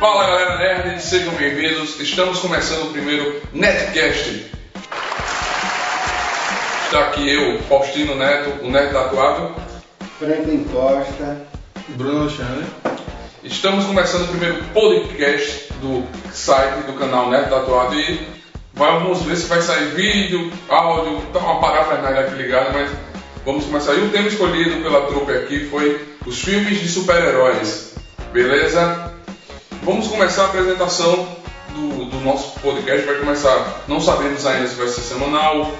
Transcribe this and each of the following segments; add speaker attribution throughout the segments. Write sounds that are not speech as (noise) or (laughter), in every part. Speaker 1: Fala galera nerd, sejam bem-vindos. Estamos começando o primeiro Netcast. Está aqui eu, Faustino Neto, o Nerd Tatuável.
Speaker 2: Franklin Costa.
Speaker 3: Bruno Alexandre.
Speaker 1: Estamos começando o primeiro podcast do site do canal Nerd Tatuado e vamos ver se vai sair vídeo, áudio, tá uma parafernália aqui ligada, mas vamos começar. E o tema escolhido pela trupe aqui foi os filmes de super-heróis, beleza? Vamos começar a apresentação do, do nosso podcast, vai começar, não sabemos ainda se vai ser semanal,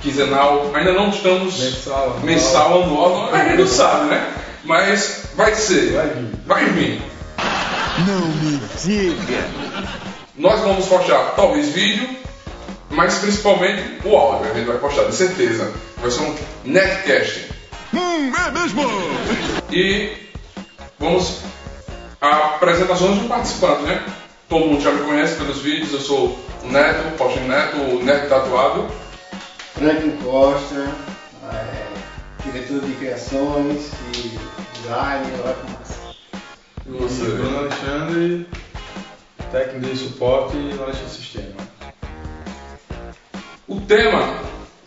Speaker 1: quinzenal, ainda não estamos
Speaker 3: Mensal, anual.
Speaker 1: mensal anual, ainda não sabe, né? Mas vai ser,
Speaker 3: Vai vir.
Speaker 1: vai vir.
Speaker 4: Não me diga!
Speaker 1: Nós vamos postar talvez vídeo, mas principalmente o áudio. A gente vai postar, de certeza. Vai ser um netcast.
Speaker 4: Hum, é mesmo!
Speaker 1: E vamos a apresentações do participante, né? Todo mundo já me conhece pelos vídeos. Eu sou o Neto, Faustino Neto, o Neto Tatuado.
Speaker 2: Franklin Costa. É, diretor de criações e design. Olha que massa.
Speaker 1: E
Speaker 3: E Bruno Alexandre, técnico de suporte e analista de sistema.
Speaker 1: O tema,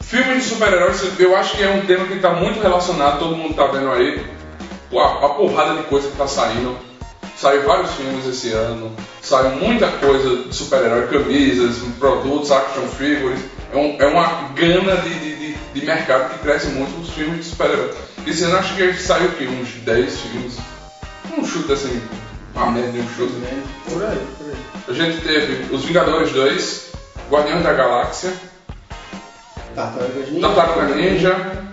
Speaker 1: filmes de super-heróis, eu acho que é um tema que está muito relacionado, todo mundo está vendo aí, a, a porrada de coisa que está saindo. Saiu vários filmes esse ano, saiu muita coisa de super-herói, camisas, produtos, action figures. É, um- é uma gana de, de- de- de mercado que cresce muito os filmes de super-herói. Esse ano acho que saiu o quê? Uns 10 filmes? Um chute assim, uma merda de um chute.
Speaker 2: Tudo bem?
Speaker 3: Por aí, por aí.
Speaker 1: A gente teve Os Vingadores 2, Guardiões da Galáxia,
Speaker 2: Tartarugas Ninja.
Speaker 1: Tartaruga Ninja,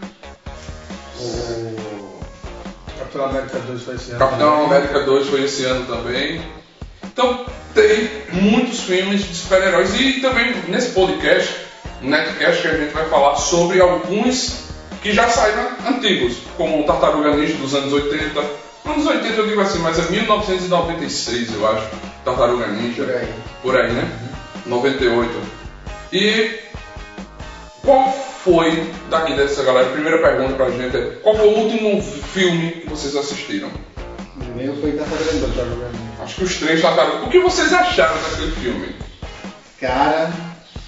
Speaker 2: O...
Speaker 3: Capitão América 2 foi esse ano. né?
Speaker 1: Capitão
Speaker 3: também.
Speaker 1: América 2 foi esse ano também. Então tem muitos filmes de super-heróis e também nesse podcast, no Netcast, que a gente vai falar sobre alguns que já saíram antigos, como o Tartaruga Ninja dos anos 80. Anos 80 eu digo assim, mas é 1996 eu acho, Tartaruga Ninja.
Speaker 2: Por aí.
Speaker 1: Por aí, né? 98. E qual foi, daqui dessa galera, a primeira pergunta pra gente é qual foi o último filme que vocês assistiram?
Speaker 2: O meu foi Tartaruga Ninja.
Speaker 3: Tartaruga Ninja.
Speaker 1: Acho que os três tartarugas. O que vocês acharam daquele filme?
Speaker 2: Cara,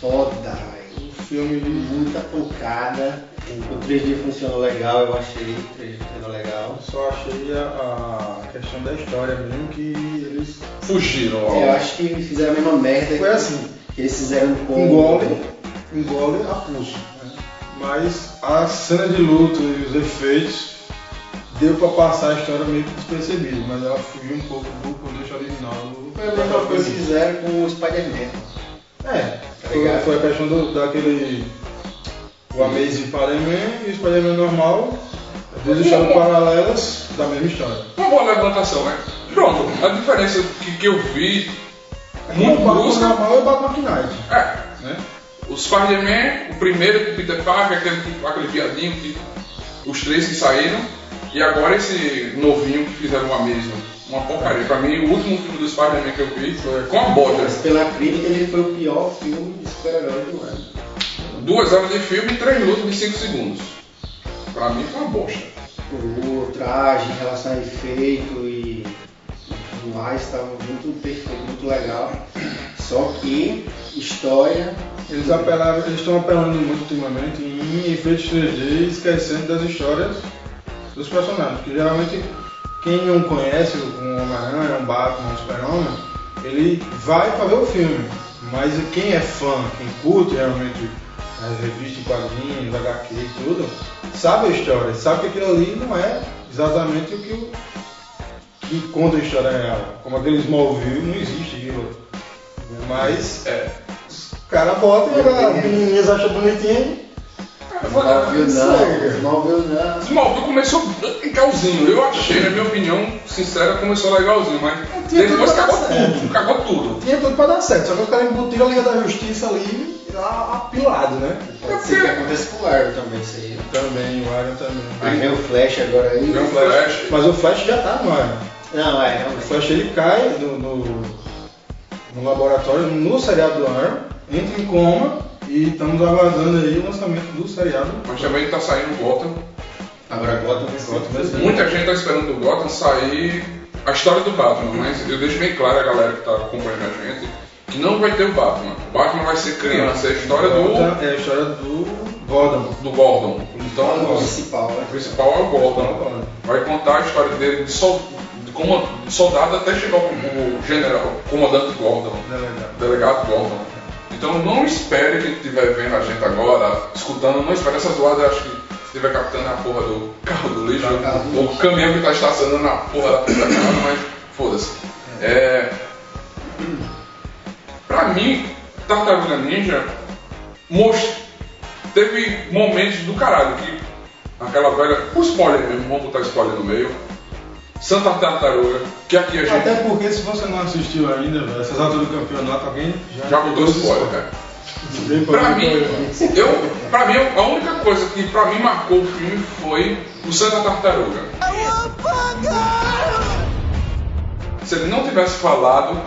Speaker 2: foda. velho.
Speaker 3: Um filme de
Speaker 2: Muita pancada. O 3D funcionou legal, eu achei. O 3D funcionou legal.
Speaker 3: eu só achei a, a questão da história mesmo que eles
Speaker 1: Fugiram, ó.
Speaker 2: Eu acho que eles fizeram a mesma merda
Speaker 3: Foi assim. né?
Speaker 2: que eles fizeram com
Speaker 3: Um engolem, engolem um a pulso. né? Mas a cena de luto e os efeitos deu pra passar a história meio que despercebido, mas ela fugiu um pouco do contexto original. do-
Speaker 2: Foi a mesma coisa que fizeram com o Spider-Man.
Speaker 3: É,
Speaker 2: Tá
Speaker 3: foi-
Speaker 2: ligado?
Speaker 3: foi a questão do, daquele. O Amazing Spider-Man e o Spider-Man normal, duas histórias paralelas da mesma história.
Speaker 1: Uma boa levantação, né? Pronto, a diferença que, que eu vi muito
Speaker 3: o Batman
Speaker 1: brusca
Speaker 3: normal e o Batman Knight,
Speaker 1: é
Speaker 3: né?
Speaker 1: o Spider-Man, o primeiro do Peter Parker, aquele, que- aquele piadinho que os três que saíram, e agora esse novinho que fizeram uma mesma. Uma porcaria. Pra mim, o último filme do Spider-Man que eu vi foi com a bota.
Speaker 2: Mas pela crítica, ele foi o pior filme de super-herói do ano.
Speaker 1: Duas horas de filme e três lutas de cinco segundos. Pra mim foi uma bosta.
Speaker 2: O traje, em relação a efeito e e tudo mais, estava muito perfeito, muito legal. Só que, história,
Speaker 3: Eles apelaram, eles estão apelando muito ultimamente em efeitos 3D e esquecendo das histórias dos personagens. Porque geralmente quem não conhece um Homem-Aranha, um Batman, um Super-Homem, ele vai para ver o filme. Mas quem é fã, quem curte realmente as revistas, quadrinhos, HQ e tudo, sabe a história, sabe que aquilo ali não é exatamente o que, o, que conta a história real. Como aquele Smallville, não existe aquilo. Mas
Speaker 1: É.
Speaker 3: o cara bota e a menininha acha bonitinho.
Speaker 2: Smallville não,
Speaker 3: Sério?
Speaker 2: Smallville não.
Speaker 1: Smallville começou legalzinho. Eu achei, na minha opinião sincera, começou legalzinho, mas
Speaker 3: tinha
Speaker 1: depois
Speaker 3: tudo pra
Speaker 1: cagou
Speaker 3: dar certo.
Speaker 1: tudo. Cagou tudo.
Speaker 3: Tinha tudo pra dar certo, só que os caras embutiram a Liga da Justiça ali a- apilado, né?
Speaker 2: Pode ser que aconteça com o Arrow também, isso aí.
Speaker 3: Também, o Iron também.
Speaker 2: Mas vem o Flash agora aí.
Speaker 1: Veio o Flash.
Speaker 3: Mas o Flash já tá no Iron.
Speaker 2: Não, é,
Speaker 3: O
Speaker 2: realmente.
Speaker 3: Flash ele cai no, no, no laboratório, no seriado do Iron, entra em coma e estamos aguardando aí o lançamento do seriado.
Speaker 1: Mas também tá saindo Gotham.
Speaker 2: Agora Gotham vai
Speaker 3: Gotham
Speaker 2: ser.
Speaker 3: vai ser-
Speaker 1: Muita gente tá esperando o Gotham sair a história do Batman, mas eu deixo bem claro a galera que tá acompanhando a gente que não vai ter o Batman. O Batman vai ser criança, é a história do,
Speaker 3: É a história do Voldemort.
Speaker 1: do Gordon. Então,
Speaker 2: o
Speaker 1: o
Speaker 2: principal, né?
Speaker 1: principal é o Gordon. Vai contar a história dele de, sol, de como de soldado até chegar ao o general, comandante Gordon.
Speaker 3: Delegado.
Speaker 1: delegado Gordon. Então não espere que estiver vendo a gente agora, escutando, não espere essas zoada, acho que se estiver captando é a porra do carro do lixo,
Speaker 2: Tá, carro do
Speaker 1: ou o caminhão que está estacionando na porra da puta casa, mas foda-se. É... Pra mim, Tartaruga Ninja most... teve momentos do caralho que aquela velha. O spoiler mesmo, vamos botar spoiler no meio. Santa Tartaruga, que aqui a gente.
Speaker 3: Até porque se você não assistiu ainda, velho, essas altas do campeonato, alguém já,
Speaker 1: Já botou spoiler, cara.
Speaker 3: Vem
Speaker 1: Pra
Speaker 3: mim,
Speaker 1: mim, eu, pra mim, a única coisa que pra mim marcou o filme foi o Santa Tartaruga. Se ele não tivesse falado,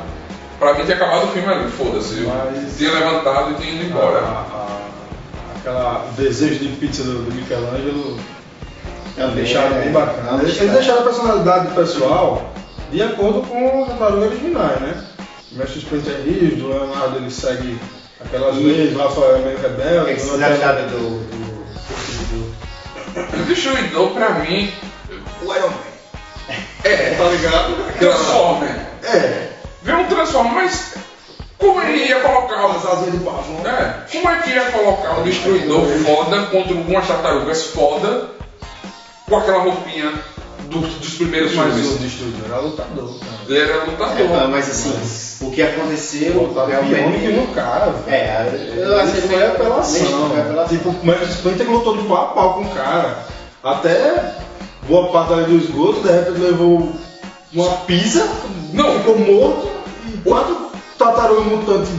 Speaker 1: pra mim tinha acabado o filme ali, foda-se. Eu
Speaker 3: Mas- Ah,
Speaker 1: Tinha levantado e tinha ido embora.
Speaker 3: Aquela desejo de pizza do, do Michelangelo
Speaker 2: Também
Speaker 3: deixaram
Speaker 2: é-
Speaker 3: bem bacana. Eles, eles deixaram a personalidade do pessoal de acordo com os tartarugas originais, né? Mestre Splinter é rígido, o Leonardo ele segue aquelas
Speaker 2: E-
Speaker 3: leis, o Rafael é meio
Speaker 2: O que
Speaker 3: rebelde.
Speaker 2: é que
Speaker 3: o
Speaker 2: vocês
Speaker 3: Leonardo-
Speaker 2: acharam do, do, do,
Speaker 1: O Destruidor, pra mim,
Speaker 2: do Iron Man?
Speaker 1: é
Speaker 3: Tá ligado?
Speaker 1: Transformer.
Speaker 3: É.
Speaker 1: Veio um Transformer, mas como ele ia colocar o
Speaker 2: As asas né? do pavão.
Speaker 1: É, como é que ia colocar um destruidor foda contra algumas tartarugas foda com aquela roupinha do- dos primeiros
Speaker 3: Mas o
Speaker 1: filmes?
Speaker 3: destruidor era lutador, cara.
Speaker 1: Ele era
Speaker 2: É,
Speaker 1: lutador.
Speaker 2: mas assim, o que
Speaker 3: É
Speaker 2: aconteceu
Speaker 3: Biônico
Speaker 2: realmente...
Speaker 3: no um cara, velho.
Speaker 2: É, eu
Speaker 3: Isso
Speaker 2: achei
Speaker 3: foi
Speaker 2: meio-
Speaker 3: apelação.
Speaker 2: Foi apelação.
Speaker 3: Tipo, o Mestre Splinter lutou de pau a pau com o cara. Até boa parte ali do esgoto, de repente levou uma pizza,
Speaker 1: Não.
Speaker 3: ficou morto e quatro tartarugas mutantes.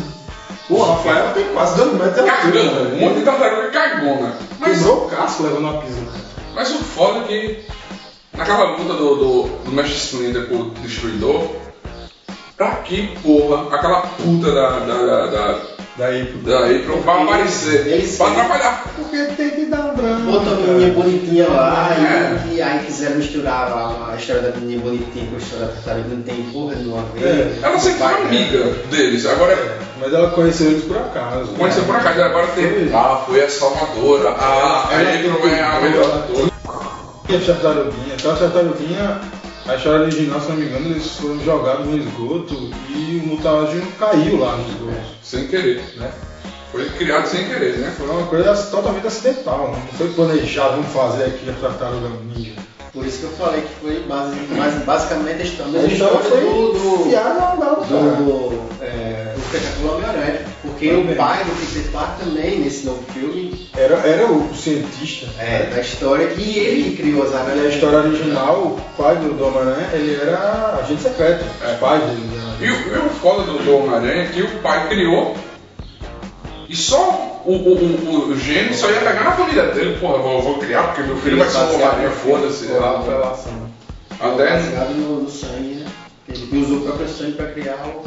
Speaker 3: Pô, o Rafael tem quase dois metros de altura,
Speaker 1: Cagando, um
Speaker 3: velho.
Speaker 1: monte de tartaruga cagona. Mas,
Speaker 3: Quebrou o casco levando a pizza.
Speaker 1: mas o foda é que naquela luta do, do, do Mestre Splinter com o destruidor, pra que porra aquela puta da. da. da. da,
Speaker 3: Daí, pô.
Speaker 1: da April vai aparecer?
Speaker 2: Eles-
Speaker 1: Pra atrapalhar.
Speaker 3: Porque tem que dar um drama.
Speaker 2: Outra menina
Speaker 3: cara.
Speaker 2: bonitinha lá,
Speaker 1: É.
Speaker 2: e, e aí quiseram misturar lá a história da menina bonitinha com a história da tartaruga, não tem porra nenhuma a ver.
Speaker 3: É.
Speaker 1: Ela sempre foi
Speaker 2: Vai, né?
Speaker 1: amiga deles, agora é.
Speaker 3: Mas ela conheceu eles por acaso. né?
Speaker 1: Quando você por acaso agora tem. Ah, foi a salvadora. Ah, a April é a melhor de todas.
Speaker 3: E a tartaruguinha? Aquela tartaruguinha, a história original, se não me engano, eles foram jogados no esgoto e o mutágeno caiu lá no esgoto,
Speaker 1: Sem querer.
Speaker 3: né?
Speaker 1: Foi criado sem querer, né?
Speaker 3: Foi uma coisa totalmente acidental, né? não foi planejado, vamos fazer aqui a tartaruga ninja.
Speaker 2: Por isso que eu falei que foi base, mas basicamente a história,
Speaker 3: A história foi
Speaker 2: do, do,
Speaker 3: enfiada na do...
Speaker 2: do, é, do espetáculo Homem-Aranha. Porque
Speaker 3: Também.
Speaker 2: o pai do Peter Parker também, nesse novo filme,
Speaker 3: Era, era o cientista.
Speaker 2: é da história que ele criou as
Speaker 3: Na
Speaker 2: aranhas.
Speaker 3: É história original, o pai do do Homem-Aranha, ele era agente secreto.
Speaker 1: É.
Speaker 3: O pai dele né? era
Speaker 1: E o, e o foda do do Homem-Aranha é que o pai criou. E só o, o, o, o gênio só ia pegar na família dele. Porra, eu vou criar porque meu filho vai ser o Homem-Aranha, foda-se.
Speaker 3: era
Speaker 1: lá.
Speaker 3: apelação.
Speaker 1: Até.
Speaker 2: Baseado no, no sangue, né? Ele usou o próprio sangue pra criar o,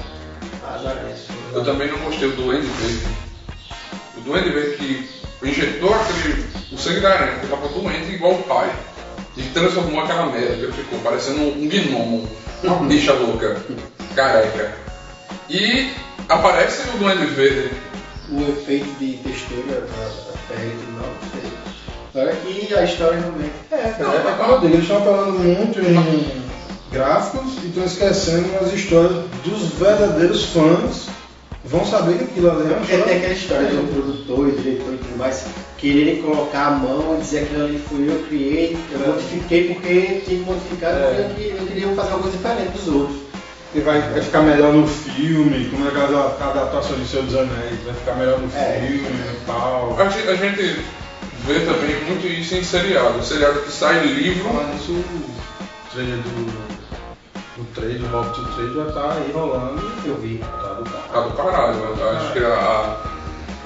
Speaker 2: as aranhas.
Speaker 1: Eu também não gostei do Duende Verde. O Duende Verde que injetou aquele, o sangue da aranha, que tava doente igual o pai. E transformou aquela merda que ficou parecendo um gnomo, uma bicha louca, careca. E aparece o Duende Verde.
Speaker 2: o efeito de textura da da pele e tudo mais, não sei. Agora que a história realmente.
Speaker 3: É, cara, é
Speaker 2: tá
Speaker 3: como eu digo, eles estão falando muito em gráficos e estão esquecendo as histórias dos verdadeiros fãs. Vão saber que aquilo ali é uma
Speaker 2: Porque tem
Speaker 3: história.
Speaker 2: aquela história do produtor e diretor e tudo mais quererem colocar a mão e dizer que ali fui eu que criei, eu
Speaker 3: É.
Speaker 2: modifiquei porque tinha que modificar,
Speaker 3: É.
Speaker 2: porque eu, que- eu queria fazer alguma coisa diferente dos outros.
Speaker 3: Que vai, vai ficar melhor no filme, como é que é a cada atuação de Senhor dos Anéis, vai ficar melhor no
Speaker 2: É.
Speaker 3: filme e tal.
Speaker 1: A gente, a gente vê também muito isso em seriado. Seriado que sai livro.
Speaker 3: Falando isso, o trailer do. O trailer, o Volta do trailer já tá aí rolando.
Speaker 2: Eu vi.
Speaker 3: Tá do
Speaker 1: Tá
Speaker 3: caralho.
Speaker 1: do caralho, eu acho que a- a-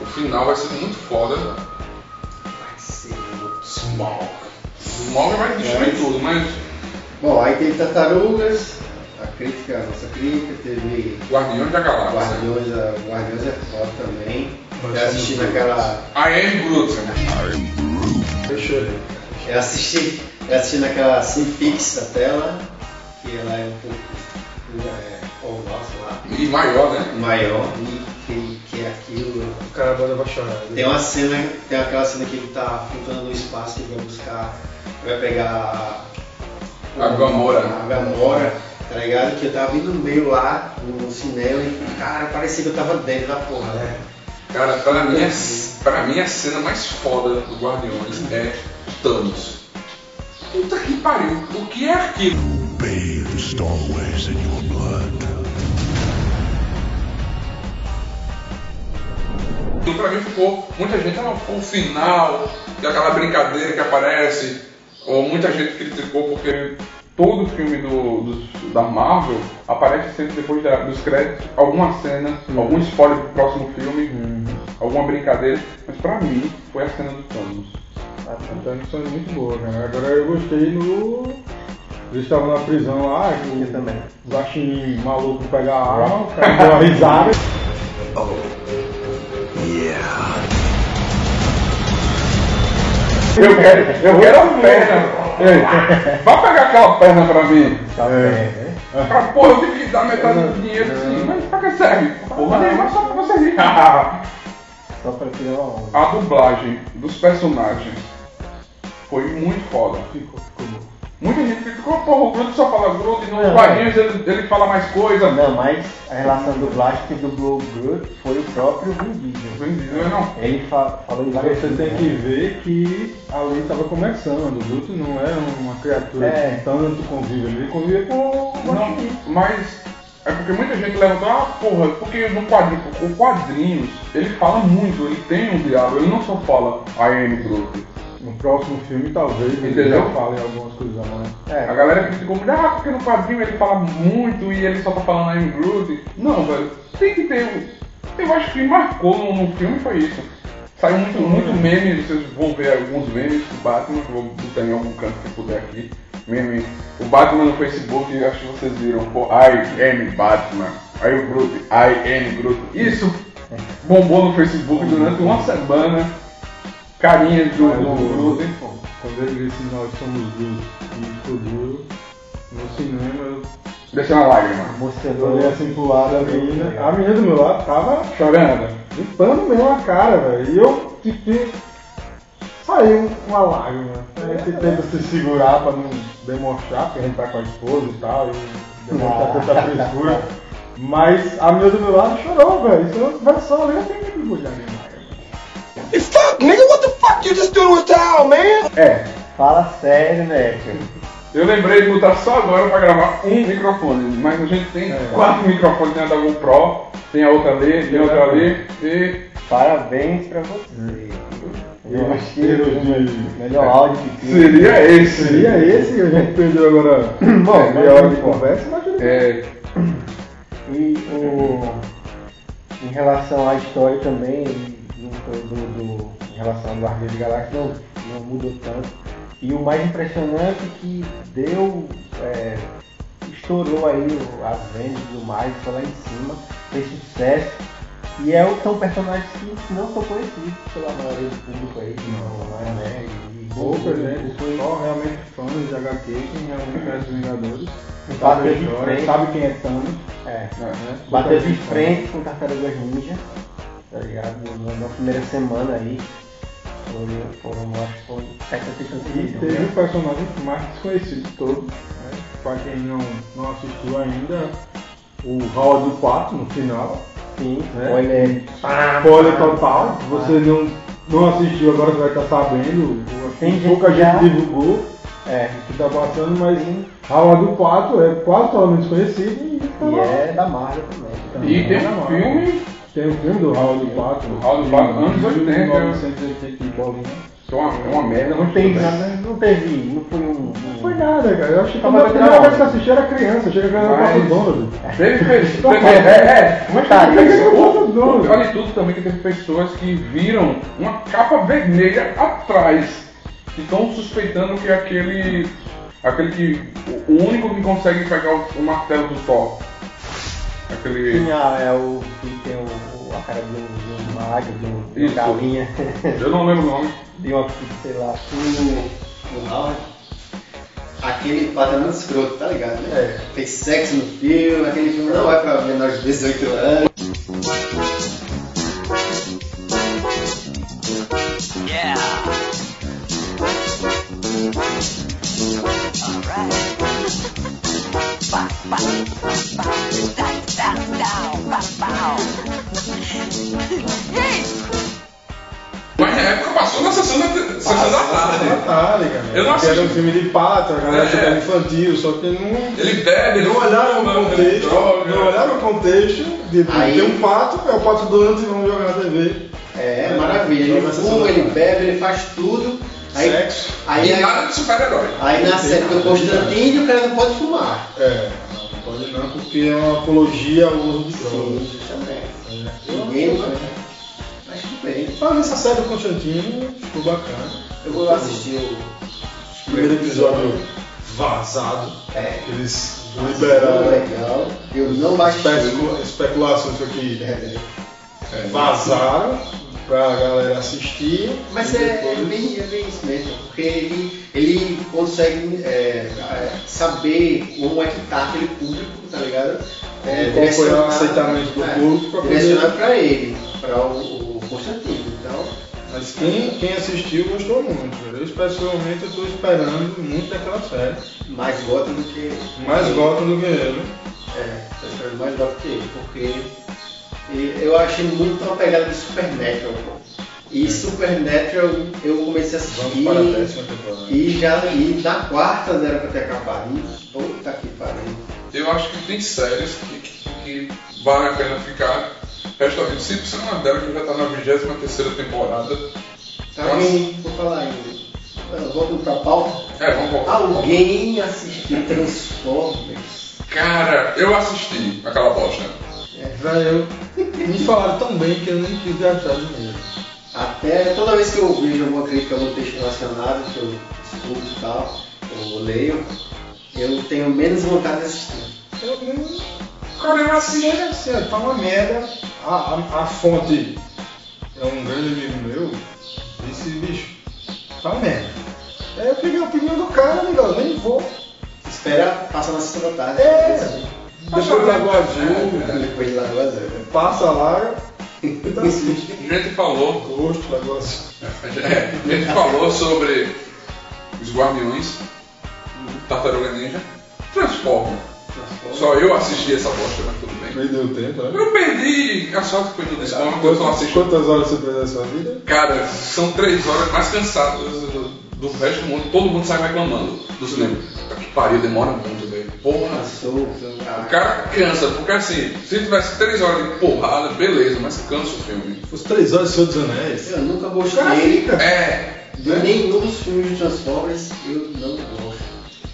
Speaker 1: o final vai ser muito foda.
Speaker 2: Vai ser louco.
Speaker 3: Small.
Speaker 1: O Mogli vai destruir tudo, mas
Speaker 2: Bom, aí teve tartarugas, a crítica, a nossa crítica, teve
Speaker 1: Guardiões da Galáxia.
Speaker 2: Guardiões, a Guardiões é foda também.
Speaker 3: Mas
Speaker 2: Eu assisti
Speaker 3: somos
Speaker 2: naquela.
Speaker 1: I am Groot. né?
Speaker 3: Fechou.
Speaker 2: Eu assisti, eu assisti naquela Cinepix a tela, que ela é um pouco é, oval, sei lá,
Speaker 1: E maior, né?
Speaker 2: maior, e que, que é aquilo.
Speaker 3: O cara bota pra chorar.
Speaker 2: Tem uma cena, tem aquela cena que ele tá flutuando no espaço, que ele vai buscar, vai pegar
Speaker 1: A Gamora.
Speaker 2: A Gamora, tá ligado? Que eu tava vindo no meio lá, no cinema, e cara, parecia que eu tava dentro da porra, né?
Speaker 1: Cara, pra mim, a- pra mim a cena mais foda do Guardiões é Thanos. Puta que pariu, o que é aquilo?
Speaker 4: Bathe the Star in your blood.
Speaker 1: Aquilo Então, Pra mim ficou, muita gente, ah, foi o final, e aquela brincadeira que aparece, ou muita gente criticou porque todo filme do, dos- da Marvel aparece sempre depois da- dos créditos alguma cena, algum spoiler pro próximo filme, alguma brincadeira, mas pra mim foi a cena do Thanos.
Speaker 3: Então eles são muito boa, cara. Agora eu gostei no. Eles estavam na prisão lá, que o também. baixinho maluco pega a arma, o cara deu uma risada.
Speaker 1: Eu quero, eu quero a perna. Ei, Ah. vai pegar aquela perna pra mim.
Speaker 3: É.
Speaker 1: Pra porra, eu tive que dar metade do dinheiro assim. Mas pra que serve? Porra nenhuma, só pra você é rir. (laughs) a
Speaker 3: Só pra tirar uma onda.
Speaker 1: dublagem dos personagens foi muito foda.
Speaker 3: Ficou, ficou bom.
Speaker 1: Muita gente criticou, porra, o Groot só fala Groot, e no
Speaker 3: é.
Speaker 1: Guardiões ele, ele fala mais coisa.
Speaker 5: Não, mas a relação do Blast que dublou o Groot foi o próprio Vin Diesel.
Speaker 1: Vin Diesel, não.
Speaker 5: Ele fa- falou em várias
Speaker 3: Você tem
Speaker 5: né?
Speaker 3: que ver que ali estava começando, o Bruto não é uma criatura Então,
Speaker 5: É.
Speaker 3: que tanto convive, ele convive com o
Speaker 1: Não,
Speaker 3: baixinho.
Speaker 1: mas é porque muita gente levantou, ah, porra, porque no quadrinho, com quadrinhos, ele fala muito, ele tem um diálogo, ele não só fala I am Groot.
Speaker 3: No próximo filme talvez ele
Speaker 1: Entendeu?
Speaker 3: já fale algumas coisas a mais.
Speaker 1: A
Speaker 5: é,
Speaker 1: galera criticou muito, ah, porque no quadrinho ele fala muito e ele só tá falando I am Groot. Não, velho, tem que ter um. Eu acho que marcou no, no filme foi isso. Saiu muito, muito meme, vocês vão ver alguns memes do Batman, que eu vou botar em algum canto que puder aqui. Meme. O Batman no Facebook, acho que vocês viram, pô, I am Batman. Aí o Groot, I am Groot. Isso bombou no Facebook durante uma semana. Carinha do,
Speaker 3: Mas o
Speaker 1: do Groot.
Speaker 3: Groot, quando ele disse nós somos Groot e explodiu no cinema, eu
Speaker 1: Desceu uma lágrima.
Speaker 3: eu olhei assim pro lado da
Speaker 5: tá
Speaker 3: menina, a menina do meu lado tava
Speaker 1: Chorando.
Speaker 3: limpando mesmo a cara, velho, e eu fiquei... Saiu uma lágrima. A gente
Speaker 5: É.
Speaker 3: tenta se segurar pra não demonstrar, porque a gente tá com a esposa e tal, e demonstrar tanta frescura. Mas a menina do meu lado chorou, velho. Se eu tivesse só ali, eu tenho que mergulhar minha lágrima.
Speaker 1: É,
Speaker 5: Fala sério, né, cara?
Speaker 1: eu lembrei de botar só agora pra gravar um microfone, mas a gente tem
Speaker 3: É.
Speaker 1: quatro microfones, tem a da GoPro, tem a outra ali, tem a outra ali, e
Speaker 5: Parabéns pra você. Eu achei
Speaker 3: Cheiro
Speaker 5: o
Speaker 3: de-
Speaker 5: melhor áudio que tinha.
Speaker 1: seria esse.
Speaker 3: Seria esse, a gente perdeu agora
Speaker 5: Bom,
Speaker 3: meia hora de conversa, mas tudo bem.
Speaker 1: É,
Speaker 5: E o... em relação à história também, do, do, do- em relação ao Guardião de Galáxia, não, não mudou tanto. E o mais impressionante é que deu. é, estourou aí o- as vendas e tudo mais, foi lá em cima, fez sucesso. E é, o- são personagens que não são conhecidos pela maioria do público aí, que não, não é, né? E-
Speaker 3: Pouca
Speaker 5: e-
Speaker 3: gente,
Speaker 5: foi-
Speaker 3: só realmente fãs de HQ, quem realmente conhece os Vingadores,
Speaker 5: Bateu
Speaker 3: sabe, a
Speaker 5: de
Speaker 3: história,
Speaker 5: frente.
Speaker 3: sabe quem é Thanos.
Speaker 5: é.
Speaker 3: né?
Speaker 5: Bateu de
Speaker 3: Sabe-
Speaker 5: frente com Tartarugas Ninja, tá ligado? Na, na primeira semana aí. Foram, foram acho que né? foram sete
Speaker 3: E
Speaker 5: assistências.
Speaker 3: teve um personagem mais desconhecido de todos. Né? Pra quem não, não assistiu ainda, o Howard do 4 no final.
Speaker 5: Sim,
Speaker 3: É.
Speaker 5: olha ele.
Speaker 3: Spoiler total. Se você não, não assistiu, agora você vai estar sabendo.
Speaker 5: Tem gente
Speaker 3: pouca
Speaker 5: que já-
Speaker 3: gente divulgou
Speaker 5: É.
Speaker 3: o que tá passando, mas Howard do 4 é quase totalmente desconhecido e tá
Speaker 5: E
Speaker 3: lá.
Speaker 5: é da Marvel também. então.
Speaker 1: e
Speaker 3: é
Speaker 1: tem um filme,
Speaker 3: Tem um filme do Howard do 4.
Speaker 1: Howard do Pato, anos né, 80.
Speaker 3: 1980 e bolinha.
Speaker 1: que é uma, é uma merda,
Speaker 5: Não
Speaker 1: mas
Speaker 5: teve
Speaker 1: tudo bem.
Speaker 5: nada, não teve, não foi um.
Speaker 3: Não
Speaker 5: um-
Speaker 3: foi nada, cara. Eu achei que a
Speaker 5: Tava
Speaker 3: primeira
Speaker 5: legal.
Speaker 3: vez que eu assisti era criança. Chega que era
Speaker 1: Mas-
Speaker 3: quase
Speaker 1: (laughs)
Speaker 3: Donald. (laughs)
Speaker 1: Teve, teve, teve, é, é,
Speaker 5: Mas tá,
Speaker 3: Por que que
Speaker 5: isso-
Speaker 3: eu tô
Speaker 1: O
Speaker 3: dando?
Speaker 1: pior de tudo também é que teve pessoas que viram uma capa vermelha atrás. Que estão suspeitando que é aquele. aquele que. o- O único que consegue pegar o, o martelo do Thor. Aquele.
Speaker 5: Tinha, é o que tem o, o- a cara de um, de um mago, de um de
Speaker 1: Isso.
Speaker 5: uma galinha, (laughs)
Speaker 1: Eu não lembro o nome.
Speaker 5: de uma, sei lá.
Speaker 2: O, o Howard, Aquele padrão escroto, tá ligado? Né?
Speaker 5: É.
Speaker 2: Tem sexo no filme, aquele filme não é pra menores de 18 anos.
Speaker 6: Yeah. All right. (laughs) Ba, ba, ba, ba. Da, da, da. Ba, bow. Hey!
Speaker 1: Mas na época passou na sessão da, sessão da tarde.
Speaker 3: Atari, cara.
Speaker 1: Eu não
Speaker 3: Que era um
Speaker 1: assisto.
Speaker 3: filme de pato, a galera
Speaker 1: É.
Speaker 3: que era infantil, só que não.
Speaker 1: Ele bebe, ele
Speaker 3: Não olharam o
Speaker 1: fuma, ele
Speaker 3: contexto,
Speaker 1: droga.
Speaker 3: não olharam o contexto, tipo,
Speaker 2: Aí-
Speaker 3: tem um pato, é o pato dono e vamos jogar na TV.
Speaker 2: É, maravilha. Ele
Speaker 3: Joga essa
Speaker 2: fuma,
Speaker 3: salada.
Speaker 2: ele bebe, ele faz tudo. Aí,
Speaker 3: Sexo.
Speaker 2: Aí,
Speaker 1: E nada de super-herói.
Speaker 2: aí na série do Constantino o cara não pode fumar.
Speaker 3: É, não pode não, porque é uma apologia ao uso de drogas.
Speaker 2: também.
Speaker 3: É.
Speaker 2: Ninguém, né? Mas tudo bem.
Speaker 3: Falando nessa série do Constantino, ficou bacana.
Speaker 2: Eu vou assistir o
Speaker 3: Primeiro episódio vazado,
Speaker 2: É.
Speaker 3: que eles
Speaker 2: Muito
Speaker 3: liberaram.
Speaker 2: legal. Eu não baixei.
Speaker 3: Especu especulação foi que
Speaker 2: É.
Speaker 3: vazaram pra galera assistir.
Speaker 2: Mas
Speaker 3: e
Speaker 2: é, é
Speaker 3: depois-
Speaker 2: bem, é bem isso mesmo, porque ele, ele consegue é, é, saber como é que tá aquele público, tá ligado?
Speaker 3: E qual foi o aceitamento do público pra
Speaker 2: para
Speaker 3: poder-
Speaker 2: direcionado para ele, para o, o Constantino. Então,
Speaker 3: Mas quem, quem assistiu gostou muito. velho. Eu pessoalmente eu tô esperando muito daquela série.
Speaker 2: mais Gotham do que.
Speaker 3: Mais Gotham do que ele.
Speaker 2: É, tá esperando mais Gotham do que ele, porque e- eu achei muito uma pegada de Supernatural. pô. E Supernatural eu comecei a
Speaker 3: Hum. Vamos
Speaker 2: assistir.
Speaker 3: para a décima temporada.
Speaker 2: E já e na quarta era pra ter acabado. E, Puta que pariu.
Speaker 1: Eu acho que tem séries que, que, que vale a pena ficar. Restaurante Simpson é uma delas que já tá na 23 terceira temporada.
Speaker 2: Alguém, vou falar ainda. Ah, Vamos pra pauta.
Speaker 1: É, vamos voltar.
Speaker 2: Alguém assistiu Transformers?
Speaker 1: Cara, eu assisti aquela bosta.
Speaker 3: Velho, me falaram tão bem que eu nem quis gastar dinheiro.
Speaker 2: Até toda vez que eu vejo alguma crítica, algum texto relacionado, que eu estudo e tal, eu leio, eu tenho menos vontade de assistir.
Speaker 3: Eu nem. Cara, eu assisti assim, ó, tá uma merda. A, a, a fonte é um grande amigo meu, disse, bicho, tá uma merda. Aí eu peguei a opinião do cara, legal, nem vou.
Speaker 2: Espera passar na sessão da tarde.
Speaker 3: É,
Speaker 1: Mas
Speaker 3: depois
Speaker 1: olha,
Speaker 3: da
Speaker 1: é,
Speaker 3: Guadil,
Speaker 2: Depois de Lagoa Azul.
Speaker 3: passa lá, então assiste.
Speaker 1: A gente falou
Speaker 3: Gosto, negócio.
Speaker 1: É, a gente falou sobre os Guardiões, Tartaruga Ninja, Transforma. Só eu assisti essa bosta, mas tudo bem.
Speaker 3: Perdeu tempo, né?
Speaker 1: Eu perdi a sorte que foi tudo isso, mas eu só
Speaker 3: Quantas,
Speaker 1: assisti.
Speaker 3: quantas horas você perdeu da sua vida?
Speaker 1: Cara, são três horas mais cansadas do, do resto do mundo. Todo mundo sai reclamando do cinema. Puta Que pariu, demora muito, velho. Porra.
Speaker 2: Passou. então,
Speaker 1: O cara cansa, porque assim, se tivesse três horas de porrada, beleza, mas cansa o filme.
Speaker 3: Os três horas do Senhor dos Anéis.
Speaker 2: Eu nunca
Speaker 3: Cara, assim,
Speaker 2: gostei.
Speaker 3: fica.
Speaker 1: É,
Speaker 2: De nenhum dos filmes de Transformers eu não gosto.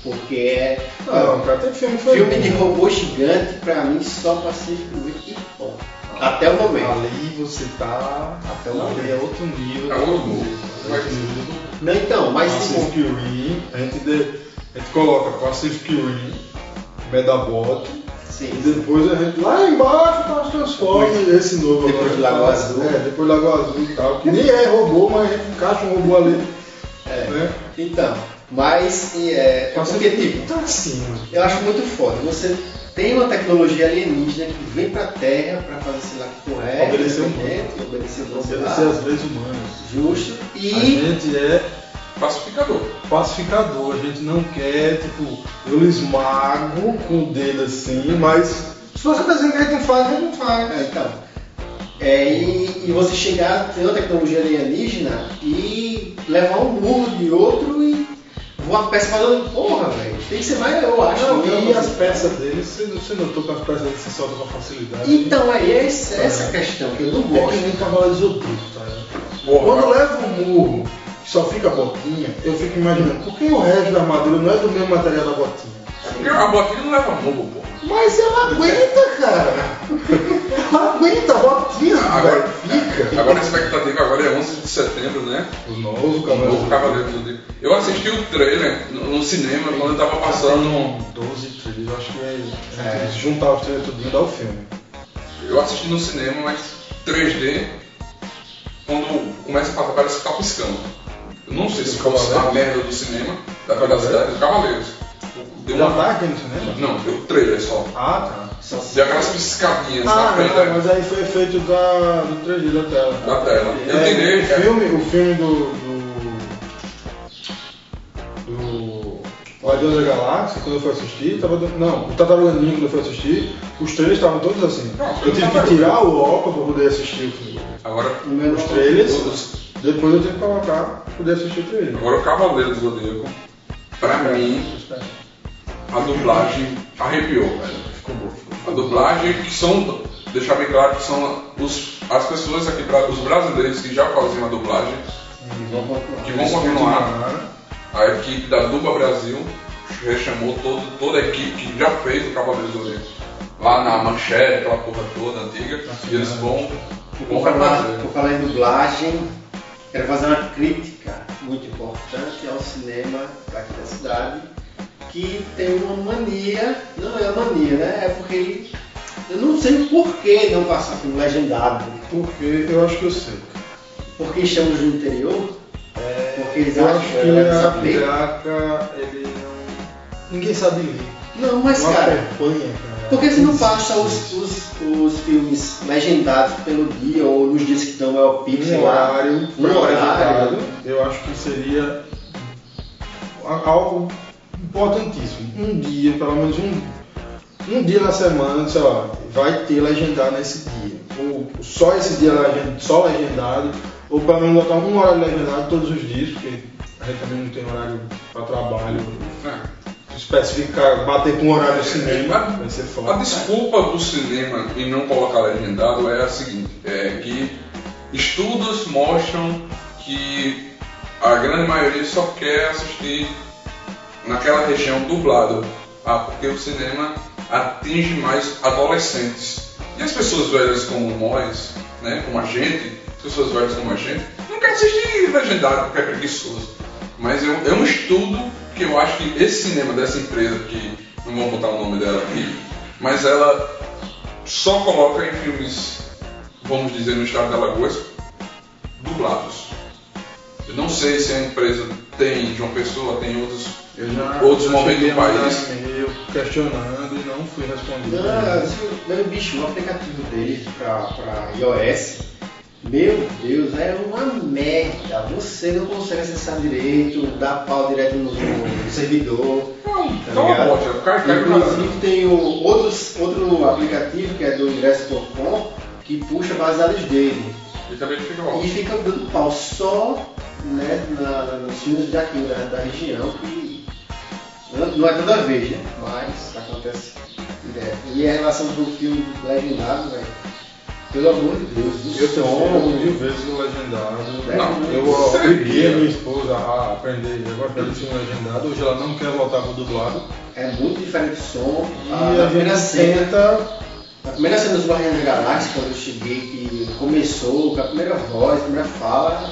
Speaker 2: Porque é.
Speaker 3: Ah, Não, cara, tem filme que foi um.
Speaker 2: filme de
Speaker 3: bom.
Speaker 2: robô gigante, pra mim, só Pacífico Rim e bom. Até o momento.
Speaker 3: Ali você tá.
Speaker 2: Até o momento.
Speaker 3: Ali é outro nível.
Speaker 1: É outro nível.
Speaker 3: nível.
Speaker 2: Não, então, mas
Speaker 3: Ah,
Speaker 2: tipo,
Speaker 3: Pacific Rim. A gente, de- a gente coloca Pacific Rim, Medabot. E
Speaker 2: sim.
Speaker 3: depois a gente lá embaixo tá os Transformers, esse novo
Speaker 2: depois
Speaker 3: agora.
Speaker 2: do Lago Azul.
Speaker 3: É, depois do Lago Azul e tal. Que nem é robô, mas a gente encaixa um robô ali.
Speaker 2: É.
Speaker 3: Né?
Speaker 2: Então, mas e, é, é porque tipo,
Speaker 3: tá acima.
Speaker 2: eu acho muito foda. Você tem uma tecnologia alienígena que vem pra Terra pra fazer sei lá que porra é,
Speaker 3: Obedecer o mundo.
Speaker 2: né, obedecer o
Speaker 3: Você
Speaker 2: mundo,
Speaker 3: ser as
Speaker 2: lá,
Speaker 3: leis humanas.
Speaker 2: justo,
Speaker 3: A
Speaker 2: e
Speaker 3: gente é
Speaker 1: pacificador.
Speaker 3: pacificador, a gente não quer, tipo, eu lhe esmago com o dedo assim, mas se você tá dizendo que a gente não faz, a gente não faz.
Speaker 2: É, então. É, e, e você chegar a ter uma tecnologia alienígena e levar um murro de outro e voar peça falando, porra, velho, tem que ser mais, eu acho.
Speaker 3: Não,
Speaker 2: eu
Speaker 3: e
Speaker 2: não
Speaker 3: as
Speaker 2: sei.
Speaker 3: peças deles, você, você notou que as peças deles se soltam com facilidade?
Speaker 2: Então, aí é essa, essa questão que eu não
Speaker 3: é que
Speaker 2: gosto.
Speaker 3: nem cavalo de Zootopia, tá? ligado?
Speaker 1: Porra.
Speaker 3: Quando leva um murro, que só fica a botinha, eu fico imaginando, por que o resto da armadura não é do mesmo material da botinha?
Speaker 1: Porque a botinha não leva murro, porra.
Speaker 3: Mas ela aguenta, cara! Ela aguenta a botinha,
Speaker 1: Agora,
Speaker 3: velho, fica!
Speaker 1: agora a expectativa agora é 11 de setembro, né?
Speaker 3: O novo
Speaker 1: O novo
Speaker 3: Zodíaco.
Speaker 1: Cavaleiro do Zodíaco. Eu assisti o trailer no, no cinema quando eu tava passando.
Speaker 3: 12 trailers, eu acho que é, é. juntar os trailers tudinho dá o filme.
Speaker 1: Eu assisti no cinema, mas 3D, quando começa a passar, parece que tá piscando. Eu não sei se foi
Speaker 3: Cavaleiro?
Speaker 1: a merda do cinema, da velocidade dos Cavaleiros. Deu
Speaker 3: Já
Speaker 1: uma-
Speaker 3: tá aqui no cinema?
Speaker 1: Não, deu um trailer só.
Speaker 3: Ah, tá.
Speaker 2: Só se-
Speaker 1: Deu aquelas piscadinhas
Speaker 3: Ah,
Speaker 1: na frente
Speaker 3: não,
Speaker 1: né,
Speaker 3: mas aí foi efeito da, do 3D da tela.
Speaker 1: da tela. Eu
Speaker 3: É,
Speaker 1: entendi,
Speaker 3: o
Speaker 1: cara.
Speaker 3: filme, o filme do. do. do Guardiões da Galáxia, quando eu fui assistir, tava. do- Não, o Tataruga Ninja, quando eu fui assistir, os trailers estavam todos assim.
Speaker 1: Não, foi
Speaker 3: Eu tive que
Speaker 1: Tartaruga.
Speaker 3: tirar o óculos pra poder assistir o filme.
Speaker 1: Agora,
Speaker 2: O meu
Speaker 3: Os
Speaker 2: não-
Speaker 3: trailers,
Speaker 1: todos.
Speaker 3: depois eu tive que colocar pra poder assistir o trailer.
Speaker 1: agora o Cavaleiro do Zodíaco, pra
Speaker 3: É.
Speaker 1: mim, a dublagem arrepiou, velho.
Speaker 3: Ficou bom, ficou
Speaker 1: A dublagem que são, deixar bem claro que são os, as pessoas aqui, pra- os brasileiros que já faziam a dublagem, que vão continuar. A equipe da Duba Brasil chamou todo, toda a equipe que já fez o Cavaleiro do Zodíaco lá na manchete, aquela porra toda antiga, e eles vão, vão
Speaker 2: Por falar,
Speaker 1: refazer.
Speaker 2: por falar em dublagem, quero fazer uma crítica muito importante ao cinema daqui da cidade, que tem uma mania, não é uma mania, né? É porque ele- eu não sei por que não passar filme legendado.
Speaker 3: Porque eu acho que eu sei.
Speaker 2: Porque estamos no interior, porque É, eles
Speaker 3: Eu
Speaker 2: acham
Speaker 3: acho
Speaker 2: que
Speaker 3: que
Speaker 2: é
Speaker 3: a
Speaker 2: saber.
Speaker 3: piraca, ele não. Ninguém sabe ler.
Speaker 2: Não, mas
Speaker 3: não
Speaker 2: cara,
Speaker 3: acompanha, cara.
Speaker 2: Por que você não passa os, os, os filmes legendados pelo dia ou nos dias que estão é o Pix, sei
Speaker 3: um
Speaker 2: lá?
Speaker 3: horário
Speaker 2: Um horário.
Speaker 3: preparado? Eu acho que seria a- algo importantíssimo. Um dia, pelo menos um, um dia na semana, sei lá, vai ter legendado nesse dia. Ou só esse dia legend- só legendado, ou pelo menos botar um horário legendado todos os dias, porque a gente também não tem horário para trabalho.
Speaker 1: É.
Speaker 3: Especificar, bater com o horário do cinema, vai ser
Speaker 1: A
Speaker 3: foda.
Speaker 1: desculpa do cinema em não colocar legendado é a seguinte, é que estudos mostram que a grande maioria só quer assistir naquela região dublado. Ah, porque o cinema atinge mais adolescentes. E as pessoas velhas como nós, né, como a gente, as pessoas velhas como a gente, não quer assistir legendado porque é preguiçoso. Mas eu- é um estudo que eu acho que esse cinema dessa empresa, que não vou botar o nome dela aqui, mas ela só coloca em filmes, vamos dizer, no estado de Alagoas, dublados. Eu não sei se a empresa tem em João Pessoa, tem outros,
Speaker 3: Eu já,
Speaker 1: outros
Speaker 3: já
Speaker 1: momentos
Speaker 3: cheguei
Speaker 1: do
Speaker 3: a mandar
Speaker 1: país.
Speaker 3: e-mail questionando e não fui respondido.
Speaker 2: Ah, esse- Meu bicho, o aplicativo dele pra, pra iOS, meu Deus, é uma merda. Você não consegue acessar direito, dá pau direto no, no servidor.
Speaker 1: Não,
Speaker 2: Tá
Speaker 1: dá uma
Speaker 2: ligado?
Speaker 1: bote, o cara cai pro
Speaker 2: Inclusive tem o outros, outro aplicativo que é do ingresso.com que puxa baseados dele.
Speaker 1: E também fica mal.
Speaker 2: E fica dando pau só né, na, na- nos filmes daqui, da, da região, que não não é toda vez, né? Mas acontece direto. E a relação do filme legendado, velho, pelo amor de Deus, do
Speaker 3: Eu um,
Speaker 2: som.
Speaker 3: também mil vezes o legendado.
Speaker 1: Não,
Speaker 3: Eu ó,
Speaker 1: seria.
Speaker 3: obriguei a minha esposa a aprender a gostar de filme legendado. Hoje ela não quer voltar pro dublado.
Speaker 2: É muito diferente o som.
Speaker 3: E
Speaker 2: A,
Speaker 3: a
Speaker 2: na primeira
Speaker 3: gente
Speaker 2: cena,
Speaker 3: tenta.
Speaker 2: na primeira cena dos Guardiões da Galáxia, quando eu cheguei, que começou, com a primeira voz, a primeira fala,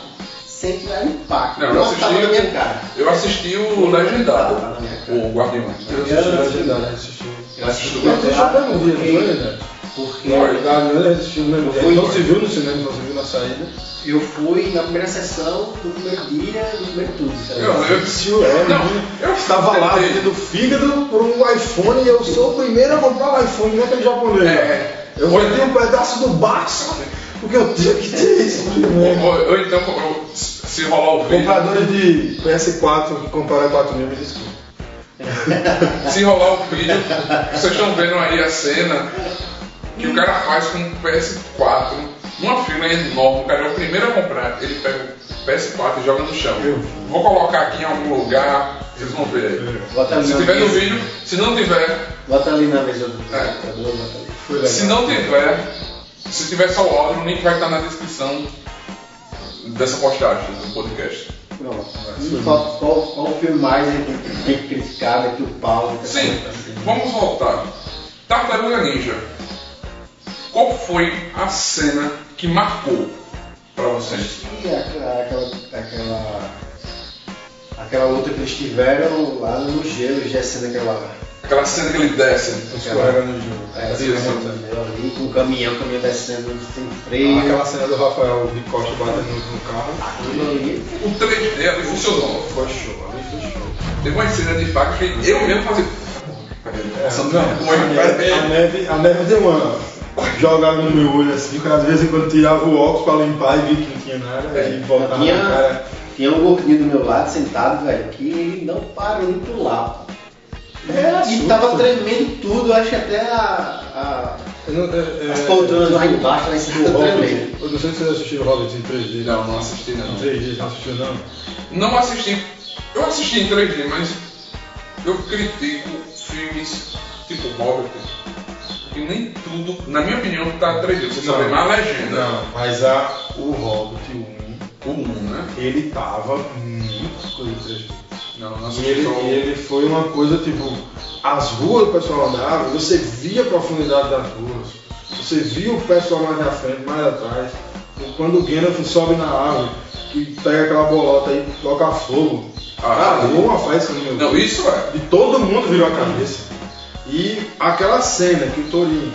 Speaker 2: sempre era um impacto.
Speaker 1: Não, eu
Speaker 2: Não,
Speaker 1: assisti-
Speaker 2: tava na minha cara.
Speaker 1: Eu assisti o Legendado,
Speaker 2: Tava na minha cara.
Speaker 1: o Guardiões.
Speaker 3: Eu assisti o legendado, assisti.
Speaker 2: Eu assisti o
Speaker 3: assim. Mas deixa eu
Speaker 2: Guardiões.
Speaker 3: pegar um dia, não foi, né?
Speaker 2: Porque
Speaker 1: Não,
Speaker 3: Eu assisti um o mesmo
Speaker 2: Foi.
Speaker 3: dia. Não se viu no cinema, só se viu na saída.
Speaker 2: Eu fui na primeira sessão, no primeiro dia, no primeiro tudo. tá
Speaker 1: Eu
Speaker 2: ligado?
Speaker 1: lembro.
Speaker 3: Se o Ed
Speaker 1: Não, eu
Speaker 3: estava lá
Speaker 1: tentei.
Speaker 3: vendendo fígado por um iPhone e eu sou o primeiro a comprar o iPhone, não é aquele japonês.
Speaker 1: É.
Speaker 3: Eu vendei um pedaço do baço, porque eu tinha que ter isso primeiro.
Speaker 1: Ou, ou então, ou- se rolar o vídeo,
Speaker 3: Compradores de PS4 que compraram 4 mil, me desculpa.
Speaker 1: se rolar o vídeo, vocês estão vendo aí a cena que o cara faz com um PS4, numa fila enorme, o cara é o primeiro a comprar, ele pega o PS4 e joga no chão.
Speaker 3: Eu.
Speaker 1: Vou colocar aqui em algum lugar, vocês vão ver aí.
Speaker 2: Bota ali
Speaker 1: Se
Speaker 2: na
Speaker 1: tiver no
Speaker 2: mesa.
Speaker 1: vídeo, se não tiver,
Speaker 2: Bota ali na mesa do
Speaker 1: É.
Speaker 2: computador, bota ali.
Speaker 3: Foi legal.
Speaker 1: Se não tiver, se tiver só o áudio, o link vai estar na descrição dessa postagem do podcast.
Speaker 2: Pronto. E Qual, qual, qual o filme mais a gente tem que criticar daqui o Paulo? tá
Speaker 1: Sim,
Speaker 2: certo, assim.
Speaker 1: vamos voltar. Tartaruga Ninja. Qual foi a cena que marcou pra vocês?
Speaker 2: E aquela, aquela, aquela, aquela luta que eles tiveram lá no gelo, já sendo aquela.
Speaker 1: Aquela cena que ele desce.
Speaker 3: Os colegas no jogo.
Speaker 2: É,
Speaker 1: Isso.
Speaker 2: eu ali com o caminhão, o caminhão descendo, sem freio.
Speaker 3: Aquela cena do Rafael de Costa batendo no carro.
Speaker 2: Aquilo ali.
Speaker 1: O 3D ali funcionou.
Speaker 3: Foi show, ali foi show.
Speaker 1: Teve uma cena de faca que eu mesmo fazia. Cadê?
Speaker 3: É,
Speaker 1: Essa-
Speaker 3: não,
Speaker 1: Oi,
Speaker 3: a neve,
Speaker 1: pera-
Speaker 3: a neve, a neve deu uma jogada no meu olho assim, porque às vezes quando tirava o óculos pra limpar e vi que não tinha nada, aí voltava
Speaker 2: É. Tinha-
Speaker 3: na cara.
Speaker 2: Tinha um gordinho do meu lado, sentado, velho, que ele não parou de pular. pô. e
Speaker 3: absurdo.
Speaker 2: tava tremendo tudo, acho que até a,
Speaker 3: Eu não-
Speaker 2: a,
Speaker 3: é- Tá
Speaker 2: as
Speaker 3: é-
Speaker 2: poltronas lá embaixo, lá em cima,
Speaker 3: o
Speaker 2: tava tremendo.
Speaker 3: Hobbit. Eu não sei se vocês assistiram o Hobbit em 3D.
Speaker 1: Não, não assisti não.
Speaker 3: Em 3D, não assistiu não?
Speaker 1: Não assisti. Eu assisti em 3D, mas eu critico filmes tipo Hobbit. que nem tudo, na minha opinião, tá 3D. Você só vê mais a legenda.
Speaker 3: Não, mas a, o Hobbit 1,
Speaker 1: O 1, né?
Speaker 3: ele tava muito coisa em 3D.
Speaker 1: Não, não
Speaker 3: E
Speaker 1: assisti
Speaker 3: ele,
Speaker 1: só um. o-
Speaker 3: e ele foi uma coisa tipo, as ruas o pessoal andava, você via a profundidade das ruas, você via o pessoal mais na frente, mais atrás. E quando o Gandalf sobe na árvore, que pega aquela bolota e toca fogo,
Speaker 1: Ah,
Speaker 3: acabou uma festa no meu
Speaker 1: Não,
Speaker 3: Deus.
Speaker 1: isso é.
Speaker 3: E todo mundo virou a cabeça. E aquela cena que o Torinho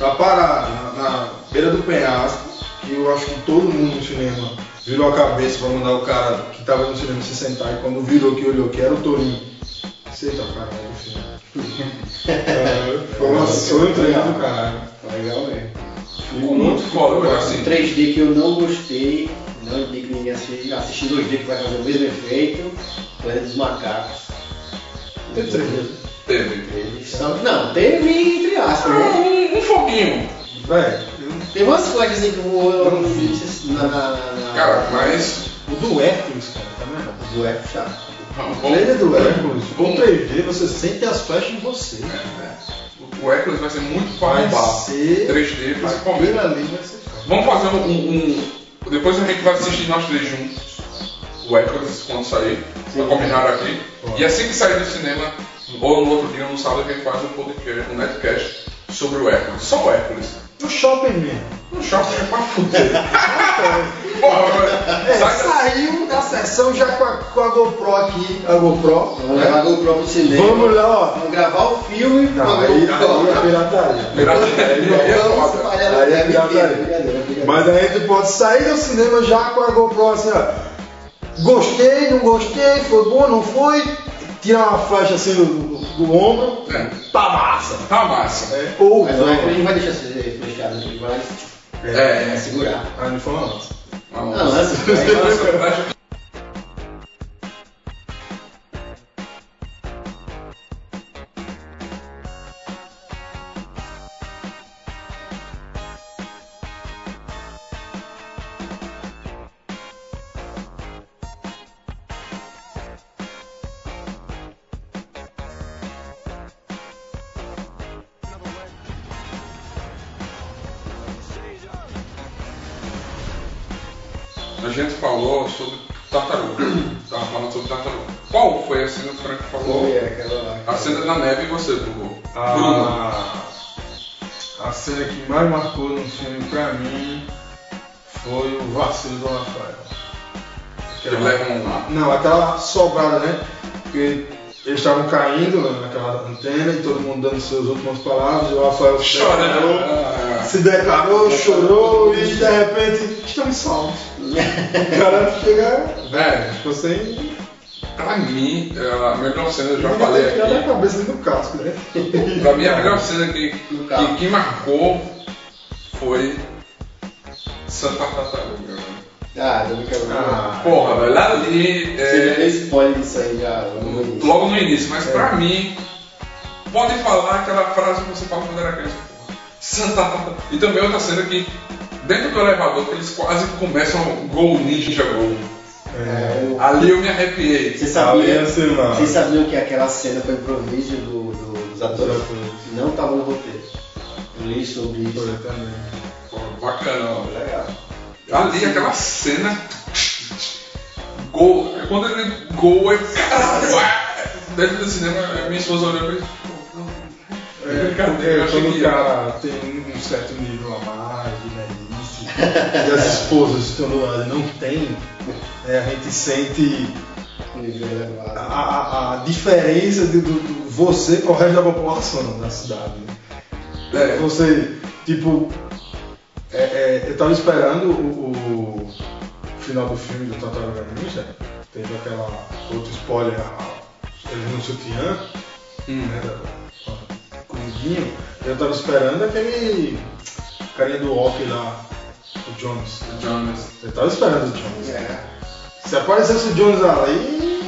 Speaker 3: tá parado na, na beira do penhasco, que eu acho que todo mundo no cinema virou a cabeça pra mandar o cara que tava no cinema se sentar. E quando virou que olhou que era o Torinho, senta pra caralho, filho. (laughs) É, Foi uma surpresa do caralho.
Speaker 2: Legal mesmo.
Speaker 1: Ficou muito foda, eu acho,
Speaker 2: Um
Speaker 1: assim.
Speaker 2: 3D que eu não gostei, não indico ninguém assistir, assistir 2D que vai fazer o mesmo efeito, Planeta dos Macacos.
Speaker 3: Teve três vezes.
Speaker 1: Teve.
Speaker 2: Eles são- Não, teve entre aspas, né?
Speaker 1: Um, um foguinho.
Speaker 3: Véi,
Speaker 2: Tem umas coisas assim que voam
Speaker 3: Não vi.
Speaker 2: na, na, na-
Speaker 3: Ah.
Speaker 1: Cara, mas.
Speaker 3: o do Hércules, cara, tá vendo?
Speaker 2: Do é puxado.
Speaker 1: Não,
Speaker 3: O trailer do Hércules, com
Speaker 1: Bom.
Speaker 3: 3D, você sente as flechas em você.
Speaker 1: O Hércules vai ser muito
Speaker 3: Vai
Speaker 1: fácil.
Speaker 3: ser.
Speaker 1: 3D, principalmente.
Speaker 3: Aquilo ali vai ser foda.
Speaker 1: Vamos fazer um, um- um- Depois a gente vai assistir nós três juntos. O Hércules, quando sair. Tá combinado aqui.
Speaker 3: Bora.
Speaker 1: E assim que sair do cinema, ou no outro dia, no sábado, a gente faz um podcast, um netcast sobre o Hércules. Só o Hércules.
Speaker 3: No shopping mesmo.
Speaker 1: No shopping é pra fuder. Porra,
Speaker 3: É,
Speaker 1: mas- sai da-
Speaker 3: saiu da sessão já com a, com a GoPro aqui, É. a GoPro.
Speaker 2: Vamos levar o próprio cinema.
Speaker 3: Vamos lá, ó.
Speaker 2: Vamos gravar o filme e
Speaker 3: Não, Tá, aí, aí é
Speaker 2: (laughs)
Speaker 3: pirataria.
Speaker 1: Pirataria é foda.
Speaker 3: Aí é pirataria.
Speaker 2: Mas
Speaker 3: Mas a gente pode sair do cinema já com a GoPro assim, ó. Gostei, não gostei, foi bom, não foi. Tira uma flecha assim do, do- do ombro,
Speaker 1: É,
Speaker 3: tá massa.
Speaker 1: tá massa.
Speaker 3: É, ou
Speaker 2: mas
Speaker 3: não.
Speaker 2: o Hércules não vai deixar ser fechado, a gente vai
Speaker 1: É. Tá
Speaker 2: segurar.
Speaker 3: Ah, não foi uma massa.
Speaker 1: Vamos.
Speaker 2: Não, é. antes, (laughs)
Speaker 1: é A gente falou sobre tartaruga. Tava falando sobre tartaruga. Qual foi a cena que o Frank falou?
Speaker 2: é aquela lá.
Speaker 1: A cena da neve e Ah, você, tá- Bruno. Bruno.
Speaker 3: A, a cena que mais marcou no filme pra mim foi o vacilo do Rafael. é
Speaker 1: Que ele leva um lá.
Speaker 3: Não, aquela sobrada, né? Porque eles estavam caindo né, naquela antena e todo mundo dando suas últimas palavras, e o Rafael se declarou,
Speaker 1: Chorando.
Speaker 3: se declarou, chorou e de repente estamos salvos. O cara chega, tipo assim,
Speaker 1: Velho,
Speaker 3: ficou sem.
Speaker 1: pra mim, a melhor cena, eu já
Speaker 3: Ele
Speaker 1: falei
Speaker 3: até tirado a
Speaker 1: aqui.
Speaker 3: cabeça do casco, né?
Speaker 1: Pra mim, a melhor cena que,
Speaker 2: No carro.
Speaker 1: que, que marcou foi Santa Tartaruga. velho.
Speaker 2: Ah, eu não quero
Speaker 3: Ah.
Speaker 1: Porra, velho, ali.
Speaker 2: Você já
Speaker 1: É,
Speaker 2: deu spoiler disso aí já. no início.
Speaker 1: logo no início, mas pra mim, pode falar aquela frase que você falou quando era criança. porra, Santa Tata. E também outra cena que, dentro do elevador, que eles quase começam o gol ninja gol.
Speaker 2: É, eu-
Speaker 1: Ali eu me arrepiei.
Speaker 2: Você sabia,
Speaker 3: Aliança, irmão.
Speaker 2: você sabia que aquela cena foi improviso do, do- dos atores? Não estava no roteiro. Eu li sobre isso.
Speaker 3: Foi também.
Speaker 1: Pô, Bacana, ó.
Speaker 2: Legal.
Speaker 1: Ali aquela cena. Gol. É Quando ele gol, eu. Caralho! ué. (laughs) Dentro do cinema, a minha esposa olhou pra mim. pô, não.
Speaker 3: É,
Speaker 1: Eu achei
Speaker 3: quando
Speaker 1: que
Speaker 3: o
Speaker 1: ia.
Speaker 3: cara tem um certo nível a mais de velhice
Speaker 1: (laughs)
Speaker 3: e as esposas que estão do lado não tem, é, a gente sente
Speaker 2: Um nível elevado.
Speaker 3: a, a- a diferença de, do, do você para o resto da população da cidade. né?
Speaker 1: É.
Speaker 3: Você, tipo, é, é, eu tava esperando o, o final do filme do Tartaruga Ninja, teve aquela outro spoiler, a- ele no sutiã, né, da- da- com o Guinho, eu tava esperando aquele carinha do Walk lá, o Jones.
Speaker 1: Jonas.
Speaker 3: Eu tava esperando o Jones.
Speaker 2: É.
Speaker 3: Se aparecesse o Jones ali,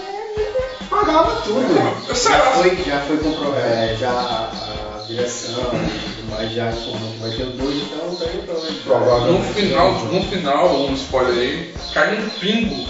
Speaker 3: pagava
Speaker 1: É.
Speaker 3: tudo.
Speaker 2: Já
Speaker 1: Será?
Speaker 2: foi, já foi comprovado. É, já a, a direção e tudo mais já informou que vai ter o dois, então tá aí problema.
Speaker 1: No Um final, no final, um spoiler aí, cai um pingo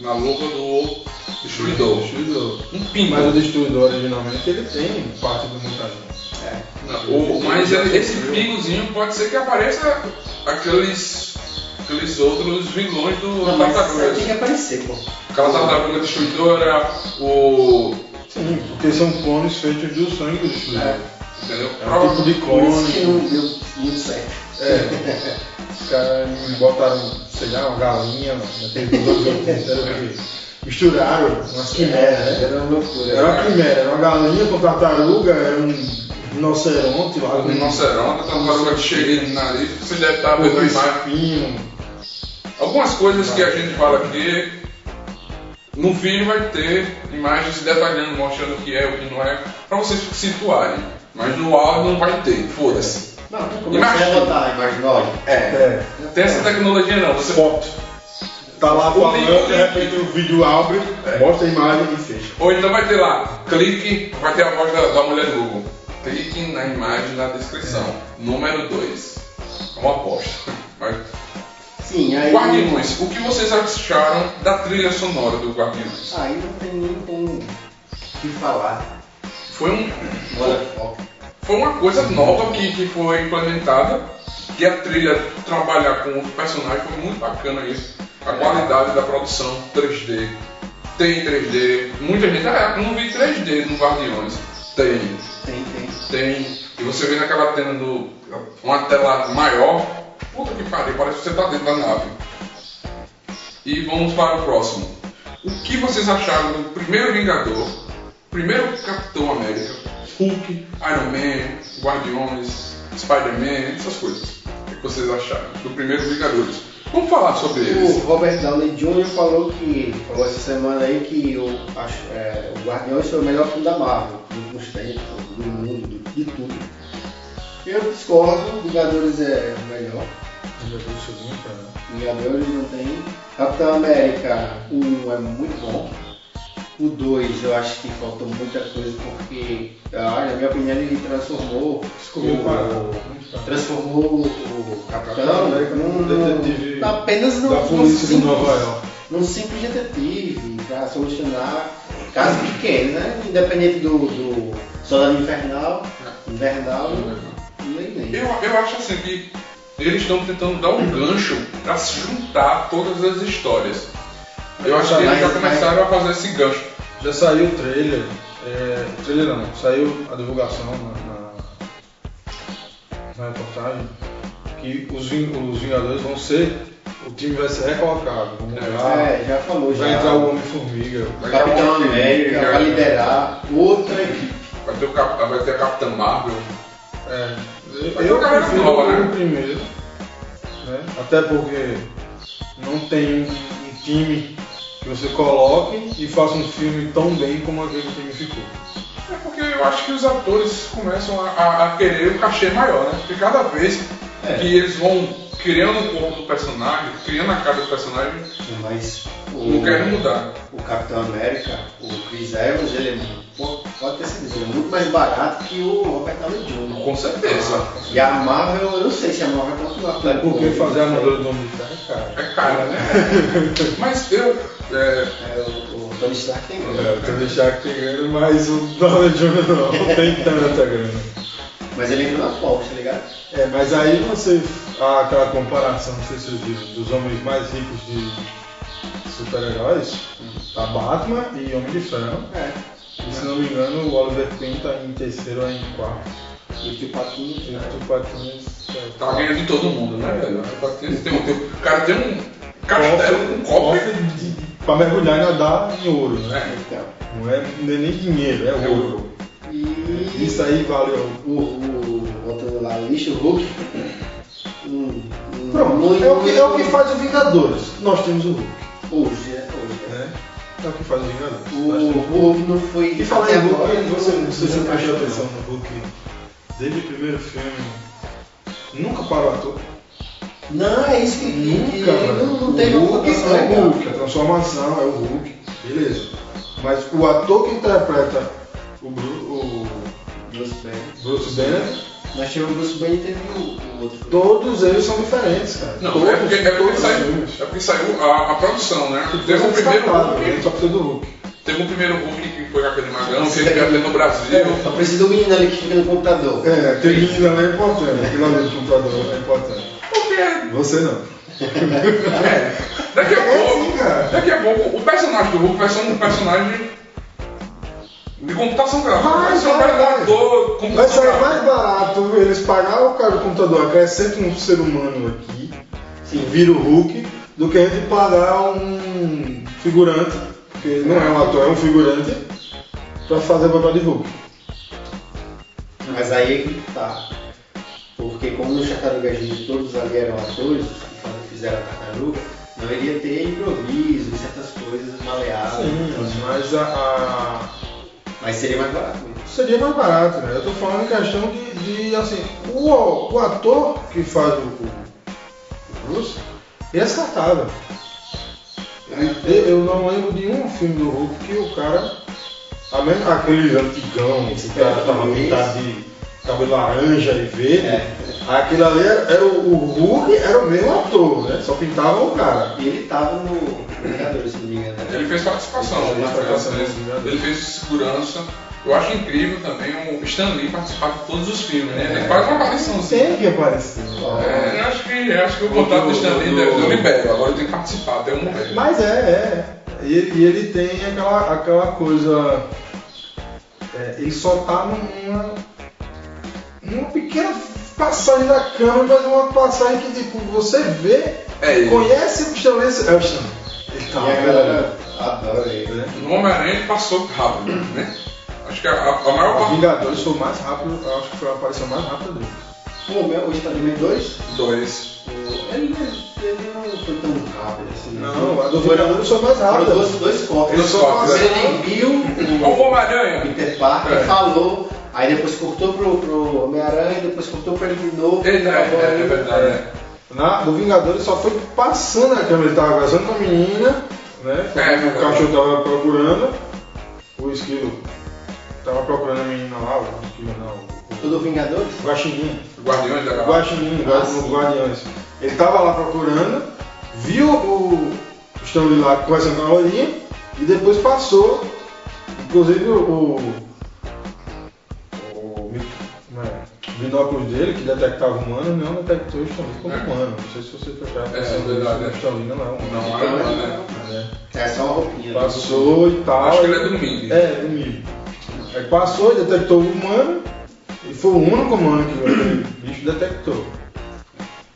Speaker 1: na luva do destruidor.
Speaker 3: Destruidor.
Speaker 1: Um pingo.
Speaker 3: Mas o destruidor originalmente ele tem parte do mutagênio.
Speaker 2: É.
Speaker 1: O- mas ele- esse pingozinho pode ser que apareça aqueles, aqueles outros vilões do
Speaker 2: Não, mas
Speaker 1: Tartaruga.
Speaker 2: tinha que aparecer, pô.
Speaker 1: Aquela tartaruga destruidora, o.
Speaker 3: Sim, porque são clones feitos do sangue do destruidor.
Speaker 2: É.
Speaker 1: Entendeu?
Speaker 3: É um tipo de
Speaker 2: Por isso que não
Speaker 3: clone.
Speaker 2: deu muito certo.
Speaker 3: É. Os caras botaram, sei lá, uma galinha, né, naquele produto, entendeu? misturaram umas quimeras, né?
Speaker 2: Era uma loucura.
Speaker 3: Era uma quimera, era uma galinha com tartaruga, era um rinoceronte lá com
Speaker 1: Um rinoceronte, uma tartaruga de cheirinho no nariz, você deve estar
Speaker 3: com
Speaker 1: vendo a
Speaker 3: um
Speaker 1: imagem.
Speaker 3: espinho.
Speaker 1: Algumas coisas que a gente fala aqui, no vídeo vai ter imagens detalhando, mostrando o que é, o que não é, pra vocês se situarem. Mas no áudio não vai ter, foda-se.
Speaker 2: Não, tu comecei a
Speaker 1: Imagina.
Speaker 2: botar a imagem lógica.
Speaker 1: É.
Speaker 3: É,
Speaker 1: Não tem essa tecnologia não, você
Speaker 3: foto. Tá lá
Speaker 1: O
Speaker 3: falando,
Speaker 1: link-
Speaker 3: de repente o vídeo abre, mostra a imagem e fecha.
Speaker 1: Ou então vai ter lá, clique, vai ter a voz da, da mulher do Google. Clique na imagem na descrição. Número 2. É uma aposta. Mas-
Speaker 2: Sim, aí.
Speaker 1: Guardiões, o que vocês acharam da trilha sonora do Guardiões?
Speaker 2: Aí não tem nem como o que falar.
Speaker 1: Foi, um,
Speaker 2: Bora, foco.
Speaker 1: foi uma coisa nova que, que foi implementada. E a trilha trabalhar com o personagem foi muito bacana isso. A qualidade da produção 3D. Tem 3D. Muita gente, ah, eu não vi 3D no Guardiões. Tem.
Speaker 2: Tem, tem.
Speaker 1: Tem. E você vê naquela tela do. Uma tela maior. Puta que pariu, parece que você tá dentro da nave. E vamos para o próximo. O que vocês acharam do primeiro Vingador? Primeiro Capitão América, Hulk, Iron Man, Guardiões, Spider-Man, essas coisas. O que vocês acharam do primeiro Vingadores? Vamos falar sobre
Speaker 2: O
Speaker 1: eles.
Speaker 2: Robert Downey Jr. falou que falou essa semana aí que o, acho, é, o Guardiões foi o melhor filme da Marvel, dos últimos tempos, do mundo, do- de tudo. Eu discordo, Vingadores é o melhor. Vingadores não tem. Capitão América 1 é muito bom. O 2 eu acho que faltou muita coisa porque, ah, na minha opinião, ele transformou.
Speaker 3: Descobriu
Speaker 2: o-
Speaker 3: para.
Speaker 2: transformou o, o
Speaker 3: Capitão
Speaker 2: Capitão
Speaker 3: América num detetive
Speaker 2: apenas no,
Speaker 3: da
Speaker 2: no
Speaker 3: polícia de
Speaker 2: simples-
Speaker 3: Nova York.
Speaker 2: num simples detetive para solucionar casos pequenos, né? Independente do, do soldado infernal, invernal, nem nem.
Speaker 1: Eu, eu acho assim que eles estão tentando dar um gancho pra se juntar todas as histórias. Eu acho que eles já começaram a fazer esse gancho.
Speaker 3: Já saiu o trailer, é, o trailer não, saiu a divulgação na, na, na reportagem que os, Ving- os Vingadores vão ser, o time vai ser recolocado, vão mudar,
Speaker 2: É, já falou já.
Speaker 3: vai entrar o Homem-Formiga,
Speaker 1: Vai entrar
Speaker 2: Capitão
Speaker 1: o
Speaker 2: América vai liderar outra equipe.
Speaker 1: Vai ter, o Cap... vai ter a Capitã Marvel.
Speaker 3: é,
Speaker 1: Vai
Speaker 3: eu
Speaker 1: ter cara
Speaker 3: prefiro
Speaker 1: nova, né?
Speaker 3: o primeiro, né? até porque não tem um, um time que você coloque e faça um filme tão bem como aquele time ficou.
Speaker 1: É porque eu acho que os atores começam a, a- a querer um cachê maior, né? Porque cada vez que eles vão criando o corpo do personagem, criando a cara do personagem,
Speaker 2: Mas
Speaker 1: não querem
Speaker 2: o,
Speaker 1: mudar.
Speaker 2: o Capitão América, o Chris Evans, ele é mu- pô, pode ter certeza, ele é muito mais barato que o Robert Downey Jr.
Speaker 1: Com certeza.
Speaker 2: E a Marvel, eu não sei se a Marvel vai continuar.
Speaker 3: Até porque fazer a armadura do homem de ferro é caro.
Speaker 1: É cara, (laughs) né? Mas eu. é,
Speaker 2: É, o, o Tony Stark tem grana.
Speaker 3: É, o Shark tem grana, mas o Donald Jr. não, não tem tanta grana.
Speaker 2: Mas ele entra na Fox, tá ligado?
Speaker 3: É, mas aí você. há Aquela comparação que vocês viram dos homens mais ricos de super-heróis, tá Batman e Homem de Ferro.
Speaker 2: É.
Speaker 3: E se não me engano, o Oliver Queen tá em terceiro ou em quarto.
Speaker 2: E que o
Speaker 3: E
Speaker 2: Patinho.
Speaker 3: o Patins. é,
Speaker 1: tá ganhando de todo mundo, né, velho? Tem- tem- tem- um, o cara tem um castelo, um copo.
Speaker 3: cofre de- pra mergulhar e nadar em ouro, né?
Speaker 1: né?
Speaker 2: Então,
Speaker 3: Não é, não é nem dinheiro, é
Speaker 1: É
Speaker 3: ouro.
Speaker 1: ouro.
Speaker 2: E
Speaker 3: Isso aí valeu.
Speaker 2: o, o, voltando lá no início, o Hulk. Hum, hum,
Speaker 3: Pronto,
Speaker 2: muito-
Speaker 3: é o, que, é o que faz o Vingadores. Nós temos o Hulk.
Speaker 2: Hoje, é, hoje. é.
Speaker 3: Né? É o que faz o Vingadores.
Speaker 2: O,
Speaker 3: Nós temos o Hulk.
Speaker 2: Hulk não foi.
Speaker 3: E falar
Speaker 2: até
Speaker 3: em Hulk,
Speaker 2: agora,
Speaker 3: você, você
Speaker 2: não
Speaker 3: já prestou
Speaker 2: encaixou,
Speaker 3: atenção no Hulk desde o primeiro filme. Nunca parou à toa.
Speaker 2: Não, Não, é isso que que-
Speaker 3: Nunca,
Speaker 2: ele
Speaker 3: mano.
Speaker 2: não, não teve
Speaker 3: o
Speaker 2: uma
Speaker 3: Hulk
Speaker 2: votação
Speaker 3: é o
Speaker 2: legal.
Speaker 3: Hulk, a transformação é o Hulk, beleza. Mas o ator que interpreta o, Bru-
Speaker 2: Bruce Banner.
Speaker 3: o Bruce Banner,
Speaker 2: Nós tivemos o Bruce Banner e teve o, o outro.
Speaker 3: todos eles são diferentes, cara.
Speaker 1: Não,
Speaker 3: todos,
Speaker 1: é porque, é porque
Speaker 3: todos
Speaker 1: saiu,
Speaker 3: eles.
Speaker 1: é porque saiu a, a produção, né? Teve
Speaker 3: Esse
Speaker 1: um
Speaker 3: é
Speaker 1: primeiro
Speaker 3: destacado, né?
Speaker 1: Hulk,
Speaker 3: Só precisa do Hulk.
Speaker 1: teve um primeiro Hulk que foi com aquele magrão, que ele queria ter no Brasil.
Speaker 2: Só precisa do menino ali que fica no computador.
Speaker 3: né? É, aquele menino ali é importante, aquele ali do computador é importante.
Speaker 1: Porque
Speaker 3: Você não.
Speaker 1: daqui a
Speaker 3: É
Speaker 1: pouco,
Speaker 3: assim, cara.
Speaker 1: daqui a pouco, o personagem do Hulk vai ser um personagem de computação gráfica.
Speaker 3: Vai,
Speaker 1: Vai ser um
Speaker 3: Ah, vai, vai.
Speaker 1: predador
Speaker 3: Vai
Speaker 1: computação
Speaker 3: sair é mais
Speaker 1: gráfica.
Speaker 3: barato eles pagar o cara do computador, acrescenta um ser humano aqui,
Speaker 2: Sim.
Speaker 3: vira o Hulk, do que a gente pagar um figurante, porque não é um ator, é um figurante, pra fazer papel de Hulk.
Speaker 2: Mas aí é que tá. Porque como nos tartarugas ninja todos ali eram atores, os que faz- fizeram a tartaruga, não iria ter improviso, certas coisas maleáveis.
Speaker 3: Sim, mas a, a-
Speaker 2: Mas seria mais barato mesmo.
Speaker 3: seria mais barato, né? Eu tô falando em questão de, de, assim, o, o ator que faz o, o, o Bruce, ele é descartável. É. Eu, eu não lembro de um filme do Hulk que o cara. A mesmo, aquele antigão, que cara tava pintado de cabelo laranja e verde.
Speaker 2: É.
Speaker 3: Aquele ali era, era o, o Hulk, era o mesmo ator, né? Só pintava o cara.
Speaker 2: E ele tava no Vingadores, se não me engano. né?
Speaker 1: Ele fez participação,
Speaker 2: Ele fez
Speaker 1: né?
Speaker 3: participação,
Speaker 1: Ele-
Speaker 3: sim,
Speaker 1: ele fez segurança. Eu acho incrível também o Stan Lee participar de todos os filmes, né? Ele faz uma aparição assim.
Speaker 3: Tem que aparecer.
Speaker 1: É, eu acho que, eu acho que o contrato do Stan Lee deve- eu libero, agora eu tenho que participar até um momento.
Speaker 3: Mas é, é. E, ele- e ele tem aquela, aquela coisa. é, ele só tá numa. numa pequena passagem da câmera, mas uma passagem que tipo, você vê,
Speaker 1: É ele.
Speaker 3: conhece o Stanley. É o Stanley. Ele
Speaker 2: E
Speaker 3: tá
Speaker 2: a
Speaker 3: uma
Speaker 2: galera adora ele.
Speaker 3: né?
Speaker 1: No Homem-Aranha ele passou rápido, né? Acho que a, a- a maior
Speaker 3: É O
Speaker 1: parte
Speaker 3: Vingadores foi o mais rápido, eu acho que foi a aparição mais rápida dele.
Speaker 2: Pô, meu, o Starman 2,
Speaker 1: dos dois.
Speaker 2: o- ele, não- é- ele não foi tão rápido assim. né?
Speaker 3: Não, a do Vingadores foi mais
Speaker 2: Foram
Speaker 3: rápida.
Speaker 2: dois, dois cortes.
Speaker 1: Dois cortes,
Speaker 2: Você
Speaker 1: né?
Speaker 2: nem viu
Speaker 1: O
Speaker 2: o-
Speaker 1: Homem-Aranha,
Speaker 2: Peter Parker
Speaker 1: É.
Speaker 2: falou, aí depois cortou pro, pro Homem-Aranha, depois cortou pra ele de novo. Tá
Speaker 1: ele é,
Speaker 2: gravou
Speaker 1: é, é
Speaker 2: ali.
Speaker 1: verdade, né?
Speaker 3: Na, do Vingadores só foi passando a câmera, ele tava gastando com a menina, né? Foi
Speaker 1: É,
Speaker 3: o
Speaker 1: verdade.
Speaker 3: cachorro tava procurando, o esquilo tava procurando a menina lá, o esquilo não, o,
Speaker 2: Tudo Vingadores?
Speaker 3: o guaxinim,
Speaker 1: Guardiões da
Speaker 3: o
Speaker 1: Galáxia.
Speaker 3: guaxinim, o
Speaker 2: Ah,
Speaker 3: guardi-
Speaker 2: sim.
Speaker 3: o guardiões. Ele tava lá procurando, viu o Stanley lá conversando com a Laurinha e depois passou, inclusive o, o, o mi- como é? binóculos dele, que detectava humano, não detectou o Stanley como
Speaker 1: É.
Speaker 3: humano. Não sei se você prestar
Speaker 1: É,
Speaker 3: atenção
Speaker 1: é verdade,
Speaker 3: nisso,
Speaker 1: é.
Speaker 3: o Stanley não é humano.
Speaker 1: Não, Iron Man, né?
Speaker 3: É.
Speaker 2: É só uma roupinha. né?
Speaker 3: Passou e tal.
Speaker 1: Acho que ele é do milho.
Speaker 3: É, do milho. Aí passou, detectou o humano, e foi o único humano que o bicho detectou.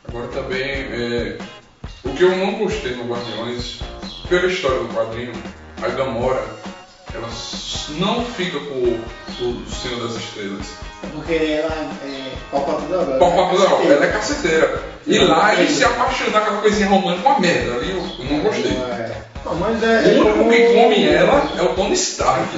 Speaker 1: Agora também, é, o que eu não gostei no Guardiões, pela história do quadrinho, a Gamora, ela s- não fica com o, o Senhor das Estrelas.
Speaker 2: Porque ela é palpa toda hora.
Speaker 1: Qual papo da Ela é caceteira. E
Speaker 2: Não,
Speaker 1: lá
Speaker 2: não.
Speaker 1: ele se apaixonar com aquela coisinha romântica, uma merda. Ali eu eu não gostei.
Speaker 2: É.
Speaker 3: Não, mas
Speaker 1: O
Speaker 3: é. é
Speaker 1: único
Speaker 3: como-
Speaker 1: que come ela é o Tony Stark.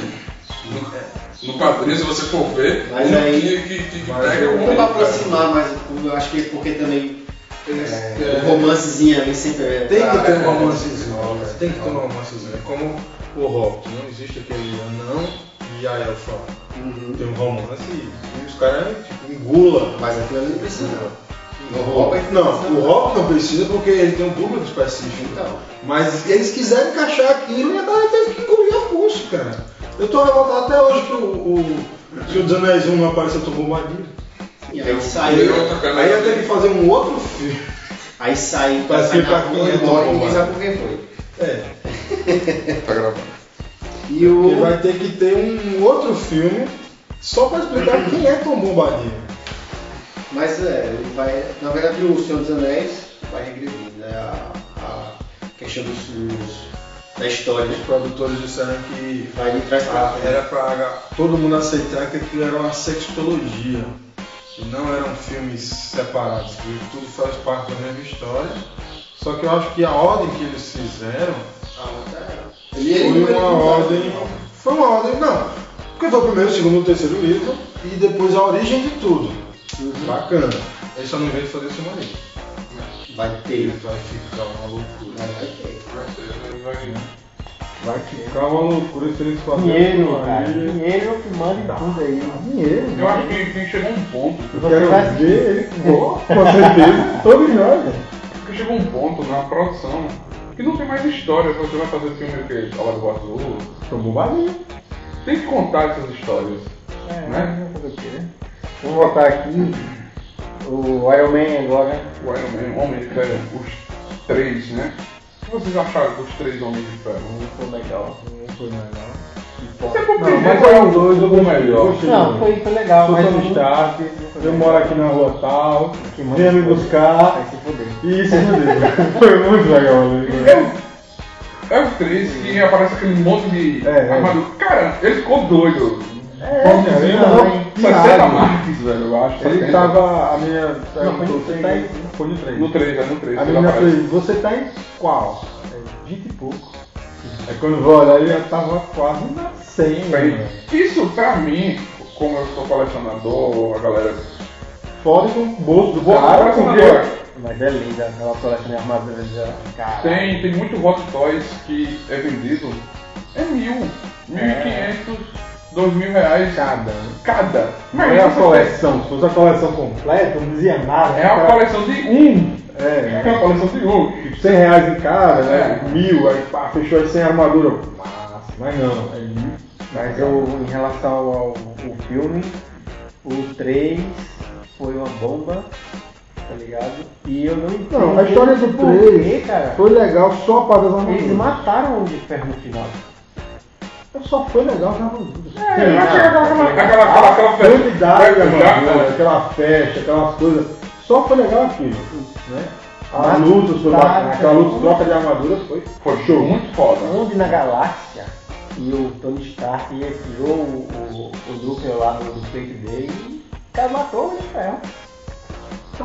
Speaker 1: No, no quadrinho, se você for ver,
Speaker 2: Mas
Speaker 1: o
Speaker 2: aí-
Speaker 1: que, que, que
Speaker 3: Mas
Speaker 1: pega é
Speaker 3: eu-
Speaker 1: o
Speaker 2: Não
Speaker 1: homem.
Speaker 2: pra aproximar, mas eu acho que porque também é,
Speaker 3: É,
Speaker 2: o romancezinho ali sempre é.
Speaker 3: Tem que ter um
Speaker 2: pra- assim.
Speaker 3: romancezinho.
Speaker 1: né?
Speaker 3: Tem que ter um romancezinho. É como o rock. Não existe aquele anão e a elfa.
Speaker 2: Uhum.
Speaker 3: Tem um romance e os caras tipo, engula.
Speaker 2: Mas aquilo ali não precisa não. O rock é
Speaker 1: Uhum.
Speaker 2: que
Speaker 3: Não,
Speaker 2: precisa.
Speaker 3: o rock não precisa porque ele tem um público específico.
Speaker 2: Então.
Speaker 3: Mas eles quiseram encaixar aquilo e a galera teve que engolir a pulso, cara. Eu tô revoltado até hoje que o, o, se o Danéis 1 não apareceu, eu tô bombadinho.
Speaker 2: E aí
Speaker 3: Aí
Speaker 2: saiu.
Speaker 1: outra câmera.
Speaker 3: eu tenho que fazer um outro filme.
Speaker 2: Aí saiu.
Speaker 3: Vai ser pra quem
Speaker 2: e
Speaker 3: é
Speaker 2: embora
Speaker 1: né?
Speaker 2: e
Speaker 3: do
Speaker 2: ninguém
Speaker 3: rock.
Speaker 2: sabe por que foi.
Speaker 3: É.
Speaker 1: Tá gravando.
Speaker 2: E
Speaker 3: Porque
Speaker 2: o.
Speaker 3: vai ter que ter um outro filme só pra explicar quem é Tom Bombadil.
Speaker 2: Mas é, ele vai. Na verdade, o Senhor dos Anéis vai regredir, né? A, a questão dos, dos da história.
Speaker 7: Os produtores disseram que
Speaker 2: Vai de trás pra
Speaker 7: Ah,
Speaker 2: frente.
Speaker 7: era pra todo mundo aceitar que aquilo era uma sextologia, que não eram filmes separados, que tudo faz parte da mesma história. Só que eu acho que a ordem que eles fizeram
Speaker 2: Ah, tá.
Speaker 3: é
Speaker 7: foi uma ordem. Foi uma ordem, não. Porque foi o primeiro, o segundo, o terceiro livro e depois a origem de tudo. Bacana. Ele só não veio fazer esse marido.
Speaker 2: Vai
Speaker 7: Ele
Speaker 2: ter.
Speaker 7: vai ficar uma loucura.
Speaker 2: Vai ter.
Speaker 1: Vai ser, vai- vai-
Speaker 7: Vai ficar uma loucura se eles fazerem.
Speaker 5: Dinheiro,
Speaker 7: isso
Speaker 5: cara.
Speaker 7: aí.
Speaker 5: Dinheiro é o que manda em tudo aí. Dinheiro.
Speaker 1: Eu acho que, que chegou um ponto,
Speaker 7: Eu quero
Speaker 5: vai-
Speaker 7: ver ele com certeza. Todos nós. velho.
Speaker 1: que chegou um ponto na produção que não tem mais história. Você vai fazer filme que a hora do azul.
Speaker 7: Tomou barulho.
Speaker 1: Tem que contar essas histórias.
Speaker 5: É,
Speaker 1: Né?
Speaker 5: fazer o quê, né? Vamos voltar aqui. O Iron Man agora.
Speaker 1: O Iron Man, o Homem de Ferro, os três, né? O que vocês acharam dos três Homens de Ferro?
Speaker 5: Não foi legal.
Speaker 7: Foi legal.
Speaker 1: Você for
Speaker 7: Não,
Speaker 1: primeiro,
Speaker 7: mas
Speaker 1: qual é
Speaker 7: é
Speaker 1: o
Speaker 7: um dois, eu
Speaker 1: o melhor?
Speaker 7: gostei.
Speaker 5: Não, foi, foi legal,
Speaker 7: Sou
Speaker 5: mas.
Speaker 7: Tony Stark, eu moro aqui na rua tal,
Speaker 5: Que manda
Speaker 7: venha me
Speaker 5: foda. Vai
Speaker 7: buscar.
Speaker 5: se fuder.
Speaker 7: E isso fudeu. (laughs) Foi muito legal. né?
Speaker 1: É os três que aparece aquele monte de
Speaker 7: É, é.
Speaker 1: armadura. Cara, ele ficou doido.
Speaker 5: É,
Speaker 7: Bom,
Speaker 5: cara,
Speaker 7: ele
Speaker 5: não,
Speaker 7: mandou
Speaker 5: hein?
Speaker 7: um
Speaker 1: 60
Speaker 7: pirado.
Speaker 1: marques, velho, eu acho.
Speaker 7: Ele
Speaker 1: 70.
Speaker 7: tava, a minha...
Speaker 5: é, foi no três.
Speaker 7: Foi no três.
Speaker 1: No 3, né? No 3.
Speaker 7: A menina fez, você tá em qual? É, 20 e pouco. É quando eu vou olhar, ele já tava quase na 100. né?
Speaker 1: Isso pra mim, como eu sou colecionador, a galera.
Speaker 7: Fora com o bolso do
Speaker 1: Cara,
Speaker 7: cara,
Speaker 1: colecionador.
Speaker 7: porque...
Speaker 5: Mas é linda aquela coleção de armaduras dela. Cara.
Speaker 1: Tem, tem muito Hot Toys que é vendido. É mil, mil e quinhentos, dois mil reais
Speaker 7: Cada.
Speaker 1: cada.
Speaker 7: Não é a
Speaker 1: isso
Speaker 7: coleção, se fosse a coleção completa, não dizia nada.
Speaker 1: É é uma
Speaker 7: Cara,
Speaker 1: coleção de um. É
Speaker 7: É,
Speaker 1: uma coleção de um.
Speaker 7: 100 reais em casa, né?
Speaker 1: É.
Speaker 7: Mil, aí pá, fechou aí sem armadura. Massa, mas não, é mil.
Speaker 5: Mas eu, em relação ao, ao filme, o 3 foi uma bomba, tá ligado? E eu não entendo.
Speaker 7: Não, a história do
Speaker 5: por
Speaker 7: três
Speaker 5: quê, cara.
Speaker 7: Foi legal só para das
Speaker 5: Eles
Speaker 7: armaduras.
Speaker 5: mataram o Homem de Ferro no final.
Speaker 7: Só foi legal as armaduras.
Speaker 1: É, eu achei aquela aquela
Speaker 7: Ah,
Speaker 1: aquela aquela
Speaker 7: Prioridade,
Speaker 1: aquela-
Speaker 7: armadura, né? aquela festa, aquelas coisas. Só foi legal aquilo. Né? A
Speaker 5: Mas-
Speaker 7: luta foi
Speaker 5: Tática.
Speaker 7: bacana, aquela luta troca de armadura foi.
Speaker 1: Foi show, muito foda.
Speaker 5: Onde na galáxia e o Tony Stark ele tirou o, o, o Drucker lá do, do peito dele e cara, matou o Homem de Ferro.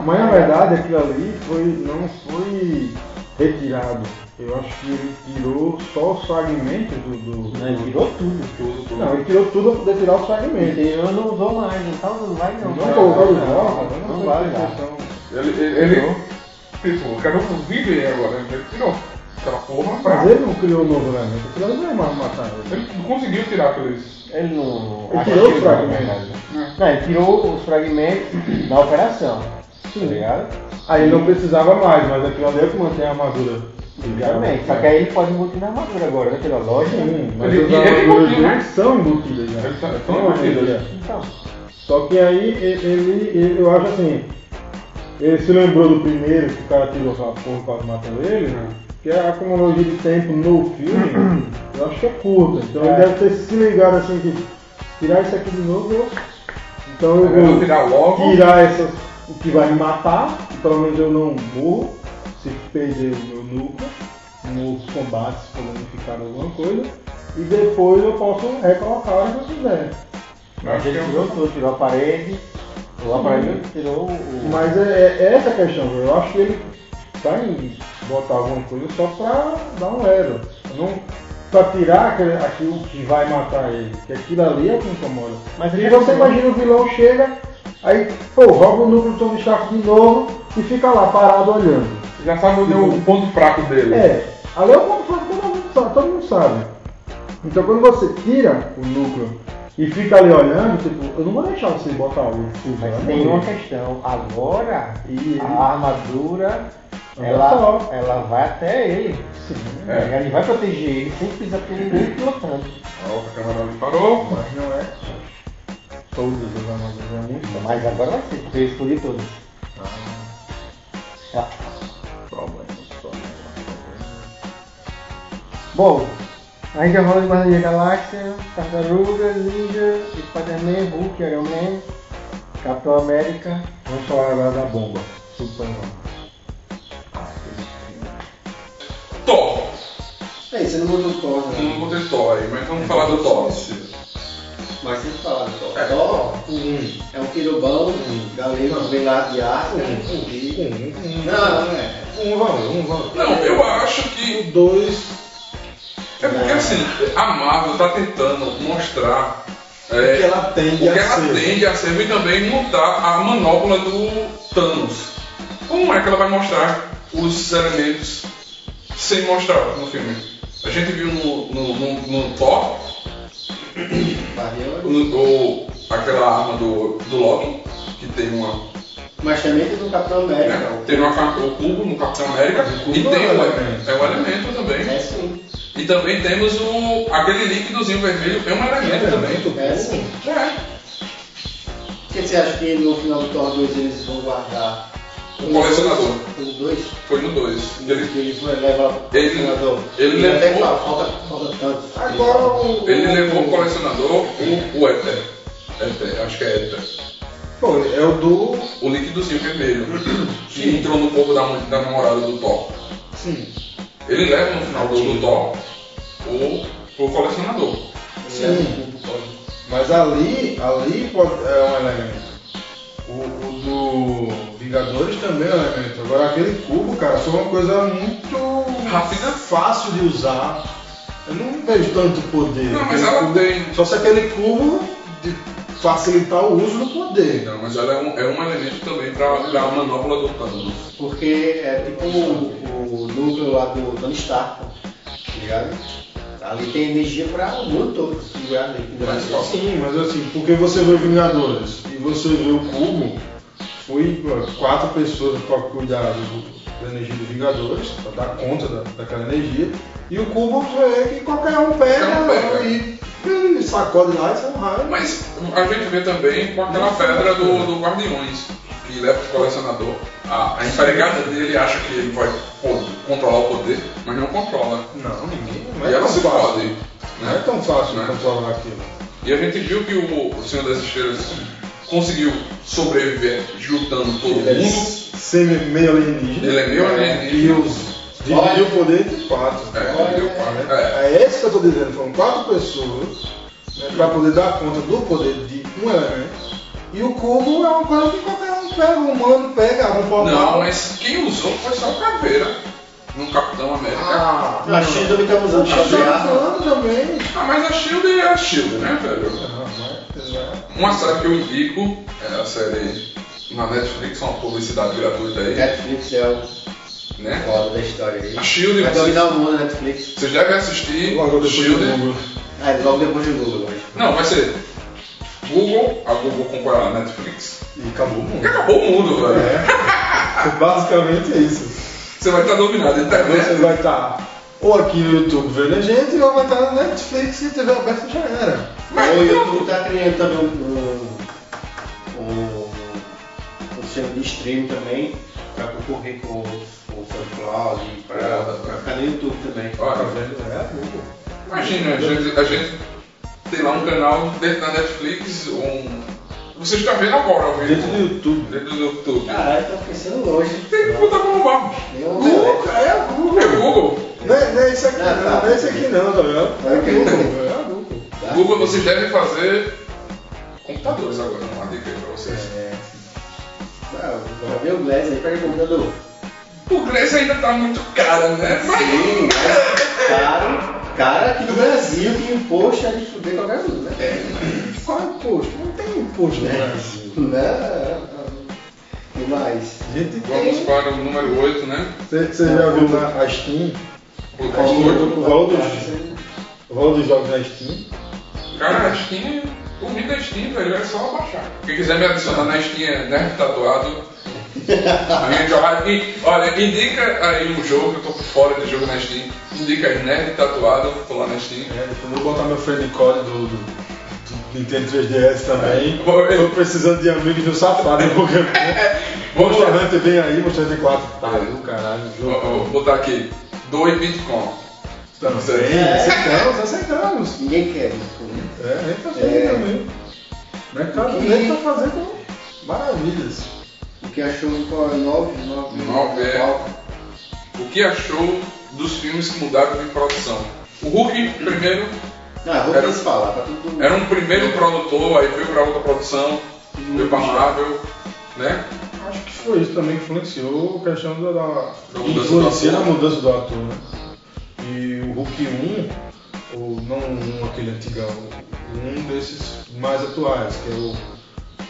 Speaker 7: Mas na verdade aquilo ali foi, não foi retirado. Eu acho que ele tirou só os fragmentos do. do-
Speaker 5: Né? Ele
Speaker 7: do-
Speaker 5: tirou tudo.
Speaker 1: Tudo, tudo.
Speaker 7: Não, ele tirou tudo pra poder tirar os fragmentos.
Speaker 5: Ele não usou mais, então não vai não.
Speaker 7: Não colocou os jogos,
Speaker 5: não,
Speaker 7: não
Speaker 5: não vai
Speaker 7: foi
Speaker 5: usar.
Speaker 7: questão.
Speaker 1: Ele, ele, ele tipo, eu quero viver agora, né? ele tirou aquela porra pra.
Speaker 7: Mas ele não criou um novo elemento, aquilo ali não é mais matar ele.
Speaker 1: Ele não conseguiu tirar aqueles.
Speaker 5: Ele não.
Speaker 7: Ele
Speaker 5: acho
Speaker 7: tirou
Speaker 5: que
Speaker 7: os
Speaker 5: não,
Speaker 7: fragmentos.
Speaker 5: Não, ele tirou os fragmentos da operação. Tá ligado?
Speaker 7: Aí ele não precisava mais, mas aquilo ali é que mantém a armadura.
Speaker 5: Realmente. Só que é aí ele pode embutir na armadura agora, né? Pela loja.
Speaker 7: Sim, mas
Speaker 1: Ele- é
Speaker 7: as
Speaker 1: ele- ele
Speaker 7: armaduras
Speaker 1: continua.
Speaker 7: dele são né? embutidas já.
Speaker 1: Eles são- são né?
Speaker 7: Tem uma
Speaker 1: embutidas.
Speaker 7: armadura.
Speaker 5: Então,
Speaker 7: é Só que aí ele, ele- ele- eu acho assim, ele se lembrou do primeiro que o cara tirou aquela porra quase matou ele, né? que a cronologia de tempo no filme, eu acho que é curta. Então ele
Speaker 5: É.
Speaker 7: deve ter se ligado assim que tirar isso aqui de novo, eu- então eu
Speaker 1: Eu Tá vou
Speaker 7: vou
Speaker 1: tirar logo.
Speaker 7: tirar essas o que vai me matar, e pelo menos eu não morro se perder o meu núcleo, nos combates podendo ficar alguma coisa, e depois eu posso recolocar o que eu quiser.
Speaker 5: mas
Speaker 1: é
Speaker 5: ele
Speaker 1: um
Speaker 5: tirou tudo, tirou a parede. O aparelho tirou o.
Speaker 7: Mas é, é essa a questão, eu acho que ele vai botar alguma coisa só pra dar um ero. Não pra tirar aquele- aquilo que vai matar ele. Que aquilo ali é o que incomoda.
Speaker 5: Mas é assim, né?
Speaker 7: e
Speaker 5: ele
Speaker 7: você
Speaker 5: já-
Speaker 7: imagina o vilão chega, aí, pô, rouba o núcleo do Tony Stark de novo e fica lá parado olhando.
Speaker 1: Já sabe onde é o ponto fraco dele.
Speaker 7: É, ali é o ponto fraco, todo mundo sabe, todo mundo sabe. Então quando você tira o núcleo e fica ali olhando, tipo, eu não vou deixar você botar o
Speaker 5: Mas tem Ah, uma questão. Agora,
Speaker 7: E-
Speaker 3: Uhum.
Speaker 5: a armadura.
Speaker 7: Olha
Speaker 5: Ela,
Speaker 7: só.
Speaker 5: ela vai até ele. tá
Speaker 1: É.
Speaker 5: ligado? Ele vai proteger ele sem precisar ter
Speaker 3: Uhum.
Speaker 5: ninguém pilotando.
Speaker 1: A outra câmera ali parou.
Speaker 7: Mas não é todas as armaduras, é muito
Speaker 5: Mas agora vai ser, porque eu escolhi todos.
Speaker 3: Ah.
Speaker 5: Tá. Bom, ainda rola de Guardiões da Galáxia, Tartaruga, Ninja, Spider-Man, Hulk, Iron Man, Capitão América.
Speaker 7: Vamos falar agora da bomba. Super bomba.
Speaker 1: Thor.
Speaker 2: É, você não mudou o Thor,
Speaker 1: Todo mundo contra
Speaker 2: né?
Speaker 1: o Thor, aí, mas vamos falar do Thor.
Speaker 2: Mas sempre falar do Thor.
Speaker 1: É.
Speaker 2: Thor é um quilobão, galego, vem lá de ar, né? E- Não, não é.
Speaker 3: Um valor, um valor.
Speaker 1: Não, eu acho que.
Speaker 3: O dois
Speaker 1: É porque assim, a Marvel tá tentando mostrar.
Speaker 3: o
Speaker 1: é,
Speaker 3: que ela
Speaker 1: O que
Speaker 3: tende a
Speaker 1: ela
Speaker 3: ser. né?
Speaker 1: tende a ser e também montar a manopla do Thanos. Como é que ela vai mostrar os elementos sem mostrar no filme? A gente viu no, no, no, no Thor
Speaker 2: Barril.
Speaker 1: o- o- aquela arma do, do Loki, que tem uma.
Speaker 2: Mas também teve um Capitão
Speaker 1: Né,
Speaker 2: América.
Speaker 1: tem uma, ca- o cubo no Capitão América
Speaker 3: Mas o cubo
Speaker 1: e
Speaker 3: não
Speaker 1: tem
Speaker 3: é
Speaker 1: o
Speaker 3: um
Speaker 1: elemento.
Speaker 3: elemento.
Speaker 1: É um elemento também.
Speaker 2: É sim.
Speaker 1: E também temos o, aquele líquidozinho vermelho, é um elemento também.
Speaker 3: Elemento,
Speaker 2: É sim.
Speaker 1: É.
Speaker 2: O que você acha que no final do Thor 2 eles vão guardar?
Speaker 1: O colecionador.
Speaker 2: Os dois?
Speaker 1: Foi no 2.
Speaker 2: Que eles vão levar pro
Speaker 1: Ele-
Speaker 2: colecionador.
Speaker 1: ele
Speaker 2: E até
Speaker 1: levou-
Speaker 2: fala, falta, falta tanto.
Speaker 3: Agora o.
Speaker 1: Ele levou o colecionador, o, o éter. Éter, acho que é éter.
Speaker 3: Pô, é o do.
Speaker 1: O líquidozinho vermelho, que entrou no corpo da, mu- da namorada do Thor.
Speaker 3: Sim.
Speaker 1: Ele leva no final do, do Thor o, o colecionador.
Speaker 3: Sim. né? Mas ali, ali pode- é um elemento. O, o do Vingadores também é um elemento. Agora aquele cubo, cara, foi uma coisa muito
Speaker 1: Rápida.
Speaker 3: fácil de usar. Eu não vejo tanto poder.
Speaker 1: Não, mas
Speaker 3: Aquele
Speaker 1: ela
Speaker 3: cubo-
Speaker 1: tem.
Speaker 3: Só se aquele cubo de facilitar o uso do poder.
Speaker 1: Não, mas ela é um, é um elemento também para a manopla do Thanos.
Speaker 2: Porque é tipo o, o núcleo lá do Tony Stark, tá ligado? Ali tem energia pra o mundo todo segurado ali.
Speaker 1: Mas
Speaker 2: pendurado.
Speaker 1: qual?
Speaker 3: Sim, mas assim, porque você vê Vingadores e você vê o Cubo, foi pô, quatro pessoas para cuidar do- da energia do Vingadores, para dar conta da- daquela energia, e o Cubo é que qualquer um pega,
Speaker 1: Qualquer um pega.
Speaker 3: e, e sacode lá e sai um raio.
Speaker 1: Mas a gente vê também com aquela pedra do, do Guardiões, que leva o colecionador. A, a empregada dele acha que ele vai pô, controlar o poder, mas não controla.
Speaker 3: Não, ninguém. Não
Speaker 1: E
Speaker 3: é
Speaker 1: ela
Speaker 3: tão
Speaker 1: se
Speaker 3: fácil.
Speaker 1: fode.
Speaker 3: Não é
Speaker 1: Né?
Speaker 3: tão fácil
Speaker 1: Né?
Speaker 3: controlar aquilo.
Speaker 1: E a gente viu que o Senhor das Estrelas conseguiu sobreviver juntando todo
Speaker 3: Ele é
Speaker 1: mundo.
Speaker 3: semi, meio alienígena.
Speaker 1: Ele é meio alienígena.
Speaker 3: E os. Dividiu o poder entre quatro.
Speaker 1: É, entendeu? É.
Speaker 3: É esse que eu tô dizendo, foram quatro pessoas né, para poder dar conta do poder de um elemento. E o cubo é uma coisa que qualquer um pega, um humano pega, um portal.
Speaker 1: Não, mas quem usou foi só o Caveira, no Capitão América. Ah,
Speaker 3: Ah,
Speaker 2: A Shield também tá usando
Speaker 3: Acho que
Speaker 2: Shield de
Speaker 3: tá
Speaker 2: arma.
Speaker 3: falando também.
Speaker 1: Ah, mas a Shield é a Shield, né, velho?
Speaker 3: Ah, mas, é.
Speaker 1: Uma série que eu indico é a série na Netflix, uma publicidade gratuita aí,
Speaker 2: Netflix é o
Speaker 1: né?
Speaker 2: foda da história aí.
Speaker 1: A Shield é
Speaker 2: Vai
Speaker 1: vocês,
Speaker 2: dominar o mundo Netflix.
Speaker 1: vocês devem assistir
Speaker 3: Logo depois
Speaker 1: Shield.
Speaker 3: do Google.
Speaker 2: Ah, é logo depois de Google hoje.
Speaker 1: Não, vai ser Google, a Google comprou a Netflix.
Speaker 3: E acabou o
Speaker 1: Porque
Speaker 3: mundo. (laughs)
Speaker 1: acabou o mundo, velho.
Speaker 3: É. Foi basicamente é isso.
Speaker 1: Você vai estar dominado, tá a
Speaker 3: Você
Speaker 1: internet.
Speaker 3: vai estar ou aqui no YouTube vendo a gente, ou vai estar na Netflix se tiver aberto já era.
Speaker 2: Mas o YouTube tá criando também um, um, um, um serviço de streaming também pra concorrer com os- com o SoundCloud, e pra, pra ficar no YouTube também.
Speaker 3: Tá
Speaker 1: Olha,
Speaker 3: vendo? É, Google.
Speaker 1: Imagina, a gente, a gente tem lá um canal dentro da Netflix, um. Você está vendo agora ao vivo.
Speaker 3: Dentro do YouTube.
Speaker 1: Dentro do YouTube. Ah,
Speaker 2: Caralho, tô pensando longe.
Speaker 1: Tem que botar pra bombar.
Speaker 2: Nenhum
Speaker 3: Google,
Speaker 2: momento.
Speaker 3: é o Google.
Speaker 1: É Google.
Speaker 3: Não é, não é isso aqui
Speaker 2: Ah,
Speaker 3: não,
Speaker 2: tá.
Speaker 3: não é isso aqui não, tá ligado?
Speaker 2: É o quê?
Speaker 3: Google, é o Google.
Speaker 2: Tá?
Speaker 1: Google vocês devem fazer computadores agora, uma dica aí pra vocês.
Speaker 3: É.
Speaker 2: Ah, Vai ver o Glass aí, pega o computador.
Speaker 1: O Glaze ainda tá muito caro, né? Mas.
Speaker 2: Sim, mas cara, cara aqui do Brasil que imposto é de fuder qualquer um, né?
Speaker 3: Qual é o posto? Não tem um né? posto no Brasil.
Speaker 2: Né? E mais?
Speaker 3: A gente
Speaker 1: Vamos
Speaker 3: tem. um
Speaker 1: para o número 8, né?
Speaker 3: Você você já viu na a Steam?
Speaker 1: O
Speaker 3: A Steam,
Speaker 1: valor
Speaker 3: o valor dos, o valor dos jogos na Steam?
Speaker 1: Cara, a Steam. O vídeo da Steam, velho, é só baixar. Quem quiser me adicionar na Steam é Nerd Tatuado. A gente olha, e, olha, indica aí um jogo, eu tô por fora de jogo na Steam. Indica aí Nerd Tatuado, tô lá na Steam.
Speaker 3: É, depois eu vou botar meu friend code do, do, do Nintendo 3DS também.
Speaker 1: Oi.
Speaker 3: Tô precisando de amigos no safado (laughs) um pouquinho.
Speaker 1: Vamos lá.
Speaker 3: Monster Hunter vem aí, Monster Hunter 4. Tá, do caralho,
Speaker 1: Ó, ó, Vou
Speaker 3: jogo.
Speaker 1: botar aqui. Doe Bitcoin.
Speaker 3: Também,
Speaker 1: É.
Speaker 3: Tá, aceitamos, aceitamos.
Speaker 2: Ninguém quer isso. né?
Speaker 3: É, nem tá
Speaker 2: É.
Speaker 3: fazendo também. Mercado
Speaker 2: E-
Speaker 3: Negro tá fazendo maravilhas.
Speaker 2: O que achou que qual é 9, 9,
Speaker 1: Nove, é. O que achou dos filmes que mudaram de produção. O Hulk, primeiro,
Speaker 2: Ah, vou
Speaker 1: Era-
Speaker 2: nem se falar, pra todo mundo.
Speaker 1: era um primeiro produtor, aí veio pra outra produção, veio pra Marvel, né?
Speaker 3: Acho que foi isso também que influenciou a questão da, da,
Speaker 1: Da mudança
Speaker 3: influencia
Speaker 1: do
Speaker 3: na
Speaker 1: ator.
Speaker 3: mudança do ator. né? E o Hulk 1, ou não um, aquele antigão, um desses mais atuais, que é o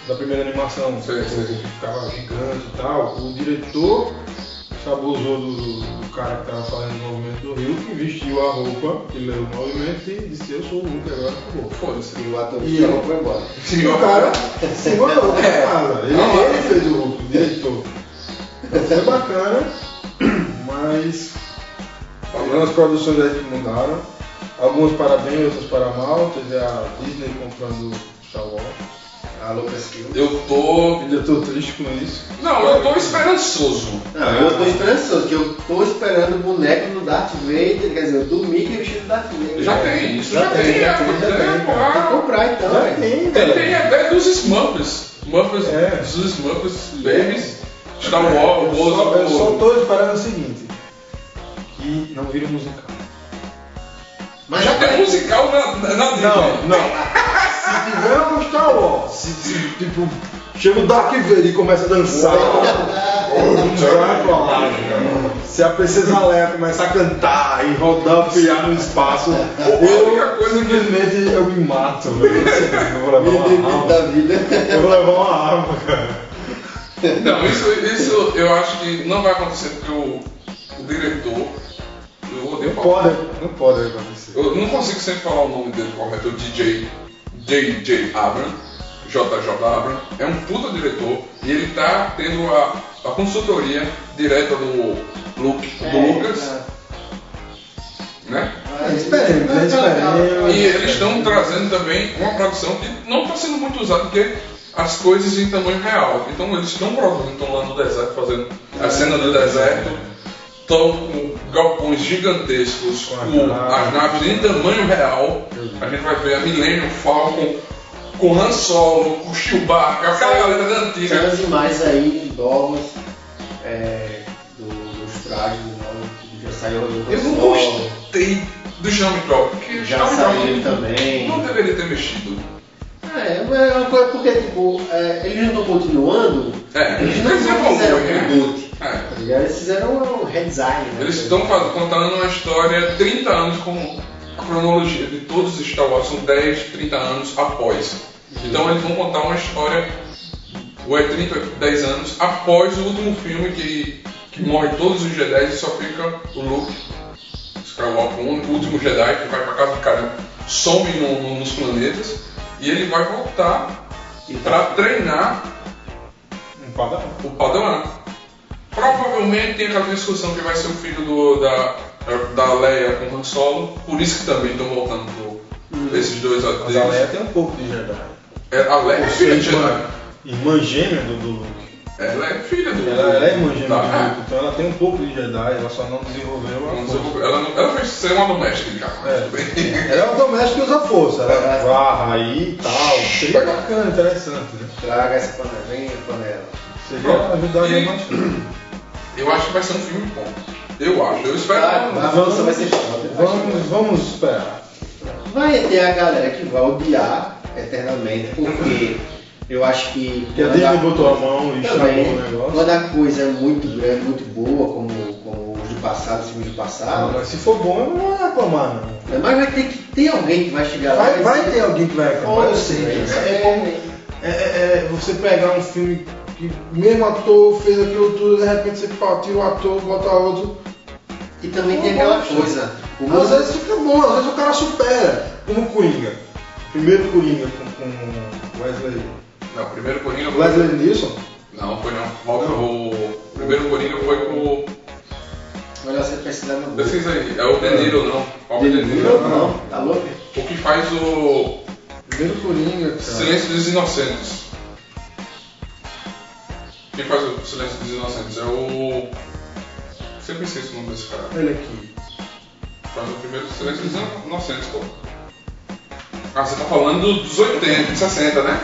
Speaker 3: da primeira animação,
Speaker 1: Sei,
Speaker 3: que o
Speaker 1: sei.
Speaker 3: Hulk ficava gigante e tal, o diretor se abusou do, do cara que estava fazendo o movimento do Hulk, vestiu a roupa, que leu o movimento e disse, eu sou o Hulk agora, acabou.
Speaker 1: Foda-se.
Speaker 2: E o ator
Speaker 3: um- E-
Speaker 2: que foi embora. É.
Speaker 1: Sim,
Speaker 3: o
Speaker 1: ó.
Speaker 3: cara segura o Hulk na casa. é Ele, ele fez o Hulk, o diretor. Então, Foi bacana, mas algumas produções aí que mudaram. Algumas para bem, outras para mal. Teve a Disney comprando Star Wars.
Speaker 2: A Lucas Kill.
Speaker 1: Eu tô.
Speaker 3: Ainda estou triste com isso.
Speaker 1: Não, eu tô esperançoso.
Speaker 2: Não, eu tô esperançoso, que eu tô esperando o boneco do Darth Vader, quer dizer, do Mickey vestido do Darth Vader.
Speaker 1: Já
Speaker 2: É.
Speaker 1: tem, isso
Speaker 3: Já
Speaker 1: já,
Speaker 3: tem,
Speaker 1: tem,
Speaker 3: já
Speaker 1: há
Speaker 3: tem,
Speaker 1: muito
Speaker 3: já tem,
Speaker 1: tempo.
Speaker 3: cara.
Speaker 2: Tem que
Speaker 1: ah.
Speaker 2: comprar então,
Speaker 3: Já
Speaker 2: velho.
Speaker 3: tem,
Speaker 1: Tem,
Speaker 3: velho.
Speaker 1: tem até dos Smurfs. Smurfs,
Speaker 3: É.
Speaker 1: dos Smurfs, Babies, Star Wars,
Speaker 3: eu, só, eu só
Speaker 1: Bozo,
Speaker 3: tô esperando o seguinte. Que não vira musical.
Speaker 2: Mas
Speaker 1: Já tem musical na, na, na
Speaker 3: Não,
Speaker 1: Disney.
Speaker 3: não. Se tiver um Star Wars, se, se, tipo, chega o Dark Vader e começa a dançar. vai pra lá, cara. se a Princesa Leia começa a cantar e rodar, piar no espaço,
Speaker 1: única
Speaker 3: eu
Speaker 1: coisa que-
Speaker 3: simplesmente eu me mato. velho. Eu vou levar
Speaker 2: Me
Speaker 3: uma
Speaker 2: livre
Speaker 3: arma.
Speaker 2: da vida.
Speaker 3: Eu vou levar uma arma, cara.
Speaker 1: Não, isso, isso eu acho que não vai acontecer porque o, o diretor. Eu odeio
Speaker 3: Não
Speaker 1: falar.
Speaker 3: pode, não pode acontecer.
Speaker 1: Eu não consigo sempre falar o nome dele correto, é o DJ JJ Abram, JJ Abram, é um puta diretor e ele tá tendo a, a consultoria direta do, Luke, do Lucas, né?
Speaker 3: Esperemos, né?
Speaker 1: E
Speaker 3: Esperemos.
Speaker 1: eles estão trazendo também uma produção que não está sendo muito usada porque as coisas em tamanho real. Então eles estão produzindo, estão lá no deserto fazendo a cena do deserto, estão com galpões gigantescos,
Speaker 3: Com
Speaker 1: com
Speaker 3: as
Speaker 1: as naves em tamanho real. A gente vai ver a Millennium Falcon com Han Solo, com Chewbacca, aquela galera da
Speaker 2: São
Speaker 1: antiga.
Speaker 2: as imagens aí novas é, do, dos trajes novos que já saiu do
Speaker 1: Eu não
Speaker 2: pessoal,
Speaker 1: gostei do Stormtrooper, porque
Speaker 2: Já saiu
Speaker 1: Stormtrooper
Speaker 2: também.
Speaker 1: não deveria ter mexido.
Speaker 2: É, mas é uma coisa porque tipo, é, eles não estão continuando,
Speaker 1: É,
Speaker 2: eles não
Speaker 1: eles
Speaker 2: fizeram
Speaker 1: evoluem,
Speaker 2: um
Speaker 1: né?
Speaker 2: reboot.
Speaker 1: É.
Speaker 2: tá ligado? Eles fizeram um redesign. né?
Speaker 1: Eles estão faz- contando uma história 30 anos com a cronologia de todos os Star Wars, são 10, 30 anos após. Então eles vão contar uma história, ou é 30, 10 anos, após o último filme que, que morre todos os Jedi e só fica o Luke Skywalker, o único- o último Jedi que vai pra casa do cara, some no- no- nos planetas, e ele vai voltar pra treinar
Speaker 3: Um padrão.
Speaker 1: o Padawan. Provavelmente tem aquela discussão que vai ser o filho do, da, da Leia com o Han Solo, por isso que também estão voltando pro, esses dois
Speaker 3: Hum. Mas a Leia
Speaker 1: atores.
Speaker 3: tem um pouco de Jedi.
Speaker 1: É, a Leia é filha de
Speaker 3: irmã,
Speaker 1: Jedi.
Speaker 3: irmã gêmea do, do Luke.
Speaker 1: Ela é filha do
Speaker 3: Ela, ela é irmã gêmea
Speaker 1: Tá,
Speaker 3: do Luke, então ela tem um pouco de Jedi, ela só não desenvolveu a
Speaker 1: Ela não
Speaker 3: força.
Speaker 1: desenvolveu- Ela, não- ela fez ser uma doméstica em casa,
Speaker 3: É.
Speaker 1: mas tudo bem.
Speaker 3: Ela é uma doméstica e usa força, ela
Speaker 2: É.
Speaker 3: varra aí e tal. Seria bacana, interessante, né?
Speaker 2: Traga essa panelinha, panela.
Speaker 3: Seria ajudaria bastante.
Speaker 1: Eu acho que vai ser um filme bom. Eu acho, eu espero.
Speaker 3: Ah.
Speaker 2: Tá, tá. A avança vai ser foda.
Speaker 3: Vamos, vamos esperar.
Speaker 2: Vai ter a galera que vai odiar eternamente, porque eu acho que.
Speaker 3: Porque a Disney botou a mão e chamou
Speaker 2: Também,
Speaker 3: o negócio.
Speaker 2: quando a coisa é muito grande, muito boa, como, como os do passado, os filmes do
Speaker 3: Ah,
Speaker 2: passado,
Speaker 3: mas se for bom, eu não vai reclamar, não.
Speaker 2: mas vai ter que ter alguém que vai chegar lá.
Speaker 3: Vai,
Speaker 2: e
Speaker 3: vai
Speaker 2: dizer, é
Speaker 3: ter alguém que vai reclamar, eu sei.
Speaker 2: "Foda-se,
Speaker 3: disso.
Speaker 2: velho,
Speaker 3: É como- É, é- é você pegar um filme que o mesmo ator fez aquilo tudo, de repente você pá, tira o ator, bota outro.
Speaker 2: E também
Speaker 3: Eu
Speaker 2: tem aquela
Speaker 3: gosto.
Speaker 2: coisa. O
Speaker 3: Às
Speaker 2: mundo
Speaker 3: vezes fica bom, às vezes o cara supera. Como o Coringa. Primeiro Coringa com, com Wesley.
Speaker 1: Não, o primeiro Coringa foi.
Speaker 3: Wesley Nilson.
Speaker 1: Não, foi não. O primeiro Coringa foi com.
Speaker 2: melhor você pesquisar no Google.
Speaker 1: Pesquisa aí, é o De Niro, não. Robert De
Speaker 3: né?
Speaker 1: Niro.
Speaker 2: Não, não, tá louco?
Speaker 1: O que faz o
Speaker 3: Primeiro Coringa, cara.
Speaker 1: Silêncio dos Inocentes. Quem faz o Silêncio dos Inocentes? É o. Sempre esqueço o nome desse cara.
Speaker 3: Olha aqui.
Speaker 1: Faz o primeiro Silêncio dos Inocentes, pô. Ah, você tá falando dos 80, 60, né?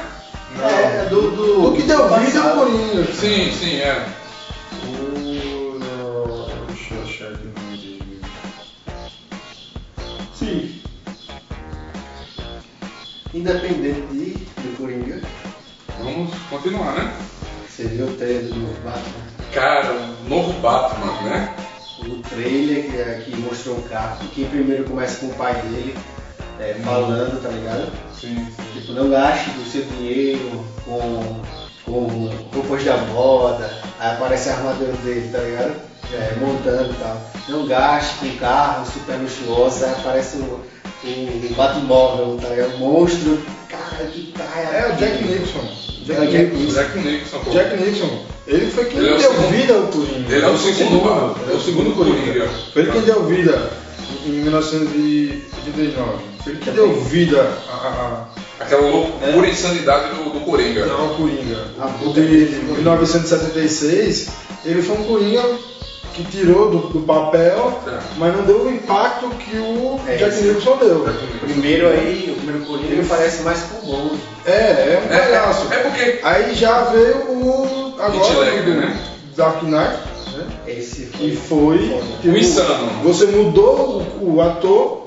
Speaker 2: É, é do, do.
Speaker 3: O que deu vida é o
Speaker 2: passado.
Speaker 3: Coringa.
Speaker 1: Sim, sim, é.
Speaker 3: O. Deixa eu achar aqui o nome dele.
Speaker 2: independente de, do Coringa,
Speaker 1: Vamos continuar, né?
Speaker 2: seria o trailer do novo Batman.
Speaker 1: Cara, o novo Batman, né?
Speaker 2: O trailer que, é- que mostrou o carro, que primeiro começa com o pai dele é, falando, tá ligado?
Speaker 1: Sim, sim.
Speaker 2: Tipo, não gaste o seu dinheiro com, com roupas da moda, aí aparece a armadura dele, tá ligado? É, montando e tal. Não gaste com carro super luxuoso, aí aparece o, o Batmóvel, tá ligado? Monstro. Cara, que cara.
Speaker 3: É o Jack Nixon.
Speaker 2: É o Jack Nixon.
Speaker 1: Jack Nixon. pô.
Speaker 3: Jack Nixon, ele foi quem
Speaker 1: Ele é o
Speaker 3: deu
Speaker 1: segundo.
Speaker 3: vida ao Coringa.
Speaker 1: Ele é o segundo,
Speaker 3: Ele é o segundo Coringa. Foi ele quem deu vida em 1989. Foi ele que deu vida a-
Speaker 1: Aquela loucura insanidade do, do
Speaker 3: a-
Speaker 1: Coringa.
Speaker 3: a- ao Coringa.
Speaker 2: A
Speaker 3: O
Speaker 2: puta
Speaker 3: de
Speaker 2: que pariu.
Speaker 3: 1976, ele foi um Coringa que tirou do, do papel,
Speaker 1: É.
Speaker 3: mas não deu o impacto que o
Speaker 2: É
Speaker 3: Jack
Speaker 2: isso.
Speaker 3: Nixon deu.
Speaker 2: O primeiro aí, o primeiro Coringa, ele parece mais com o Bond.
Speaker 3: É, é um
Speaker 1: É, é,
Speaker 3: palhaço.
Speaker 1: é porque
Speaker 3: Aí já veio o.
Speaker 1: Heath
Speaker 3: Agora,
Speaker 1: Ledger,
Speaker 3: do
Speaker 1: né?
Speaker 3: Dark Knight, né?
Speaker 2: Esse
Speaker 3: que foi tipo,
Speaker 1: o Um insano.
Speaker 3: Você mudou o, o ator,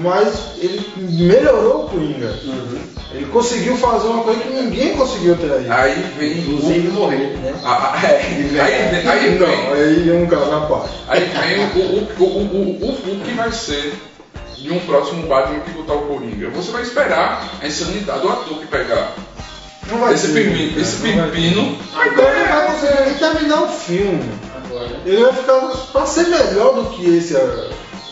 Speaker 3: mas ele melhorou o Coringa.
Speaker 2: Uhum.
Speaker 3: Ele conseguiu fazer uma coisa que ninguém conseguiu até aí.
Speaker 1: Aí vem o.
Speaker 2: Inclusive morrer, né?
Speaker 1: Ah, ah, é. Aí vem, aí
Speaker 3: não,
Speaker 1: vem,
Speaker 3: aí é um caso na parte.
Speaker 1: aí vem o, o, o, o, o, o que vai ser de um próximo Batman que botar o Coringa. Você vai esperar a insanidade do ator que pegar
Speaker 3: Não vai
Speaker 1: esse, É.
Speaker 3: ter,
Speaker 1: pepino,
Speaker 3: cara,
Speaker 7: né?
Speaker 1: esse
Speaker 3: não vai ter.
Speaker 1: pepino.
Speaker 3: Agora ele vai conseguir nem terminar o filme.
Speaker 2: Agora.
Speaker 3: Ele vai ficar. Pra ser melhor do que esse a-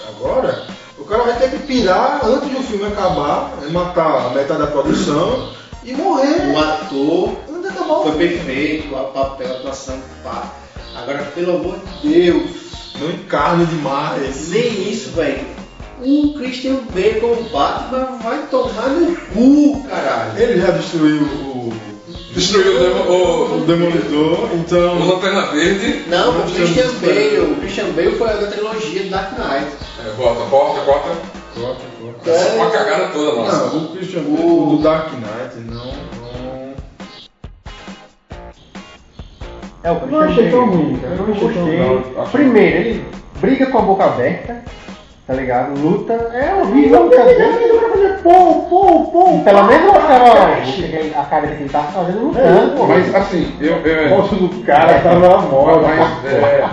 Speaker 3: agora, o cara vai ter que pirar antes do filme acabar, matar a metade da produção e morrer.
Speaker 2: O ator
Speaker 3: Antes de acabar o
Speaker 2: Foi
Speaker 3: filme.
Speaker 2: perfeito, o papel, a atuação, pá. Agora, pelo amor de Deus,
Speaker 3: Não encarne demais.
Speaker 2: nem isso, velho. O Christian Bale como Batman vai tomar no cu, caralho.
Speaker 3: Ele já destruiu o,
Speaker 1: Destruiu o, demo-
Speaker 3: o
Speaker 1: o,
Speaker 3: Demolidor, então.
Speaker 1: o Lanterna Verde.
Speaker 2: Não,
Speaker 3: Não
Speaker 2: o Christian
Speaker 3: precisamos
Speaker 2: Bale. O Christian Bale foi a da trilogia Dark Knight.
Speaker 1: É, volta, corta, corta.
Speaker 3: Corta, corta.
Speaker 2: É.
Speaker 1: Uma cagada toda nossa.
Speaker 3: Não, o Christian Bale, o do Dark Knight, não. não...
Speaker 5: É, o
Speaker 3: Eu
Speaker 5: Christian
Speaker 3: não achei tão
Speaker 5: Bale.
Speaker 3: ruim, cara.
Speaker 5: Eu não
Speaker 3: Eu achei tão
Speaker 5: gostei.
Speaker 3: legal. Acho-
Speaker 5: Primeiro, ele briga com a boca aberta, tá ligado? Luta. É horrível a luta dele. Pô, pô, pô. Pelo menos a cara, a cara que ele tá fazendo
Speaker 3: É.
Speaker 5: lutando. pô.
Speaker 7: Mas assim, eu.
Speaker 5: O
Speaker 7: eu
Speaker 5: rosto do cara tá na moda.
Speaker 7: mas é,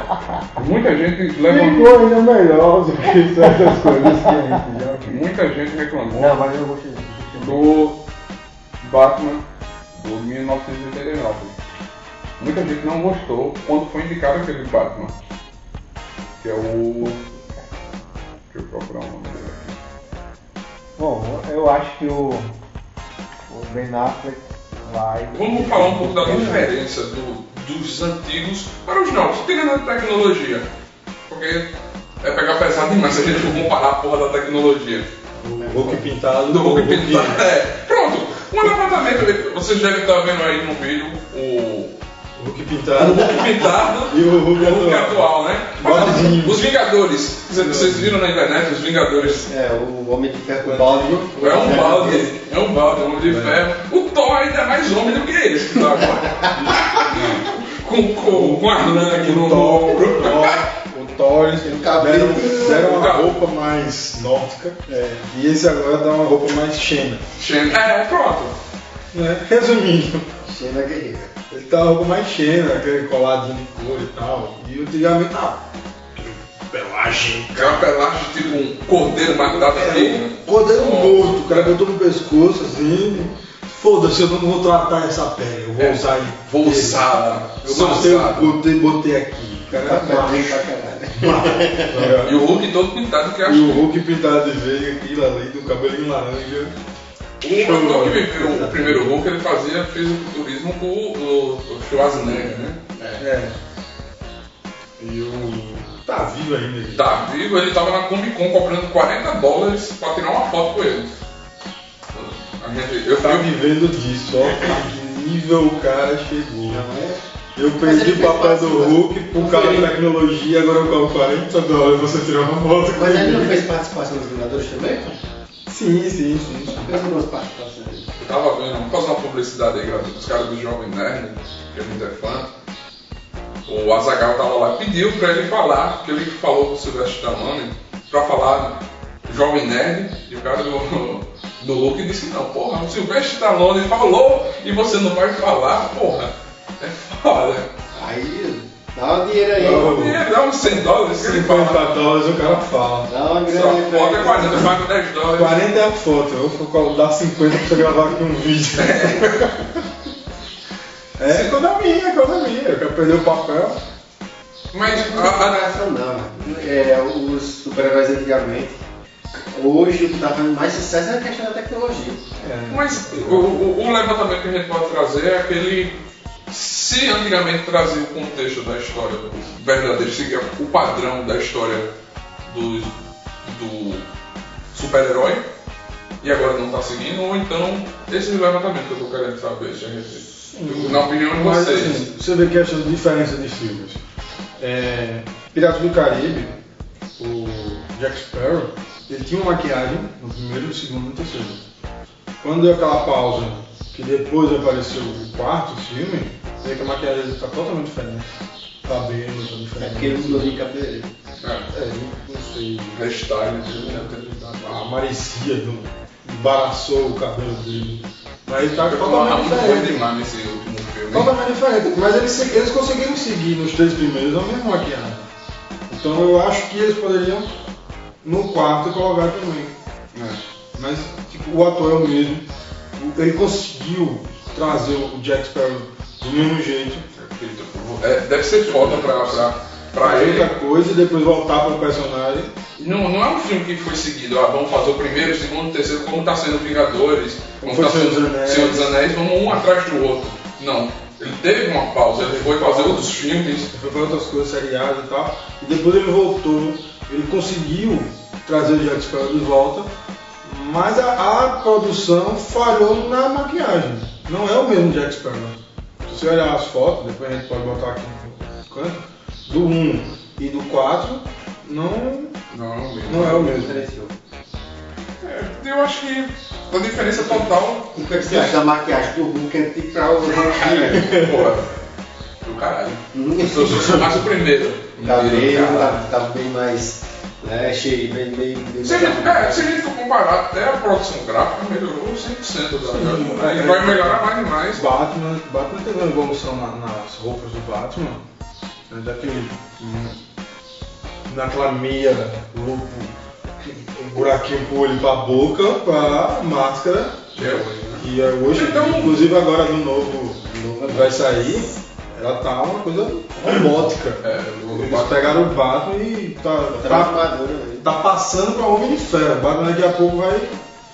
Speaker 7: muita gente levou.
Speaker 5: Ficou ainda melhor do que essas coisas que a gente é já viu.
Speaker 7: Muita gente reclamou
Speaker 5: Não, mas eu não gostei disso.
Speaker 7: do Batman do 1989. Muita gente não gostou quando foi indicado aquele Batman. Que é o. Deixa eu procurar o nome dele aqui.
Speaker 5: Bom, eu acho que o, o Ben Affleck vai.
Speaker 1: Vamos falar um pouco da diferença do- dos antigos para os novos, tirando a tecnologia. Porque é pegar pesado demais se a gente for comparar a porra da tecnologia.
Speaker 3: O Hulk pintado.
Speaker 1: Do Hulk
Speaker 3: o Hulk-
Speaker 1: pintado. É, pronto. Um levantamento, vocês devem estar vendo aí no vídeo o
Speaker 3: O Hulk pintado.
Speaker 1: Hulk pintado
Speaker 3: E o Hulk
Speaker 1: o Hulk
Speaker 3: atual.
Speaker 1: atual, né? Mas,
Speaker 3: Igualzinho.
Speaker 1: os Vingadores. Vocês- Vocês viram na internet os Vingadores?
Speaker 2: É, o Homem de Ferro com o balde.
Speaker 1: É um balde, é um balde, é um homem de ferro. O Thor ainda é mais homem do que esse que tá agora.
Speaker 3: (laughs)
Speaker 1: com, com, com a lã aqui no
Speaker 3: O Thor,
Speaker 1: ombro.
Speaker 3: o Thor, o Thor, eles
Speaker 2: cabelo.
Speaker 3: deram, deram uma
Speaker 1: Cabelo.
Speaker 3: roupa mais nórdica
Speaker 2: É.
Speaker 3: e esse agora dá uma roupa mais china.
Speaker 1: É, pronto.
Speaker 3: né? Resumindo,
Speaker 2: Cheira guerreira.
Speaker 3: ele tá uma roupa mais china, aquele coladinho de couro e tal. E antigamente, ah, que pelagem.
Speaker 1: Aquela pelagem tipo um cordeiro matado assim, né? aqui.
Speaker 3: Era um cordeiro
Speaker 1: Ó,
Speaker 3: morto, o cara botou no pescoço assim. Foda-se, eu não vou tratar essa pele, eu vou
Speaker 1: É,
Speaker 3: usar ele.
Speaker 1: Vou usar.
Speaker 3: Eu botei, botei, botei aqui. O cara
Speaker 2: Tá
Speaker 3: é macho.
Speaker 2: pra caralho.
Speaker 1: E o Hulk todo pintado que
Speaker 3: E
Speaker 1: acho.
Speaker 3: o Hulk pintado de verde, aquilo ali, do cabelinho laranja.
Speaker 1: O ator que viveu o primeiro Hulk, ele fazia fisiculturismo com o, o Schwarzenegger, né?
Speaker 3: É. E o. Tá vivo ainda ele.
Speaker 1: Tá vivo, ele tava na Comic Con cobrando 40 dólares pra tirar uma foto com ele. A gente, eu
Speaker 3: Tá
Speaker 1: fui
Speaker 3: vivendo disso, ó. Que nível o cara chegou. Eu
Speaker 2: Mas
Speaker 3: perdi
Speaker 2: ele
Speaker 3: o papel
Speaker 2: fez né?
Speaker 3: do
Speaker 2: parte,
Speaker 3: Hulk por causa da tecnologia, agora eu cobro 40 dólares você tirar uma foto com
Speaker 2: Mas ele não
Speaker 3: ele.
Speaker 2: fez participação dos Vingadores também?
Speaker 3: Sim, sim, sim. sim.
Speaker 2: Fez algumas participações.
Speaker 1: Eu tava vendo, vou fazer uma publicidade aí gratuita, os caras do Jovem Nerd, que a gente é fã. O Azagal tava lá, pediu pra ele falar, que ele falou com o Silvestre Stallone, pra falar Jovem Nerd, e o cara do, (laughs) do Hulk e disse, não, porra, o Silvestre Stallone falou e você não vai falar, porra. É foda.
Speaker 2: Aí, dá um dinheiro aí.
Speaker 3: Não.
Speaker 1: E ele dá uns 100 dólares que ele fala.
Speaker 3: 50 dólares o cara fala.
Speaker 2: Dá uma grana
Speaker 1: Só
Speaker 2: aí pra
Speaker 1: foto é
Speaker 2: ele.
Speaker 1: 40, paga 10 dólares.
Speaker 3: 40 é a foto, eu vou dar 50 pra você gravar aqui um vídeo. É economia, economia. Eu quero perder o papel.
Speaker 1: Mas ah, né? a, a,
Speaker 2: é Não, não. É, os super-heróis antigamente. Hoje o que tá fazendo mais sucesso é a questão da tecnologia.
Speaker 3: É.
Speaker 1: Mas o, o- o levantamento que a gente pode trazer é aquele. Se antigamente trazia o contexto da história verdadeira, seguia o padrão da história do, do super-herói, e agora não está seguindo, ou então esse levantamento que eu estou querendo saber, já recebi. Na opinião de
Speaker 3: Mas
Speaker 1: vocês.
Speaker 3: assim, você vê que essa diferença de filmes. É, Piratas do Caribe, o Jack Sparrow, ele tinha uma maquiagem no primeiro, no segundo e no terceiro. Quando deu aquela pausa, que depois apareceu o quarto filme, você vê que a maquiagem dele tá totalmente diferente. Cabelo, tá
Speaker 2: É
Speaker 3: diferente.
Speaker 2: porque ele mudou de cabeleireiro.
Speaker 1: É,
Speaker 3: É, não sei.
Speaker 1: hashtag, né?
Speaker 3: A Maricia do- embaraçou o cabelo dele. Mas tá
Speaker 1: Eu tô
Speaker 3: totalmente
Speaker 1: "Ah, muito
Speaker 3: diferente.
Speaker 1: demais nesse último filme.
Speaker 3: Totalmente diferente. Então, Mas eles, se- eles conseguiram seguir nos três primeiros é a mesma maquiagem. né? Então eu acho que eles poderiam no quarto colocar também. né? Mas tipo, o ator é o mesmo. O- Ele conseguiu trazer o Jack Sparrow do mesmo jeito.
Speaker 1: É, deve ser foda pra, pra, pra
Speaker 3: fazer
Speaker 1: ele.
Speaker 3: outra coisa e depois voltar pro personagem.
Speaker 1: Não, não é um filme que foi seguido, ah, vamos fazer o primeiro, o segundo, o terceiro, como está sendo Vingadores,
Speaker 3: Como
Speaker 1: como está
Speaker 3: foi Senhor
Speaker 1: sendo
Speaker 3: dos Anéis.
Speaker 1: Senhor dos Anéis, vamos um atrás do outro. Não, ele teve uma pausa, ele foi fazer outros filmes.
Speaker 3: foi para outras coisas, seriados e tal. E depois ele voltou, ele conseguiu trazer o Jack Sparrow de volta, mas a, a produção falhou na maquiagem. Não é o mesmo Jack Sparrow. Se você olhar as fotos, depois a gente pode botar aqui no canto, do 1 e do 4, não,
Speaker 1: Não, não mesmo.
Speaker 3: não é o mesmo.
Speaker 2: Diferenciou.
Speaker 1: É, Eu acho que a diferença total
Speaker 2: O que é que você acha da maquiagem um do Hulk antigo é pra né? o Hulk?
Speaker 1: é, porra, do caralho. Se eu sou mais o primeiro.
Speaker 2: Cabelo,
Speaker 1: Caralho.
Speaker 2: tá, tá bem mais. né, cheio, bem, bem. bem
Speaker 1: Se a gente, é, se a gente for comparar até a produção gráfica, melhorou 100% da
Speaker 3: é.
Speaker 1: E tá vai melhorar mais e mais.
Speaker 3: Batman, Batman teve uma evolução na- nas roupas do Batman, né, daquele hum, naquela meia louco, um buraquinho pro olho e pra boca, pra máscara,
Speaker 1: É hoje, né?
Speaker 3: e é hoje,
Speaker 1: Então-
Speaker 3: inclusive agora do novo que vai sair, ela tá uma coisa robótica.
Speaker 1: É, o- o
Speaker 3: Eles pegaram o Batman e tá,
Speaker 2: Outra
Speaker 3: tá,
Speaker 2: armadura, né?
Speaker 3: tá passando pra Homem de Ferro. O Batman daqui a pouco vai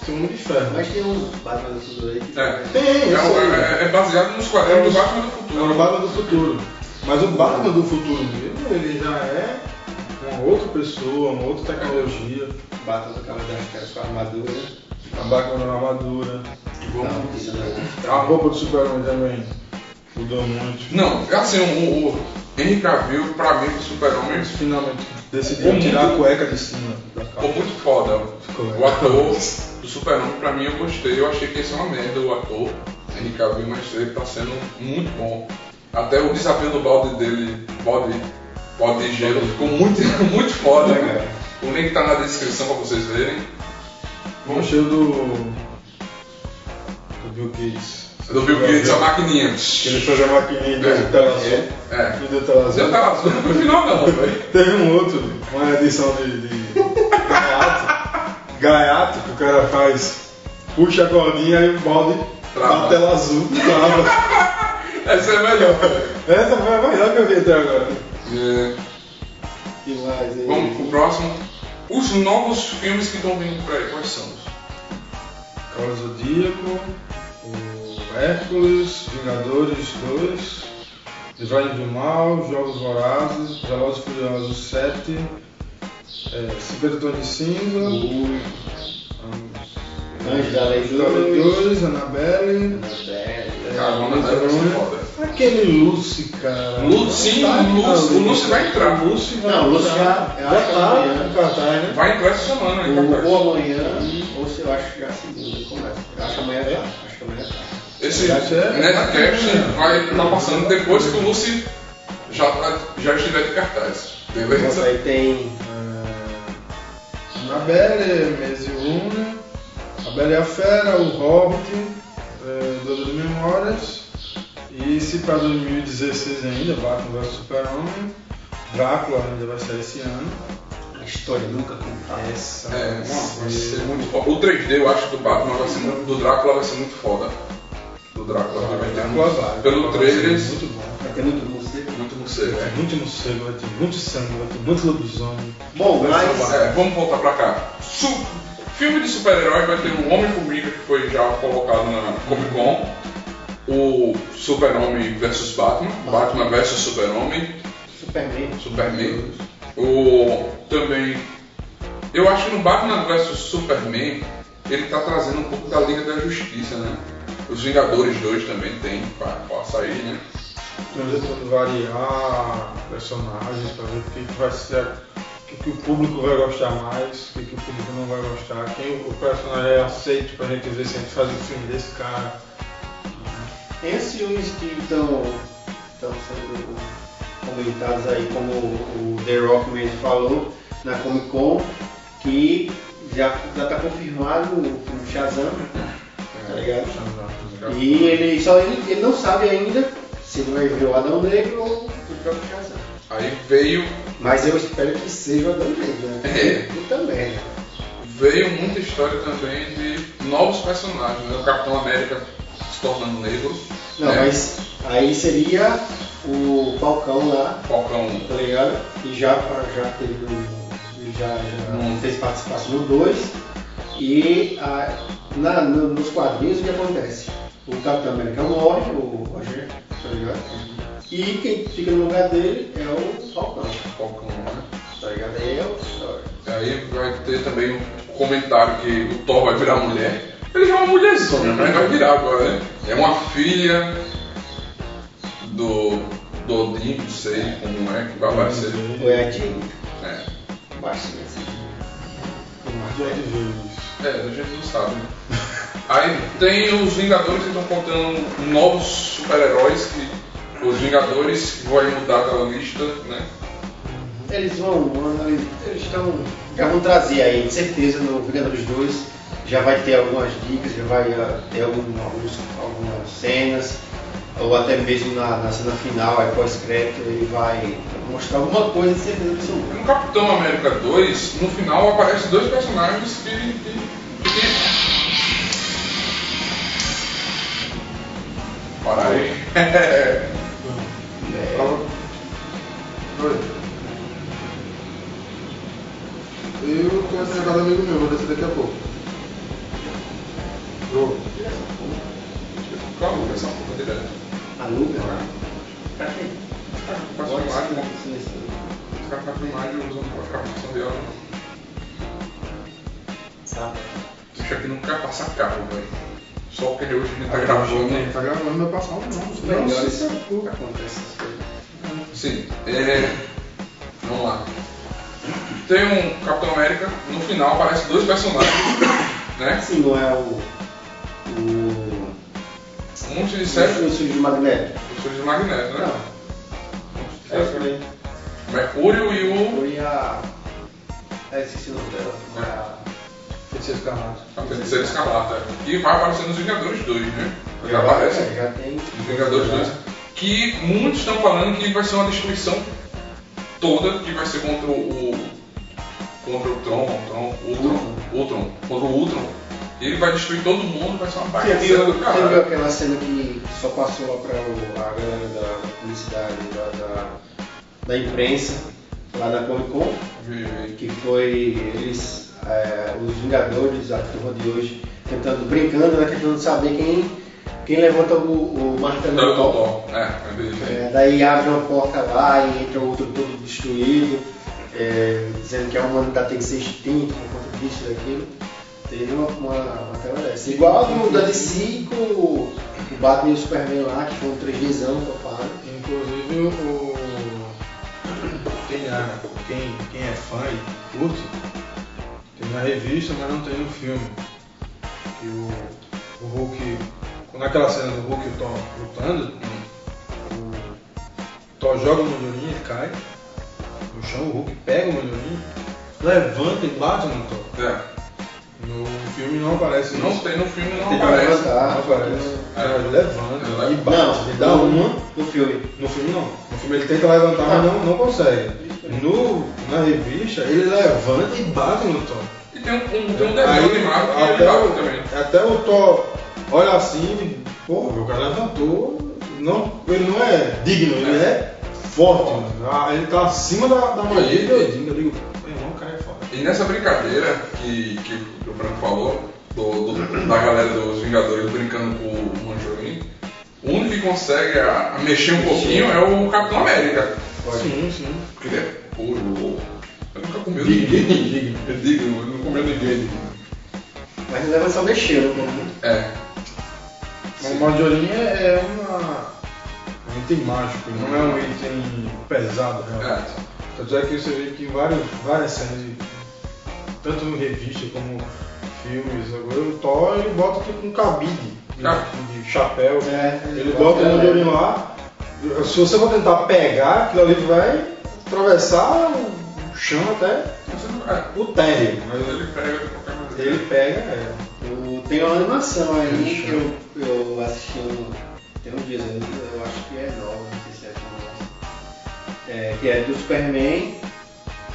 Speaker 3: ser um Homem de Ferro.
Speaker 2: Mas tem uns Batman tudo aí que.
Speaker 1: É.
Speaker 3: tem,
Speaker 1: É,
Speaker 3: esse aí.
Speaker 1: é- é baseado nos quadrinhos do Batman do
Speaker 3: É o
Speaker 1: futuro.
Speaker 3: Batman do futuro. Mas o Batman do futuro mesmo, ele já é uma outra pessoa, uma outra tecnologia.
Speaker 2: Batman do cabelo das caras com a armadura. né?
Speaker 3: A Batman na armadura.
Speaker 1: Tá.
Speaker 2: Não, é. isso não.
Speaker 3: A roupa do Superman também mudou muito.
Speaker 1: Não, é assim, o, o Henry Cavill, pra mim, o super-homem,
Speaker 3: Eles finalmente decidiram tirar a cueca de cima da
Speaker 1: ficou
Speaker 3: calça.
Speaker 1: muito foda.
Speaker 3: Ficou,
Speaker 1: O
Speaker 3: é.
Speaker 1: ator do super-homem, pra mim, eu gostei. Eu achei que esse é uma merda, o ator Henry Cavill, mas ele tá sendo muito bom. Até o desafio do balde dele, balde, balde de gelo, ficou muito, (laughs) muito
Speaker 3: É.
Speaker 1: foda.
Speaker 2: Legal.
Speaker 1: O link tá na descrição pra vocês verem.
Speaker 3: Vamos cheio do. do Bill Gates.
Speaker 1: É Do Bill Gates, a maquininha.
Speaker 3: Que ele fez a maquininha
Speaker 1: É.
Speaker 3: do tela azul.
Speaker 1: É.
Speaker 3: E do tela azul.
Speaker 1: Eu tava zoando no final, não,
Speaker 3: (laughs)
Speaker 1: velho.
Speaker 3: Teve um outro, uma edição de, de gaiato, gaiato que o cara faz, puxa a cordinha e o balde
Speaker 1: Trava.
Speaker 3: na tela azul, trava.
Speaker 1: Essa é a melhor, velho.
Speaker 3: Essa foi a melhor que eu vi até agora.
Speaker 1: É.
Speaker 2: Que mais aí?
Speaker 1: Vamos pro próximo. Os novos filmes que estão vindo por aí, quais são?
Speaker 3: Cavaleiro Zodíaco, o Hércules, Vingadores 2, Israel do Mal, Jogos Vorazes, Velozes e Furiosos 7, é, 50 Tons de Cinza,
Speaker 2: O
Speaker 3: Anjos
Speaker 2: Anjo da Lei
Speaker 3: da Lei 2, Annabelle... é,
Speaker 2: Anabelle.
Speaker 1: Cara, vamos andar pra esse foda.
Speaker 3: Aquele Lucy, cara.
Speaker 1: Lu- sim,
Speaker 3: Tá
Speaker 1: o Lucy-
Speaker 3: ali.
Speaker 1: o Lucy vai entrar.
Speaker 3: O Lucy vai
Speaker 2: Não, o Lucy
Speaker 3: entrar.
Speaker 2: já-
Speaker 3: já
Speaker 2: eu acho que
Speaker 3: tá
Speaker 2: amanhã.
Speaker 3: no cartaz, né?
Speaker 1: Vai entrar essa semana, né?
Speaker 2: Ou,
Speaker 1: Capaz.
Speaker 2: ou amanhã, ou se eu acho que já é segunda começa. Eu acho que amanhã tá. Acho que amanhã tá.
Speaker 1: Esse
Speaker 3: Vai ser-
Speaker 1: Netcast vai estar passando depois que o Lucy já, tá- já estiver de cartaz.
Speaker 2: Nossa,
Speaker 1: Beleza?
Speaker 2: aí tem.
Speaker 3: Ah, Annabelle, Maze Runner, A Bela e a Fera, O Hobbit, é, Doador de Memórias, e se para 2016 ainda, Batman vs Super-Homem, Drácula ainda vai sair esse ano.
Speaker 2: A história nunca contada.
Speaker 3: Essa
Speaker 1: É, mano, vai
Speaker 3: ser-
Speaker 1: ser muito foda. O 3D eu acho do Batman vai ser muito. Do Drácula vai ser muito foda. Do Drácula vai ter
Speaker 3: Drácula
Speaker 1: muito.
Speaker 3: vai.
Speaker 1: Pelo
Speaker 3: Vai ser
Speaker 1: trailer,
Speaker 3: Muito bom.
Speaker 2: Vai ter muito música.
Speaker 1: Muito morcego,
Speaker 3: Vai
Speaker 1: é.
Speaker 3: ter muito morcego, vai ter muito sangue, vai ter muito lobisomem.
Speaker 2: Bom,
Speaker 3: Vai ser
Speaker 2: mas
Speaker 1: É, vamos voltar pra cá. Su- filme de super-herói vai ter o Homem-Formiga, que foi já colocado na Comic Con. O Super-Homem versus Batman. Batman versus Super-Homem.
Speaker 2: Superman.
Speaker 1: Superman. O também. Eu acho que no Batman vs Superman ele tá trazendo um pouco da Liga da Justiça, né? Os Vingadores 2 também tem pra, pra sair, né?
Speaker 3: Estão tentando variar personagens para ver o que, que vai ser, o que, que o público vai gostar mais, o que, que o público não vai gostar, quem o personagem é aceito pra gente ver se a gente faz um filme desse cara.
Speaker 2: Esses filmes que estão estão sendo comentados aí, como o The Rock mesmo falou na Comic Con, que já está confirmado o filme Shazam, tá ligado? E ele só ele, ele não sabe ainda se ele vai ver o Adão Negro ou o próprio Shazam.
Speaker 1: Aí veio,
Speaker 2: Mas eu espero que seja o Adão Negro,
Speaker 1: É.
Speaker 2: né? Puta merda.
Speaker 1: veio muita história também de novos personagens, né? O Capitão América se tornando negro.
Speaker 2: Não,
Speaker 1: né?
Speaker 2: mas aí seria o Falcão lá,
Speaker 1: Falcão
Speaker 2: tá ligado? E já, já teve um- já, já
Speaker 1: Hum.
Speaker 2: fez participação no 2. E a- na, no- nos quadrinhos o que acontece? O Capitão América morre, o Roger, tá ligado? E quem fica no lugar dele é o Falcão,
Speaker 1: Falcão, né?
Speaker 2: tá ligado? Aí é outra história.
Speaker 1: Aí vai ter também um comentário que o Thor vai virar mulher. Ele já é uma mulherzona, mas vai virar agora, né? É uma filha do, do Odin, não sei como é, que vai aparecer.
Speaker 2: Foi a Jean,
Speaker 1: É,
Speaker 2: baixinha assim.
Speaker 3: Já que veio isso.
Speaker 1: é a gente não sabe. né? Aí tem os Vingadores que estão contando novos super-heróis, que os Vingadores que vai mudar aquela lista, né?
Speaker 2: Eles vão, analisar- eles estão. Já vão trazer aí, de certeza, no Vingadores 2. Já vai ter algumas dicas, já vai ah, ter algum- alguns- algumas cenas, ou até mesmo na, na cena final, aí pós-crédito, ele vai mostrar alguma coisa de certeza absoluta.
Speaker 1: No Capitão América 2, no final aparecem dois personagens que. que, que... Para aí.
Speaker 3: Oi. Eu conheço a casa amigo meu, vou descer daqui a pouco. Bro,
Speaker 1: Calma, pessoal, vou direto.
Speaker 2: Aluga? Pra quê?
Speaker 1: Faz
Speaker 2: Pode
Speaker 1: filmagem, né?
Speaker 2: ser, sim, sim.
Speaker 1: Ficar com a filmagem usando a captação de áudio.
Speaker 2: Sabe?
Speaker 1: Deixa aqui nunca passar carro, velho. Só porque hoje a gente tá gravando. Tá
Speaker 3: quem tá gravando vai passar um nome.
Speaker 2: Melhor
Speaker 3: Não,
Speaker 2: isso acontece essas coisas.
Speaker 1: é Sim, é... vamos lá. Tem um Capitão América, no final aparecem dois personagens, (coughs) né?
Speaker 2: Assim, não é o. O.
Speaker 1: Um monte de série,
Speaker 2: O filme de Magneto?
Speaker 1: os filhos de Magneto, né?
Speaker 2: Não. É isso aí.
Speaker 1: Mercúrio e o.
Speaker 2: Foi a. Ah, esqueci o nome dela. A-
Speaker 3: Feiticeiro Escarlate.
Speaker 1: A Feiticeira Escarlata. Que vai aparecer nos Vingadores 2, né? Já aparece.
Speaker 2: É, Já tem.
Speaker 1: Nos Vingadores 2. Que muitos estão falando que vai ser uma destruição toda, que vai ser contra o. Contra o Tron, o Tron, Ultron, Ultron, contra o Ultron. Ele vai destruir todo mundo, vai ser uma
Speaker 2: Você
Speaker 1: bagunça
Speaker 2: viu,
Speaker 1: do
Speaker 2: você viu
Speaker 1: caralho.
Speaker 2: aquela cena que só passou lá pra o- a galera da da publicidade, da, da, da imprensa, lá na Comic Con? Que foi eles, é, os Vingadores, a turma de hoje, tentando, brincando, né, tentando saber quem, quem levanta o, o martelo
Speaker 1: Não,
Speaker 2: do
Speaker 1: não,
Speaker 2: Thor.
Speaker 1: não. É, é beleza.
Speaker 2: É, daí abre uma porta lá e entra outro todo destruído, é, dizendo que a humanidade tem que ser extinta por conta disso e daquilo. Teve uma, uma, uma tela dessa. Igual a do da DC com o o Batman e o Superman lá, que foi um 3Dzão topado.
Speaker 3: Inclusive o. (coughs) o- Quem, é- quem, quem é fã e curte, tem na revista, mas não tem no filme. Que o, o Hulk. Quando aquela cena do Hulk e o Thor lutando, o Thor joga o mandolim, ele cai no chão, o Hulk pega o mandolim, levanta e bate no Thor.
Speaker 1: É.
Speaker 3: No filme não aparece
Speaker 1: Não
Speaker 3: isso.
Speaker 1: tem no filme, não
Speaker 2: Tem É, que
Speaker 1: aparece.
Speaker 2: levantar.
Speaker 3: Não aparece. Ela levanta,
Speaker 1: Ela
Speaker 3: ela
Speaker 1: levanta.
Speaker 3: bate,
Speaker 2: Não,
Speaker 3: dá
Speaker 2: no-
Speaker 3: uma.
Speaker 2: No filme.
Speaker 3: No filme não. No filme ele tenta levantar, mas não, não consegue. No, na revista, ele levanta e bate no Thor.
Speaker 1: E tem um, um, tem um
Speaker 3: Aí,
Speaker 1: desenho animado que ele
Speaker 3: até,
Speaker 1: bate também.
Speaker 3: o, até o Thor olha assim e, pô, meu cara levantou. Não, ele não é digno, ele é forte. mano. Ah, Ele tá acima da, da magia e eu digo, eu digo, meu irmão, o cara é forte.
Speaker 1: E nessa brincadeira que, que o Branco falou, do, do- da galera dos Vingadores brincando com o Manjorim, o único que consegue a, a mexer um pouquinho é o Capitão América.
Speaker 3: Sim, sim.
Speaker 1: Porque ele é puro louco. Ele nunca comeu
Speaker 3: Digno,
Speaker 1: ninguém.
Speaker 3: digno.
Speaker 1: É digno, ele não comeu ninguém.
Speaker 2: Mas ele vai só mexendo, né?
Speaker 1: É.
Speaker 3: O Majorinha é uma... um item mágico, não é um item pesado realmente.
Speaker 1: É.
Speaker 3: Tanto é que você vê que em vários, várias séries, tanto em revista como filmes, agora o Thor ele bota tipo um cabide de,
Speaker 1: Ah.
Speaker 3: de chapéu.
Speaker 2: É,
Speaker 3: ele bota o Majorinha lá, se você for tentar pegar, aquilo ali vai atravessar o chão até
Speaker 1: Você não- é.
Speaker 3: o térreo.
Speaker 1: Mas
Speaker 3: Mas
Speaker 1: ele pega de qualquer maneira.
Speaker 3: Ele pega, é.
Speaker 2: Eu- Tem uma animação aí que eu, eu assisti um- tem uns dias, eu eu acho que é nova, não sei se é famosa. É, que é do Superman,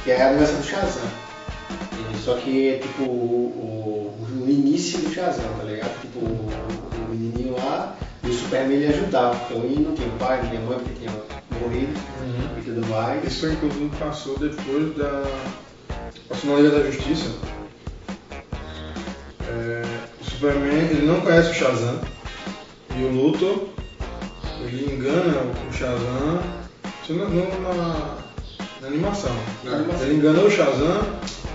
Speaker 2: que é a animação do Shazam. E Só que é tipo o, o- o início do Shazam, tá ligado? Tipo o, o menininho lá e o Superman ele ajudava, então ele não tinha pai, não tinha mãe, porque tinha morrido e tudo mais.
Speaker 3: Isso inclusive passou depois da. Passou na Liga da Justiça. É, o Superman ele não conhece o Shazam. E o Luthor ele engana o Shazam. Isso é na, no- na, na animação. né?
Speaker 1: Na animação.
Speaker 3: Ele enganou o Shazam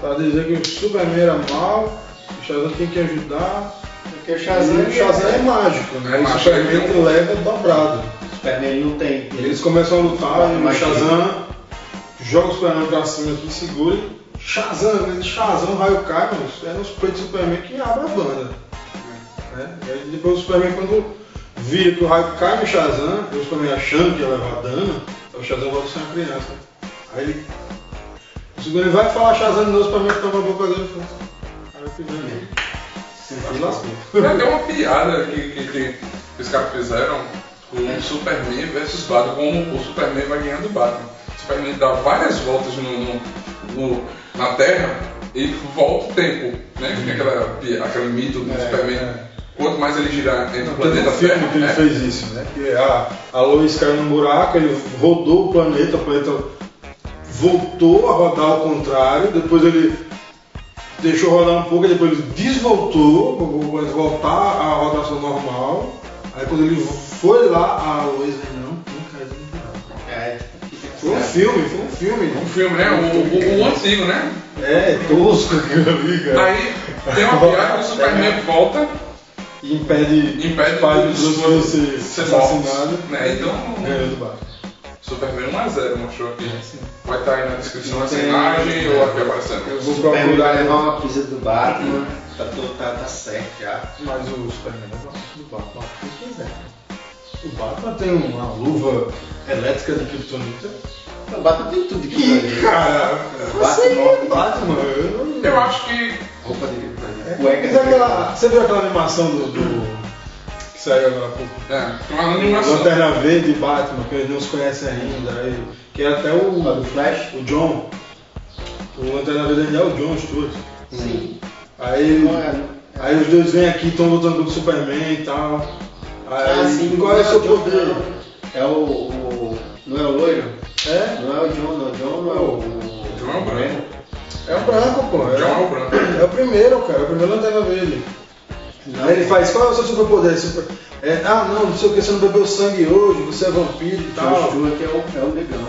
Speaker 3: para dizer que o Superman era mal, o Shazam tem que ajudar.
Speaker 2: Porque o
Speaker 3: E
Speaker 2: Shazam,
Speaker 3: o Shazam é mágico, né?
Speaker 1: É
Speaker 3: o
Speaker 1: mágico,
Speaker 3: Superman
Speaker 1: ele tem um-
Speaker 3: leva dobrado.
Speaker 2: o Superman ele não tem.
Speaker 3: Eles começam a lutar e o
Speaker 2: Mas-
Speaker 3: Shazam joga o Superman pra cima aqui, segura. e Shazam, né? Shazam, raio cai, mano. É nos peitos do Superman que abre a banda. Né? E aí depois o Superman, quando vira que o raio cai no Shazam, e o Superman achando que ia levar dano, aí o Shazam volta a ser uma criança. Aí ele. O Superman vai falar Shazam de novo, o Superman toma a boca dele e fala. Cara, que dano, né? Aí lascou.
Speaker 1: Tem até uma piada que, que, que os caras fizeram com o Superman versus Batman, como o Superman vai ganhando o Batman. O Superman dá várias voltas no, no- no- na Terra e volta o tempo, né? Tem aquela, pi- aquele mito do Superman.
Speaker 3: é.
Speaker 1: Quanto mais ele girar entre o
Speaker 3: Teve
Speaker 1: planeta
Speaker 3: um filme que ele
Speaker 1: Terra, é,
Speaker 3: fez isso, né? Que a, a luz caiu num buraco, ele rodou o planeta, o planeta voltou a rodar ao contrário, depois ele deixou rodar um pouco, depois ele desvoltou, para voltar à rotação normal. Aí quando ele foi lá, a luz não, não caiu no buraco.
Speaker 2: É,
Speaker 3: Foi um filme, foi um filme.
Speaker 1: é. um filme, né? O, o- o antigo, né?
Speaker 3: É, tosco aquilo ali, cara.
Speaker 1: Aí tem uma piada que o
Speaker 3: (laughs)
Speaker 1: Superman volta
Speaker 3: E impede,
Speaker 1: e impede
Speaker 3: os pais
Speaker 1: dos
Speaker 3: dos
Speaker 1: dois
Speaker 3: dois ser, ser
Speaker 1: ser
Speaker 3: assassinados.
Speaker 1: mortos, né? Então-
Speaker 3: Ganhou do barco.
Speaker 1: Superman 1x0, mostrou aqui. Vai estar aí na descrição da
Speaker 3: Tem-
Speaker 1: imagem ou aqui aparecendo.
Speaker 3: Eu vou
Speaker 2: Superman
Speaker 3: procurar
Speaker 2: vai levar
Speaker 3: levar
Speaker 2: uma pisa do Batman, tá, todo- tá, tá certo já.
Speaker 3: Mas o Superman é o do Batman, o que quiser. O Batman tem uma luva elétrica de Kryptonita.
Speaker 2: O Batman tem tudo que
Speaker 3: Que cara, você é Batman. Eu, não-
Speaker 1: Eu acho que
Speaker 2: Roupa de Kryptonita.
Speaker 3: É,
Speaker 2: Cueca
Speaker 3: mas é aquela- você viu aquela animação do, do- que saiu agora há pouco?
Speaker 1: É, tem uma animação.
Speaker 3: Lanterna Verde e Batman, que eles não se conhecem ainda. aí- que é até o,
Speaker 2: Ah, do Flash?
Speaker 3: o John. O Lanterna Verde ainda é o John Stewart.
Speaker 2: Sim.
Speaker 3: Aí,
Speaker 2: Não é-
Speaker 3: aí os dois vêm aqui, estão lutando com o Superman e tal. Aí, qual é o seu
Speaker 2: Ah, Não,
Speaker 3: poder?
Speaker 2: não. tá É o, o. Não é o loiro?
Speaker 3: É?
Speaker 2: Não é o John, não. O John não é o. o-
Speaker 1: John é o branco.
Speaker 3: É o branco, pô. É,
Speaker 1: John é o branco.
Speaker 3: É o primeiro, cara. É o primeiro lanterna verde.
Speaker 2: Não,
Speaker 3: Aí ele faz, qual é o seu superpoder? Super... É, ah, não, não sei o que, você não bebeu sangue hoje, você é vampiro e
Speaker 2: O
Speaker 3: tal.
Speaker 2: John Stewart é o, é o negão.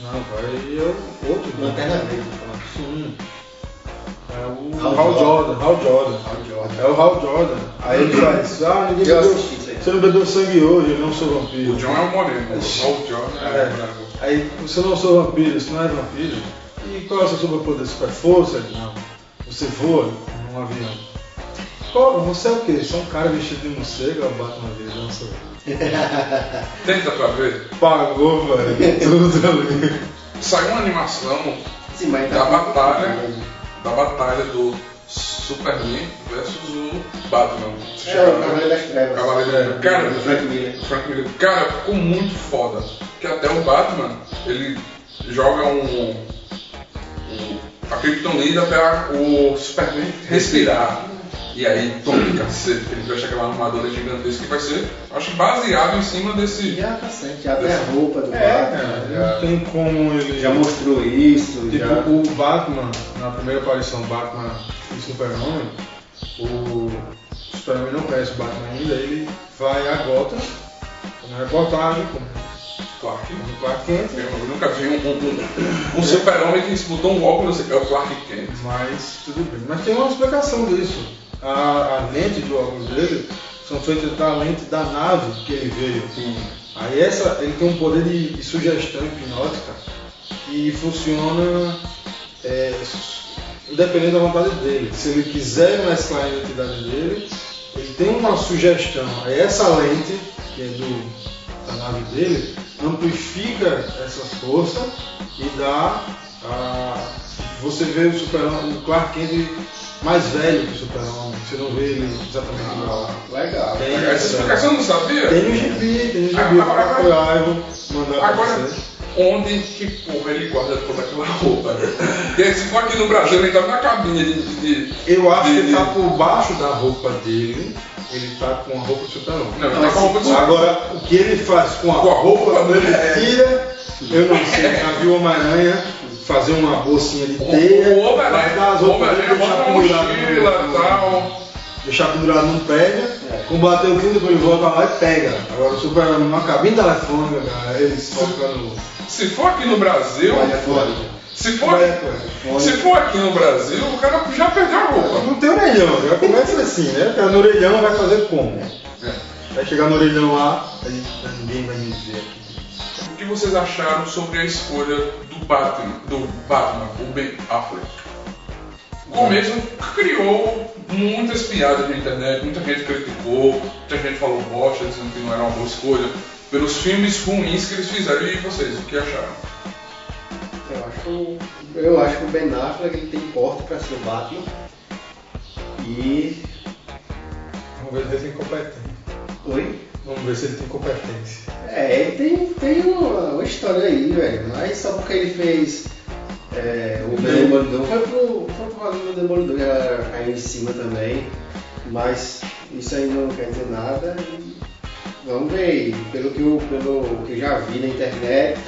Speaker 3: Não, cara, aí é o outro.
Speaker 2: Lanterna Verde, tá falando.
Speaker 3: Sim. É o
Speaker 2: Hal
Speaker 3: Hal
Speaker 2: Jordan.
Speaker 3: Jordan. Hal Jordan.
Speaker 2: Ah, o John.
Speaker 3: É o Hal Jordan. Aí ele faz, ah, ninguém
Speaker 2: Eu
Speaker 3: bebeu...
Speaker 2: assisti isso aí.
Speaker 3: Você não bebeu sangue hoje, eu não sou vampiro.
Speaker 1: O John é o moreno, o Saul John é o branco.
Speaker 3: É. Aí você não sou vampiro, você não é vampiro. E qual é o seu superpoder? Super força? Não. Você voa num avião. Qual, você é o quê? Você é um cara vestido de morcego, eu bato na vida, não sei.
Speaker 2: É.
Speaker 1: Tenta pra ver.
Speaker 3: Pagou, (laughs) velho, tudo ali.
Speaker 1: Saiu uma animação
Speaker 2: Sim, mas
Speaker 1: da
Speaker 2: tá.
Speaker 1: batalha, da batalha do Superman versus o Batman. Se
Speaker 2: É, o
Speaker 1: chama,
Speaker 2: Cavaleiro
Speaker 1: né?
Speaker 2: das Trevas.
Speaker 1: Cavaleiro das Cara,
Speaker 2: Do Frank Miller.
Speaker 1: Frank Miller. um Cara, ficou muito foda. Que até o Batman, ele joga um. um- a Kryptonita pra o Superman respirar. E aí, tome cacete, que ele fecha aquela armadura gigantesca que vai ser, acho que baseado em cima
Speaker 2: E
Speaker 1: desse.
Speaker 2: é cacete, até a roupa do
Speaker 3: É,
Speaker 2: Batman.
Speaker 3: cara, não tem como ele.
Speaker 2: Já mostrou isso,
Speaker 3: Tipo,
Speaker 2: já.
Speaker 3: o Batman, na primeira aparição Batman e Superman, o Superman não conhece o Batman ainda, ele vai a Gotham, na reportagem, com
Speaker 1: Clark Kent.
Speaker 3: o Clark Kent,
Speaker 1: Eu nunca vi um, um- um- um super-homem que botou um óculos, é o Clark Kent.
Speaker 3: mas tudo bem. Mas tem uma explicação disso. A, a lente do óculos dele são feitas da lente da nave que ele veio. Aí essa, ele tem um poder de, de sugestão hipnótica que funciona é, s- independente da vontade dele. Se ele quiser mesclar a identidade dele, ele tem uma sugestão. Aí essa lente, que é do, da nave dele, amplifica essa força e dá a. Você vê o super o Clark Kent mais velho que o Super-Homem. Você não vê ele exatamente igual.
Speaker 2: Legal.
Speaker 3: Tem
Speaker 1: Essa
Speaker 3: essa-
Speaker 1: explicação eu não sabia?
Speaker 3: tem no gibi, tem no gibi, eu vou
Speaker 1: Agora-
Speaker 3: procurar, eu vou mandar pra
Speaker 1: Agora,
Speaker 3: você.
Speaker 1: onde que porra ele guarda toda aquela roupa? né? E aí, se for aqui no Brasil, ele tava na cabine de. de- de-
Speaker 3: Eu acho que ele tá
Speaker 1: de-
Speaker 3: por baixo da roupa dele, ele tá com a roupa de super-homem.
Speaker 1: Não, ele tá com a roupa de super
Speaker 3: Agora, o que ele faz com a
Speaker 1: Com a roupa,
Speaker 3: roupa, quando ele
Speaker 1: é.
Speaker 3: tira, eu não sei, já vi o Homem-Aranha fazer uma bolsinha de
Speaker 1: O
Speaker 3: teia,
Speaker 1: o Homem-Aranha
Speaker 3: vai dar as
Speaker 1: o
Speaker 3: roupas
Speaker 1: Homem-Aranha
Speaker 3: dele,
Speaker 1: né? bota uma
Speaker 3: deixar pendurado,
Speaker 1: mochila e
Speaker 3: no-
Speaker 1: tal.
Speaker 3: deixar pendurado num prédio,
Speaker 2: É.
Speaker 3: combater o crime, depois ele volta lá e pega. Agora o super-homem na cabine né? telefônica,
Speaker 1: Ah,
Speaker 3: cara, ele foca no...
Speaker 1: Se for aqui no Brasil.
Speaker 2: Olha
Speaker 3: é
Speaker 2: fora.
Speaker 1: Se for, se for aqui no Brasil, o cara já perdeu a roupa.
Speaker 3: Não tem orelhão, já começa assim, né? Porque no orelhão vai fazer como? Vai chegar no orelhão lá, aí ninguém vai me ver aqui.
Speaker 1: O que vocês acharam sobre a escolha do Batman, do Batman, o Ben Affleck? O começo criou muitas piadas na internet, muita gente criticou, muita gente falou bosta, dizendo que não era uma boa escolha, pelos filmes ruins que eles fizeram. E vocês, o que acharam?
Speaker 2: Eu acho, o- eu acho que o Ben Affleck ele tem porte pra ser o Batman. E.
Speaker 3: Vamos ver se ele tem competência.
Speaker 2: Oi?
Speaker 3: Vamos ver se ele tem competência.
Speaker 2: É, ele tem, tem uma, uma história aí, velho. Mas só porque ele fez é, o Demolidor, foi pro, foi pro lado do Demolidor, ela caiu em cima também. Mas isso aí não quer dizer nada. E Vamos ver aí. Pelo que, eu, pelo que eu já vi na internet,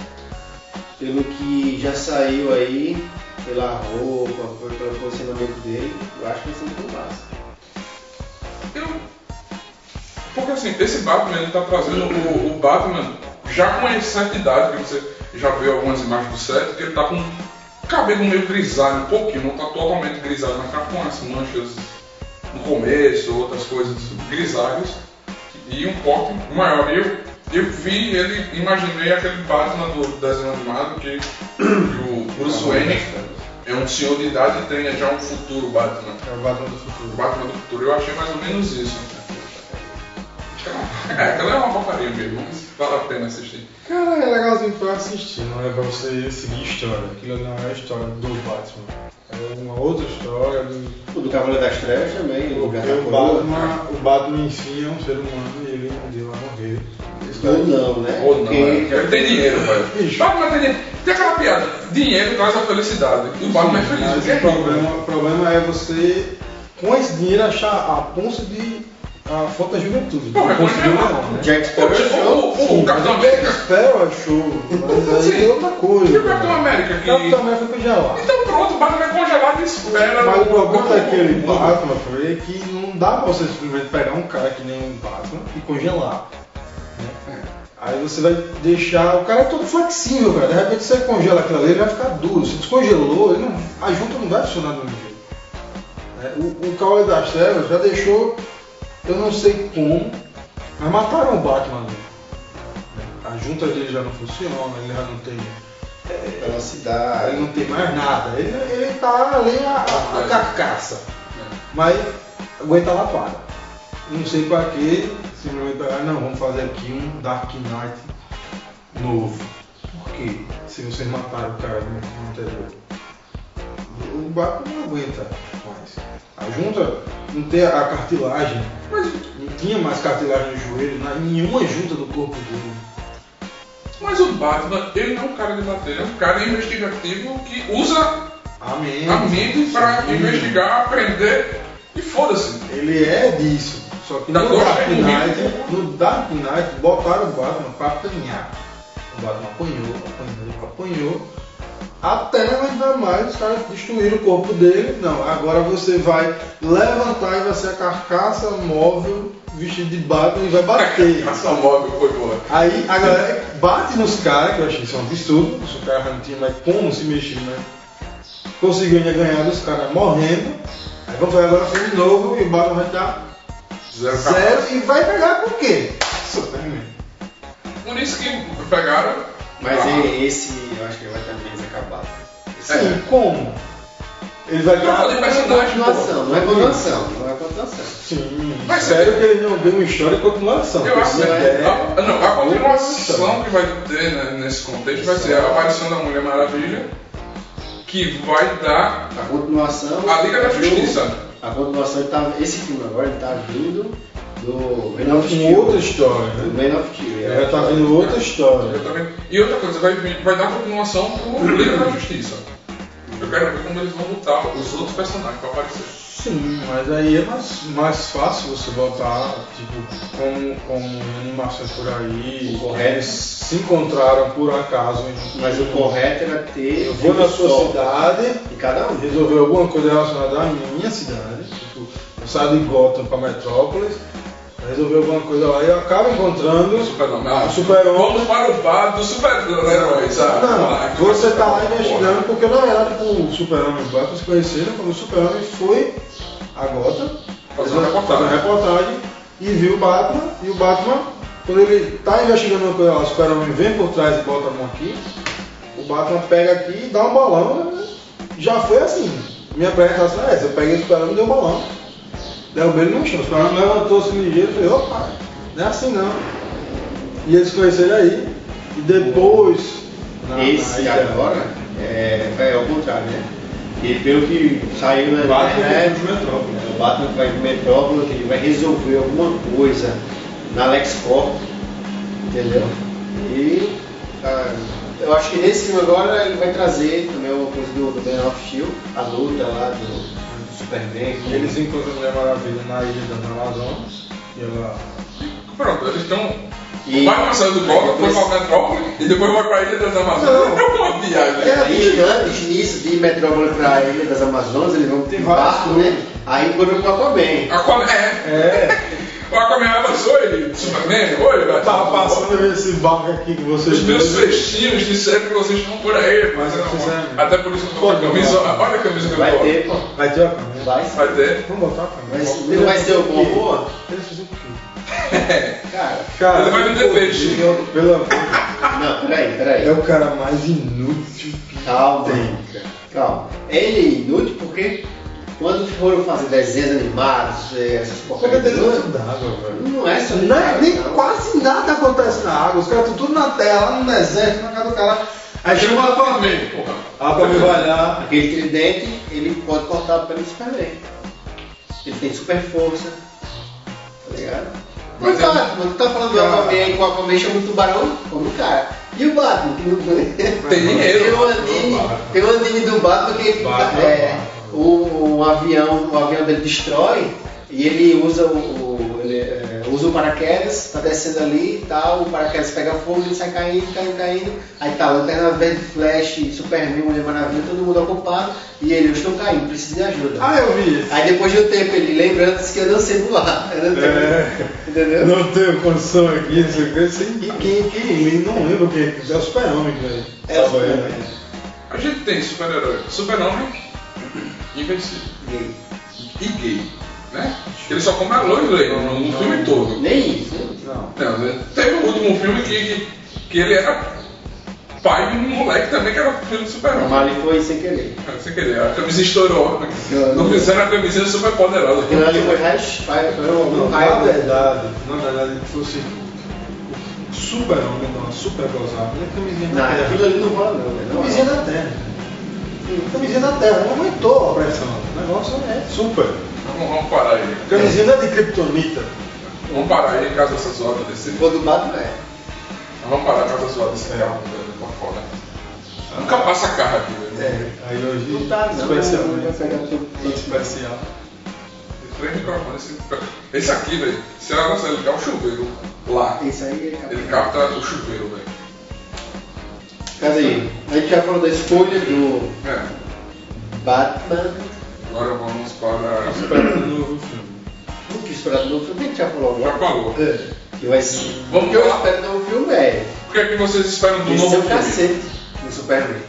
Speaker 2: pelo que já saiu aí, pela roupa, por- pelo posicionamento dele, eu acho que vai ser muito massa.
Speaker 1: Eu... Porque assim, esse Batman ele tá trazendo o, o Batman já com uma certa idade, que você já viu algumas imagens do set, que ele tá com o cabelo meio grisalho, um pouquinho, não tá totalmente grisalho, mas tá com as manchas no começo, outras coisas grisalhas, e um porte maior. Eu, eu vi ele, imaginei aquele Batman do desenho animado que, (clears throat) que o Bruce Wayne é um senhor de idade e tem já um futuro Batman
Speaker 3: É o Batman do
Speaker 1: o
Speaker 3: futuro.
Speaker 1: Batman do Futuro, eu achei mais ou menos isso. É, aquela é uma porcaria mesmo, mas vale a pena assistir.
Speaker 3: Cara, é legalzinho pra assistir, não é pra você seguir história. Aquilo não é a história do Batman. É uma outra história do...
Speaker 2: O do Cavaleiro das Trevas também, o
Speaker 3: Porque
Speaker 2: lugar da
Speaker 1: um
Speaker 3: o
Speaker 2: coroa.
Speaker 1: né?
Speaker 3: Batman, o Batman em si é um ser humano e ele um dia vai morrer.
Speaker 2: Ou não, né?
Speaker 1: Ou não,
Speaker 2: Porque
Speaker 1: é.
Speaker 2: já-
Speaker 1: Ele tem dinheiro, velho.
Speaker 3: Bicho.
Speaker 1: Batman tem dinheiro. Tem aquela piada, dinheiro traz a felicidade. E o Batman é feliz,
Speaker 3: Mas
Speaker 1: porque é
Speaker 3: o
Speaker 1: rico.
Speaker 3: problema, o problema é você, com esse dinheiro, achar a ponta de a foto da juventude.
Speaker 1: Pô, mas
Speaker 3: Conseguiu,
Speaker 1: quando
Speaker 3: não, né?
Speaker 2: Jack
Speaker 1: Pô,
Speaker 2: Sparrow é
Speaker 1: tipo, é o- o- O Capitão América.
Speaker 3: Spell é show, mas aí
Speaker 1: Sim.
Speaker 3: tem outra
Speaker 1: E
Speaker 3: coisa.
Speaker 1: o Capitão América que.
Speaker 3: Capitão América foi já lá.
Speaker 1: Então pronto, o Batman é congelado e espera.
Speaker 3: Mas o problema é
Speaker 1: Não,
Speaker 3: um daquele
Speaker 1: não, não.
Speaker 3: Batman foi que não dá pra você simplesmente pegar um cara que nem um Batman e congelar. né? Aí você vai deixar. O cara é todo flexível, cara. De repente você congela aquilo ali, ele vai ficar duro. Se descongelou, ele não- a junta não vai funcionar do mesmo jeito. Né? O, o Cavaleiro das Trevas já deixou, eu não sei como, mas mataram o Batman ali. né? A junta dele já não funciona, ele já não tem
Speaker 2: É Velocidade.
Speaker 3: ele não tem mais nada. Ele, ele tá ali a, a- a carcaça. Mas aguenta a lapada. Não sei pra que, simplesmente, ah, não, vamos fazer aqui um Dark Knight novo. Por quê? Se vocês mataram o cara no, no anterior. O barco não aguenta mais. Aí junta não ter a cartilagem. Mas não tinha mais cartilagem no joelho, na- nenhuma junta do corpo dele.
Speaker 1: Mas o Batman, ele não é um cara de bater, ele é um cara investigativo que usa
Speaker 3: Amém.
Speaker 1: a mente para investigar, aprender e foda-se.
Speaker 3: Ele é disso. Só que
Speaker 1: Da
Speaker 3: no
Speaker 1: cor,
Speaker 3: Dark
Speaker 1: é
Speaker 3: Knight,
Speaker 1: horrível.
Speaker 3: no Dark Knight botaram o Batman pra apanhar. O Batman apanhou, apanhou, apanhou. Até não ainda mais, os caras destruíram o corpo dele. Não, agora você vai levantar e vai ser a carcaça móvel vestido de Batman e vai bater.
Speaker 1: Ação móvel foi boa.
Speaker 3: Aí a galera bate nos caras, que eu achei isso um absurdo, os caras não tinham mais como se mexer, né? Conseguiu ainda ganhar dos caras morrendo. Aí vamos fazer agora um filme novo e o Batman vai estar
Speaker 1: Zero
Speaker 3: zero e vai pegar com o quê? Superman.
Speaker 1: Por isso que pegaram.
Speaker 2: Mas
Speaker 1: Ah,
Speaker 2: é esse, eu acho que tá ele vai estar bem desacabado.
Speaker 3: Sim, como? Ele vai
Speaker 1: É. Não, ele vai
Speaker 3: ganhar.
Speaker 1: ser-
Speaker 2: Continuação, não é continuação, não é continuação.
Speaker 3: Sim, É
Speaker 1: Mas-
Speaker 3: sério que ele não deu uma história e continuação.
Speaker 1: Eu acho que
Speaker 3: Isso
Speaker 1: é.
Speaker 3: é-
Speaker 1: a, não, a continuação que vai ter né, nesse contexto vai ser a aparição da Mulher Maravilha, que vai dar
Speaker 2: A continuação.
Speaker 1: a Liga da
Speaker 2: do-
Speaker 1: Justiça.
Speaker 2: A continuação, ele tá, esse filme agora ele tá vindo do Man of
Speaker 3: Com outra
Speaker 2: Steel.
Speaker 3: história,
Speaker 2: Do
Speaker 3: né?
Speaker 2: Man of Steel. é.
Speaker 3: Ele vai Um tá vendo outra história.
Speaker 1: Eu também- tá E outra coisa, vai, vir- vai dar continuação pro Liga da Justiça. Eu quero ver como eles vão lutar os outros personagens pra aparecer.
Speaker 3: Sim, mas aí é mais, mais fácil você botar, tipo, como, como animações por aí.
Speaker 2: O correto.
Speaker 3: Eles se encontraram por acaso. em-
Speaker 2: Mas o correto era ter.
Speaker 3: Eu vou na
Speaker 2: um
Speaker 3: sua
Speaker 2: só.
Speaker 3: cidade,
Speaker 2: E cada um.
Speaker 3: resolver alguma coisa relacionada à minha cidade. Tipo, eu saio de Gotham pra Metrópolis, resolver alguma coisa lá e eu acabo encontrando.
Speaker 1: O Super-Homem. Ah,
Speaker 3: Super-Homem.
Speaker 1: Vamos para o bar do super-herói, sabe?
Speaker 3: Não, você tá lá investigando porque na verdade o um Super-Homem e o Batman se conheceram quando o Super-Homem foi a Gotham
Speaker 1: Fazer uma reportagem.
Speaker 3: fazer uma reportagem e viu o Batman e o Batman, quando ele tá investigando uma coisa lá, o Super-Homem vem por trás e bota a mão aqui, o Batman pega aqui e dá um balão, né? já foi assim. Minha apresentação é essa, eu peguei o Super-Homem e dei um balão. Derrubei ele no chão, o Super-Homem levantou-se assim ligeiro e falei, opa, não é assim não. E eles conheceram aí, e depois. na-
Speaker 2: Esse
Speaker 3: na-
Speaker 2: agora é, é ao contrário, né? E pelo que saiu
Speaker 1: É,
Speaker 2: na
Speaker 3: O Batman né?
Speaker 2: internet,
Speaker 3: vai pro Metrópole.
Speaker 2: o Batman vai pro Metrópole, que ele vai resolver alguma coisa na LexCorp, entendeu? E ah, eu acho que nesse filme agora ele vai trazer também uma coisa do, do Man of Steel, a luta lá do, do Superman.
Speaker 3: E Eles encontram a Mulher Maravilha na ilha da Amazonas. E ela.
Speaker 1: Pronto, eles estão.
Speaker 2: E-
Speaker 1: Vai passando do Gotham,
Speaker 2: Aí
Speaker 1: foi
Speaker 2: depois-
Speaker 1: pra Metrópole e depois vai pra Ilha das Amazonas.
Speaker 3: Não.
Speaker 1: É uma viagem.
Speaker 3: É.
Speaker 2: Aí, antes disso, de Metrópole pra Ilha das Amazonas, eles vão ter
Speaker 3: Tem vários
Speaker 2: barco, né? Aí foram pro Aquaman.
Speaker 1: Aquaman, é.
Speaker 3: É,
Speaker 1: O Aquaman abraçou ele, Superman, oi,
Speaker 3: eu
Speaker 1: velho.
Speaker 3: tava passando esse barco aqui que vocês.
Speaker 1: Os meus festinhos disseram que vocês estão por aí, mas eu não.
Speaker 3: Fizeram.
Speaker 1: Até por isso que eu tô com a
Speaker 3: Pô,
Speaker 1: camisa.
Speaker 3: não.
Speaker 1: Olha a camisa que eu
Speaker 2: Vai
Speaker 1: tô.
Speaker 2: ter, pô.
Speaker 3: Vai ter a câmera.
Speaker 2: Vai ser.
Speaker 1: Vai ter.
Speaker 3: Vamos botar a câmera.
Speaker 2: Mas
Speaker 3: Vamos.
Speaker 2: não vai ser alguma
Speaker 3: Eles-
Speaker 2: boa?
Speaker 3: Eles fizeram o quê?
Speaker 2: (laughs) Cara,
Speaker 3: Cara,
Speaker 1: Ele vai vender
Speaker 3: pô,
Speaker 1: peixe.
Speaker 3: Pelo amor de Deus.
Speaker 2: não, peraí, peraí.
Speaker 3: É o cara mais inútil que
Speaker 2: Calma,
Speaker 3: tem.
Speaker 2: calma. Ele é inútil porque quando foram fazer desenhos animados, eh, essas
Speaker 3: Só é que
Speaker 2: porcarias,
Speaker 3: eles não
Speaker 2: não, é?
Speaker 3: ajudavam, velho.
Speaker 2: não é só
Speaker 3: Não é- nem
Speaker 2: não.
Speaker 3: quase nada acontece na água. Os caras estão tudo na terra, lá no deserto, na casa do cara. Aí chega uma família.
Speaker 1: Aquaman, porra.
Speaker 3: Ah, pra me olhar.
Speaker 2: Aquele tridente, ele pode cortar pelo Superman. Ele tem super força. Tá ligado? Mas
Speaker 1: Mas
Speaker 2: o
Speaker 1: é-
Speaker 2: Batman, tu tá falando do
Speaker 3: Cara.
Speaker 2: Aquaman, com o Aquaman chama o tubarão, como o cara. E o Batman, que não (laughs)
Speaker 1: Tem dinheiro.
Speaker 2: Tem um anime, tem um anime do Batman que ele-
Speaker 3: Batman.
Speaker 2: é, o, o avião, o avião dele destrói e ele usa o, o- ele, é, usa o paraquedas, tá descendo ali e tal, o paraquedas pega fogo, ele sai caindo, caindo, caindo, aí tá Lanterna Verde, Flash, Superman, Mulher Maravilha, todo mundo ocupado e ele, eu estou caindo, preciso de ajuda.
Speaker 3: Ah, eu vi.
Speaker 2: Aí depois de um tempo ele lembrando disse que eu não sei voar, eu não tenho,
Speaker 3: É.
Speaker 2: entendeu?
Speaker 3: Eu não tenho condição aqui, não sei o que. Sei, e quem, quem ele não lembra o que é. É o super-homem, velho.
Speaker 2: É o Super-Homem.
Speaker 1: A gente tem super-herói, super-homem, invencível
Speaker 2: E aí?
Speaker 1: e gay, né? Ele só come a loira gay no, no filme todo.
Speaker 2: Nem isso, né?
Speaker 3: Não.
Speaker 1: Não, né? teve o último filme que, que, que ele era pai de um moleque também que era filho do super-homem.
Speaker 2: mas ele foi sem querer.
Speaker 1: Sem querer, a camisa estourou. né?
Speaker 2: Não,
Speaker 1: Não
Speaker 2: não.
Speaker 1: fizeram a camisa super poderosa.
Speaker 2: Aquilo ali foi raio- raio- foi
Speaker 3: Não,
Speaker 2: um
Speaker 3: não, na
Speaker 2: raio dele.
Speaker 3: verdade, na verdade, se fosse o super-homem, não, super gozado, né? Camisinha da
Speaker 2: Não, aquilo
Speaker 3: terra.
Speaker 2: ali não rola não, né? Não
Speaker 3: Camisinha
Speaker 2: rola.
Speaker 3: da terra. Camisinha da terra, não aguentou a pressão. O negócio é super.
Speaker 1: Vamos, vamos parar aí.
Speaker 3: Camisinha de Kryptonita.
Speaker 1: Vamos parar aí caso essa zoada desse.
Speaker 2: Vou do Batman é.
Speaker 1: Vamos parar caso essa zoada desse real. Tá foda. Nunca passa carro aqui, né? velho.
Speaker 2: É.
Speaker 3: Aí hoje.
Speaker 2: Não tá, não.
Speaker 3: Especial.
Speaker 2: Não vai pegar tudo.
Speaker 3: Especial.
Speaker 2: É.
Speaker 1: Tem Três microfones. Esse, esse aqui, velho. Se ela consegue ligar o chuveiro lá,
Speaker 2: Isso aí é
Speaker 1: ele capta o chuveiro, velho.
Speaker 2: Cadê aí? A gente já falou da escolha do
Speaker 1: É.
Speaker 2: Batman.
Speaker 1: Agora vamos para.
Speaker 3: Espera um novo filme.
Speaker 2: O que esperar do novo filme? A gente já falou
Speaker 1: Já
Speaker 2: agora.
Speaker 1: falou.
Speaker 2: Que vai ser.
Speaker 1: Vamos
Speaker 2: o que eu
Speaker 1: lá.
Speaker 2: espero do novo filme é.
Speaker 1: O que é que vocês esperam do
Speaker 2: Esse
Speaker 1: novo
Speaker 2: é o
Speaker 1: filme?
Speaker 2: cacete do Superman.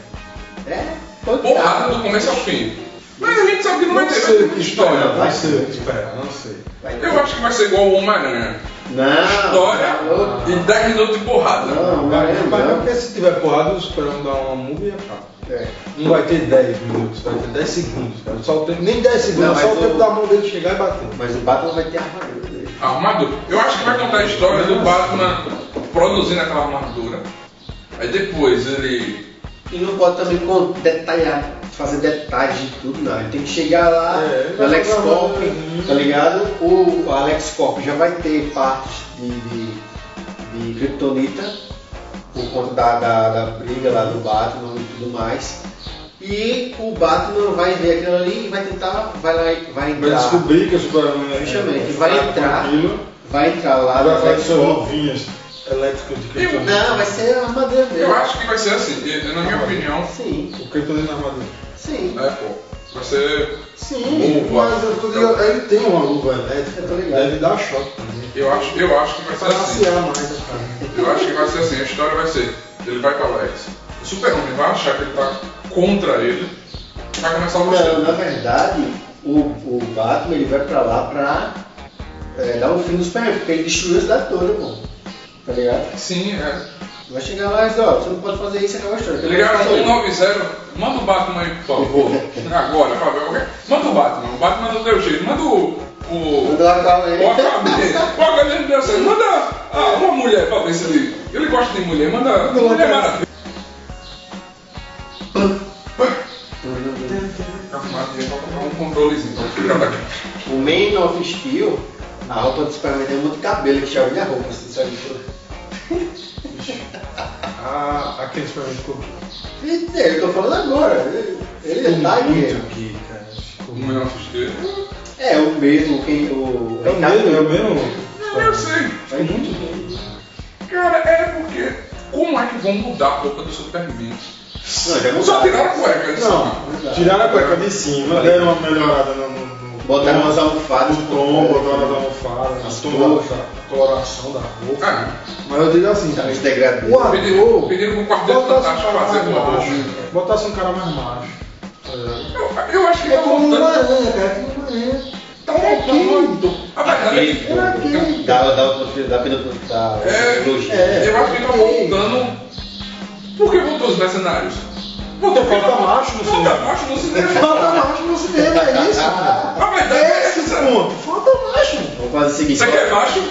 Speaker 2: É?
Speaker 1: Porrada do
Speaker 2: fantástico.
Speaker 1: começo ao fim. Mas a gente sabe que não vai
Speaker 3: Não
Speaker 1: ter
Speaker 3: sei
Speaker 1: vai
Speaker 3: o
Speaker 1: ter
Speaker 3: que história
Speaker 2: vai
Speaker 3: vai
Speaker 2: ser.
Speaker 3: ser. Espera, não sei.
Speaker 2: Vai ter.
Speaker 1: Eu acho que vai ser igual o Homem-Aranha.
Speaker 2: Não.
Speaker 1: História
Speaker 2: Não,
Speaker 1: e 10 minutos de porrada.
Speaker 2: não,
Speaker 3: Vai,
Speaker 2: não.
Speaker 3: mas não porque se tiver porrada, os caras dá uma multa e é pá.
Speaker 2: É.
Speaker 3: Não vai ter 10 minutos, vai ter 10 segundos, cara. Só o tempo, nem 10 segundos,
Speaker 2: Não, mas
Speaker 3: só o
Speaker 2: o-
Speaker 3: tempo da mão dele chegar e bater.
Speaker 2: Mas o Batman vai ter a armadura dele.
Speaker 1: Armadura. Eu acho que vai contar a história do Batman produzindo aquela armadura. Aí depois ele.
Speaker 2: E não pode também con- detalhar, fazer detalhes de tudo, não. Ele tem que chegar lá,
Speaker 3: É,
Speaker 2: o Alex
Speaker 3: não,
Speaker 2: Corp,
Speaker 3: não.
Speaker 2: tá ligado? O o Alex Corp já vai ter partes de, de, de Kryptonita, por conta da, da, da briga lá do Batman e tudo mais. E o Batman vai ver aquilo ali e vai tentar, vai lá, vai
Speaker 3: Vai
Speaker 2: entrar,
Speaker 3: descobrir que o Superman é.
Speaker 2: Justamente, vai
Speaker 3: fraco
Speaker 2: entrar.
Speaker 3: naquilo,
Speaker 2: vai entrar lá
Speaker 3: Vai
Speaker 2: no
Speaker 3: fazer
Speaker 2: Alex
Speaker 3: suas
Speaker 2: Corp.
Speaker 3: luvinhas elétricas de Kryptonita.
Speaker 2: Não, vai ser a armadura dele.
Speaker 1: Eu acho que vai ser assim, e- e na minha opinião.
Speaker 2: Sim,
Speaker 3: O é Kryptonita na armadura.
Speaker 2: sim,
Speaker 1: É, pô. Vai ser.
Speaker 3: Sim,
Speaker 1: Luva.
Speaker 3: mas eu tô ligado, ele tem uma luva elétrica, tá
Speaker 2: Eu tô ligado.
Speaker 3: deve dar choque também.
Speaker 1: Eu acho, eu acho que vai ser assim.
Speaker 3: Tracear mais né, a cara.
Speaker 1: Eu acho que vai ser assim, a história vai ser, ele vai pra Lex, o Superman vai achar que ele tá contra ele, vai começar a lutar.
Speaker 2: Não, na verdade, o, o Batman ele vai pra lá pra é, dar um fim no Superman, porque ele destruiu a cidade toda, pô. Tá ligado?
Speaker 1: Sim, é.
Speaker 2: Vai chegar lá e dizer, ó, você não pode fazer isso, acaba a história. Tá
Speaker 1: Ele ganhou 190, manda o Batman aí, por favor. Agora, pra ver qualquer. Manda o Batman, o Batman não deu jeito, manda o. o...
Speaker 2: Manda lá pra
Speaker 1: O Aquaman, o Aquaman não deu certo, manda ah, uma mulher pra ver se ele. Ele gosta de mulher, manda. Mulher maravilha. Tá Um controlezinho pra ficar daqui.
Speaker 2: O Man of Steel, a roupa do Superman tem muito cabelo, ele chama minha roupa, assim, sabe?
Speaker 3: Ah, aquele Superman ficou
Speaker 2: E, é, eu tô falando agora, ele, ele tá aí.
Speaker 3: muito gay, cara. Ficou
Speaker 1: Como
Speaker 3: muito-
Speaker 1: eu assisti.
Speaker 2: É, o mesmo, quem o.
Speaker 3: É o mesmo, é o mesmo.
Speaker 1: Eu sei.
Speaker 3: Ficou muito gay.
Speaker 1: Cara, é porque. Como é que vão mudar a roupa do Superman?
Speaker 2: Não, já mudou.
Speaker 1: Só tiraram a cueca. isso.
Speaker 3: Não, tiraram a cueca de cima, deram uma melhorada no. no, no
Speaker 2: Botaram umas um almofadas
Speaker 3: no tom, botaram as almofadas,
Speaker 2: As
Speaker 3: as cores,
Speaker 2: cores.
Speaker 3: a coloração da roupa.
Speaker 1: Ah,
Speaker 3: Mas eu digo assim,
Speaker 2: Tá nesse degradê.
Speaker 3: o ator-
Speaker 1: pediram, pediram pro Quarteto
Speaker 3: botasse
Speaker 1: Fantástico
Speaker 3: um
Speaker 1: fazer
Speaker 3: cara
Speaker 1: uma
Speaker 3: mais
Speaker 1: roupa.
Speaker 3: macho. Botasse um cara mais macho. tá ligado?
Speaker 1: Eu, eu
Speaker 3: É
Speaker 1: acho que tá voltando.
Speaker 3: né,
Speaker 2: Maranhão, cara, que Maranhão.
Speaker 1: Tá voltando. A verdade é que.
Speaker 2: Aquele da, da, outra- da, pena- da,
Speaker 1: É,
Speaker 2: trilogia.
Speaker 1: eu acho que tá voltando. Por que voltou os mercenários? Voltou
Speaker 3: Falta macho no
Speaker 1: Falta
Speaker 3: cinema.
Speaker 1: macho no cinema.
Speaker 3: Falta macho no cinema, é isso?
Speaker 2: Ah,
Speaker 1: A verdade é essa. é
Speaker 3: Ponto. Falta macho.
Speaker 2: vamos fazer o seguinte.
Speaker 1: Você
Speaker 3: é
Speaker 1: quer macho?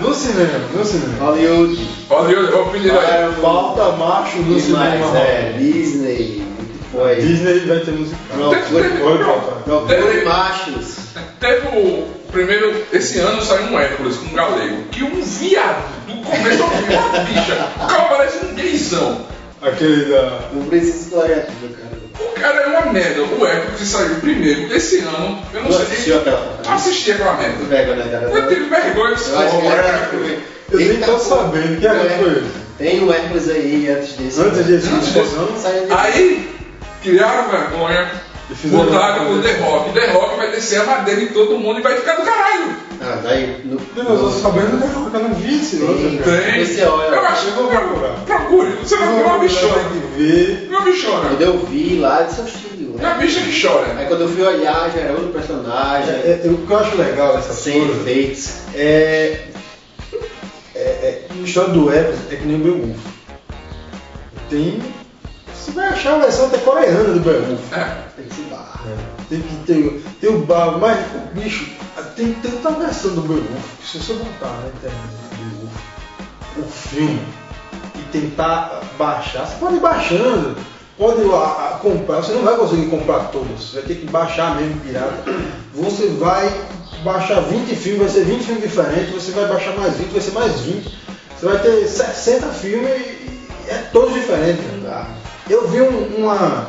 Speaker 3: No cinema, no cinema.
Speaker 2: Hollywood, é,
Speaker 1: Olha, eu vou pedir aí.
Speaker 2: Paramount,
Speaker 3: Falta macho no
Speaker 2: e mais,
Speaker 3: cinema.
Speaker 2: é, Disney, o que foi?
Speaker 3: Disney vai ter musical.
Speaker 2: Procure,
Speaker 3: Oi, papai.
Speaker 2: procure machos.
Speaker 1: Teve o primeiro. Esse ano saiu um Hércules com um galego. Que um viado do começo ao fim, uma bicha. O cara parece um gaysão.
Speaker 3: Aquele da.
Speaker 2: Não precisa explorar tudo, cara.
Speaker 1: O cara é uma merda. O Hércules saiu primeiro esse ano. Eu não
Speaker 2: Tu
Speaker 1: sei.
Speaker 2: assistiu aquela?
Speaker 1: Assisti aquela
Speaker 2: Tu
Speaker 1: merda.
Speaker 2: pega, né, cara?
Speaker 1: Eu tive vergonha desse
Speaker 2: Eu acho que é, era.
Speaker 1: homem.
Speaker 3: Eu nem
Speaker 2: Eita,
Speaker 3: tô
Speaker 2: pô.
Speaker 3: sabendo que era
Speaker 2: É.
Speaker 3: foi isso.
Speaker 2: Tem o Hércules aí antes desse.
Speaker 3: Antes disso, antes desse
Speaker 2: não saiu desse.
Speaker 1: Aí criaram vergonha.
Speaker 3: E fizeram
Speaker 1: Botaram
Speaker 3: uma
Speaker 1: o The
Speaker 3: coisa.
Speaker 1: Rock. The Rock vai descer a madeira em todo mundo e vai ficar do caralho.
Speaker 2: Ah, daí. No,
Speaker 3: Meu Deus, eu tô sabendo que né? eu não vi esse
Speaker 2: Tem.
Speaker 3: outro. cara.
Speaker 1: Tem.
Speaker 2: Esse é o Hércules.
Speaker 1: Eu acho que.
Speaker 3: Eu vou procurar.
Speaker 1: Procure. Você vai ver uma
Speaker 3: Tem
Speaker 1: bichona.
Speaker 3: que ver.
Speaker 1: Uma bichona.
Speaker 2: Quando eu vi lá, eu disse, "Oxi, né?"
Speaker 1: É uma bicha que chora.
Speaker 2: Aí quando eu fui olhar, já era outro
Speaker 3: É,
Speaker 2: personagem,
Speaker 3: é, o que eu acho legal dessa
Speaker 2: sem
Speaker 3: coisa
Speaker 2: efeitos.
Speaker 3: é. é, é a história do Hércules é que nem o Beowulf. Tem. Você vai achar a versão até coreana do Beowulf.
Speaker 1: É.
Speaker 2: Tem que se barrar.
Speaker 3: É, Tem que ter, tem o barro, mas o bicho, tem tanta versão do Beowulf que se você botar na internet Beowulf, o filme e tentar baixar, você pode ir baixando. pode a- a- comprar, você não vai conseguir comprar todos, você vai ter que baixar mesmo pirata. Você vai baixar 20 filmes, vai ser 20 filmes diferentes, você vai baixar mais 20, vai ser mais 20. Você vai ter 60 filmes e é todos diferentes. cara. Eu vi um- uma.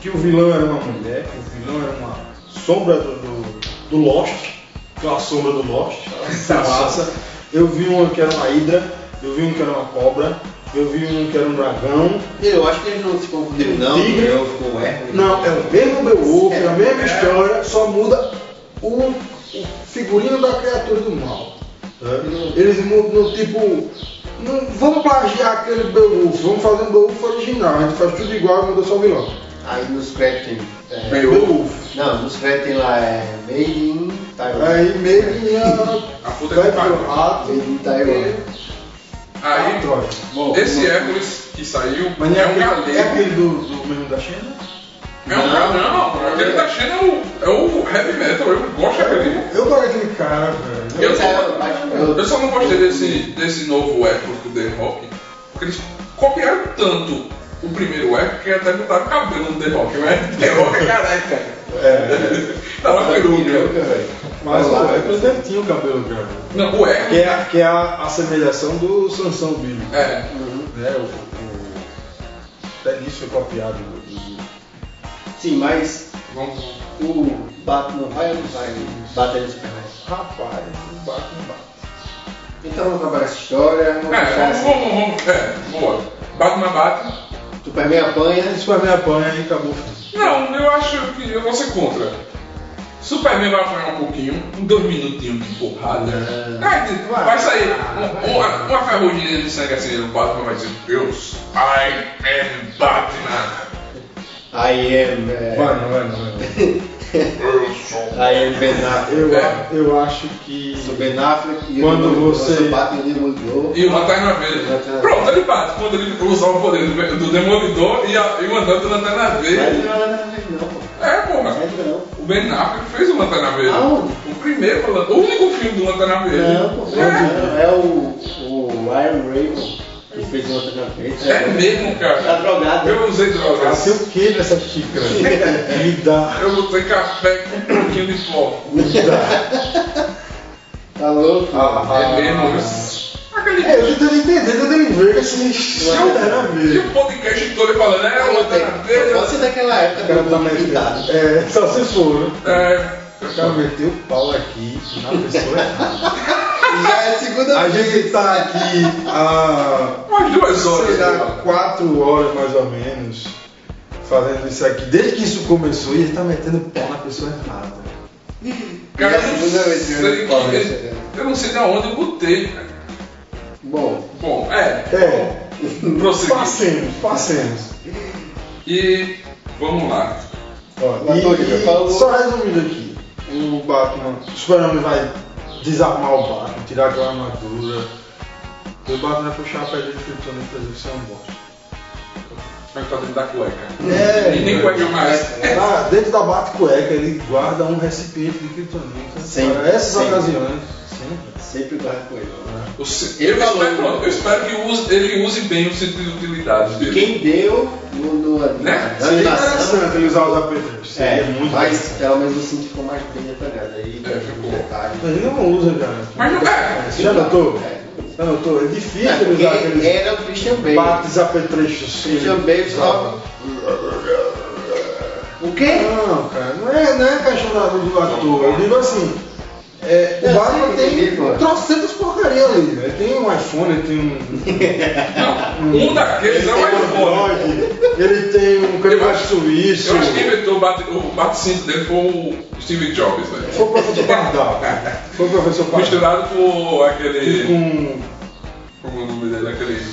Speaker 3: que o vilão era uma mulher, que o vilão era uma sombra do, do, do Lost, que é uma sombra do Lost, essa é massa. Eu vi um que era uma hidra, eu vi um que era uma cobra, eu vi um que era um dragão.
Speaker 2: É, Eu acho que ele não se confundiu, não.
Speaker 3: um Tigre?
Speaker 2: Eu ficou um Hércules.
Speaker 3: Não, é o mesmo Beowulf, é a mesma história, só muda o, o figurino da criatura do mal. sabe? Eles mudam, tipo, não vamos plagiar aquele Beowulf, vamos fazer um Beowulf original, a gente faz tudo igual e muda só o vilão.
Speaker 2: Aí nos créditos tem. é,
Speaker 3: Beowulf.
Speaker 2: Não, nos créditos tem lá é Made in Taiwan.
Speaker 3: Aí meio que a-
Speaker 1: A puta
Speaker 3: vai
Speaker 1: que
Speaker 3: pro
Speaker 1: pariu.
Speaker 3: rato
Speaker 2: Made in Taiwan.
Speaker 1: Aí,
Speaker 3: Troia.
Speaker 1: esse é, Hércules que saiu
Speaker 3: Mas não
Speaker 1: é um
Speaker 3: aquele,
Speaker 1: galego.
Speaker 3: é aquele do, do mesmo da China?
Speaker 1: É um galego. Não, aquele da China é o, é o heavy metal. Eu gosto daquele.
Speaker 3: Eu gosto daquele cara, velho.
Speaker 1: Eu
Speaker 2: é
Speaker 1: só,
Speaker 2: Eu-
Speaker 1: eu só não gostei desse, desse novo Hércules do The Rock, porque eles copiaram tanto o primeiro Hércules que até botaram cabelo no The Rock, mas (laughs) The Rock é careca. É. Tava peruca.
Speaker 3: Mas o Hércules deve tinha o cabelo grande.
Speaker 1: Não, o
Speaker 3: Que
Speaker 1: Hércules.
Speaker 3: é, a- que é a assemelhação do Sansão bíblico.
Speaker 1: É.
Speaker 3: Né? O, o- até isso foi copiado. do- do- do-
Speaker 2: Sim, mas
Speaker 1: Vamos.
Speaker 2: o Batman vai ou não vai bater no Superman?
Speaker 3: Rapaz, não bate, não bate.
Speaker 2: Então vamos acabar essa história, vamos
Speaker 1: É,
Speaker 2: fechar
Speaker 1: vamos,
Speaker 2: assim.
Speaker 1: vamos, vamos. É, bora. Batman bate.
Speaker 2: Superman apanha.
Speaker 3: Isso foi a minha panha e acabou.
Speaker 1: Não, eu acho que eu vou ser contra. Superman vai apanhar um pouquinho, um dois minutinhos de porrada.
Speaker 2: É.
Speaker 1: Vai, vai, sair
Speaker 2: Ah,
Speaker 1: um- uma, uma ferrugem de sangue assim no Batman vai dizer, Deus, I am Batman.
Speaker 2: I am. É,
Speaker 3: Vai, não, vai, não.
Speaker 2: (laughs)
Speaker 3: Vai, não.
Speaker 1: Eu sou.
Speaker 2: I am Ben Affleck.
Speaker 3: Eu,
Speaker 1: É.
Speaker 3: eu acho que.
Speaker 2: Sou Ben Affleck e
Speaker 3: Quando
Speaker 2: eu-
Speaker 3: você-
Speaker 2: eu bato no Demolidor.
Speaker 1: E o Lanterna Verde. Pronto, ele bate quando ele usar o poder do, do Demolidor e, a, e o tá andante do Lanterna
Speaker 2: Mas
Speaker 1: Verde.
Speaker 2: não é nada verde, não, pô.
Speaker 1: É, porra.
Speaker 2: Não é nada, não.
Speaker 1: O Ben Affleck fez o Lanterna Verde.
Speaker 2: Aonde?
Speaker 1: O primeiro, o único filme do Lanterna Verde.
Speaker 2: Não, pô,
Speaker 1: é,
Speaker 2: não, é o, o Iron Raven que fez outra na frente.
Speaker 1: é mesmo, cara.
Speaker 2: Tá drogado.
Speaker 1: Eu usei
Speaker 3: Ah,
Speaker 1: drogas.
Speaker 3: Tem o que nessa
Speaker 1: (laughs)
Speaker 3: xícara? Me dá.
Speaker 1: Eu botei café com um pouquinho de pó.
Speaker 2: Tá louco?
Speaker 1: é mesmo. isso. Aquele
Speaker 3: É, eu tô tentando entender, tentando ver esse lanterna
Speaker 1: E
Speaker 3: verde.
Speaker 1: o podcast todo falando, é, o Lanterna
Speaker 2: Pode
Speaker 1: Verde.
Speaker 2: ser daquela época né?
Speaker 3: Cara, tá
Speaker 2: do
Speaker 3: mais-
Speaker 2: Cuidado.
Speaker 3: É, só se for. né?
Speaker 1: É.
Speaker 3: O cara meteu o pau aqui na pessoa errada.
Speaker 2: Já é a segunda
Speaker 3: A
Speaker 2: vez.
Speaker 3: gente tá aqui há
Speaker 1: Umas duas horas.
Speaker 3: será quatro horas mais ou menos fazendo isso aqui. Desde que isso começou, e ele tá metendo pau na pessoa errada.
Speaker 1: Cara, eu
Speaker 2: Já é a segunda
Speaker 1: não
Speaker 2: vez que eu
Speaker 1: sei.
Speaker 2: falo
Speaker 1: que-
Speaker 2: isso, né?
Speaker 1: Eu não sei de onde eu botei. cara.
Speaker 2: Bom,
Speaker 1: Bom, é.
Speaker 3: É,
Speaker 1: Prosseguir.
Speaker 3: passemos, passemos.
Speaker 1: E vamos lá.
Speaker 3: Ó,
Speaker 2: Mas
Speaker 3: e-
Speaker 2: hoje ele falou-
Speaker 3: só resumindo aqui, o Batman, o Superman vai desarmar o Batman, tirar aquela armadura. O Batman vai puxar a pedra de criptonita e fazer você é um bosta.
Speaker 1: Vai fazer da cueca.
Speaker 3: É,
Speaker 1: E nem cueca mais.
Speaker 3: Lá dentro da bate-cueca ele guarda um recipiente de criptonita
Speaker 2: Sempre,
Speaker 3: para essas
Speaker 2: sempre.
Speaker 3: ocasiões. Sempre.
Speaker 2: sempre guarda com ele.
Speaker 1: Eu, se-
Speaker 2: Ele
Speaker 1: eu
Speaker 2: falou,
Speaker 1: espero,
Speaker 2: né?
Speaker 1: eu espero que use- ele use bem o sentido de utilidade
Speaker 2: E
Speaker 1: dele.
Speaker 2: quem deu no, no anime?
Speaker 1: Né?
Speaker 3: Seria
Speaker 2: animação.
Speaker 3: interessante ele usar os apetrechos. Seria
Speaker 2: É,
Speaker 3: muito
Speaker 2: mas
Speaker 3: interessante.
Speaker 2: pelo menos o cinto ficou mais bem detalhado. Aí
Speaker 1: É, ficou.
Speaker 2: detalhe.
Speaker 3: Mas ele não usa, cara.
Speaker 1: Mas não é.
Speaker 3: Você já notou?
Speaker 2: É.
Speaker 3: Já notou? É difícil
Speaker 2: É,
Speaker 3: ele usar
Speaker 2: porque
Speaker 3: aqueles
Speaker 2: era o Christian Bale.
Speaker 3: bates apetrechos. que ele
Speaker 2: Christian Bale
Speaker 3: usava.
Speaker 2: só. O quê?
Speaker 3: Não, cara, não é, não é questão da- do ator. Eu digo assim, é, o
Speaker 2: Eu
Speaker 3: Batman
Speaker 2: sei,
Speaker 3: tem
Speaker 2: entendi, pô.
Speaker 3: trocentas porcarias ali. né? Ele tem um iPhone, ele tem um.
Speaker 1: Um daqueles é o
Speaker 3: um
Speaker 1: iPhone.
Speaker 3: Android, ele tem um canivete suíço.
Speaker 1: Eu acho que inventou o bate- o bate-cinto dele foi o Steve Jobs, velho.
Speaker 3: Foi o professor Pardal. Foi o professor Pardal.
Speaker 1: Misturado com aquele.
Speaker 3: Com.
Speaker 1: Como é o nome dele? Aquele. né?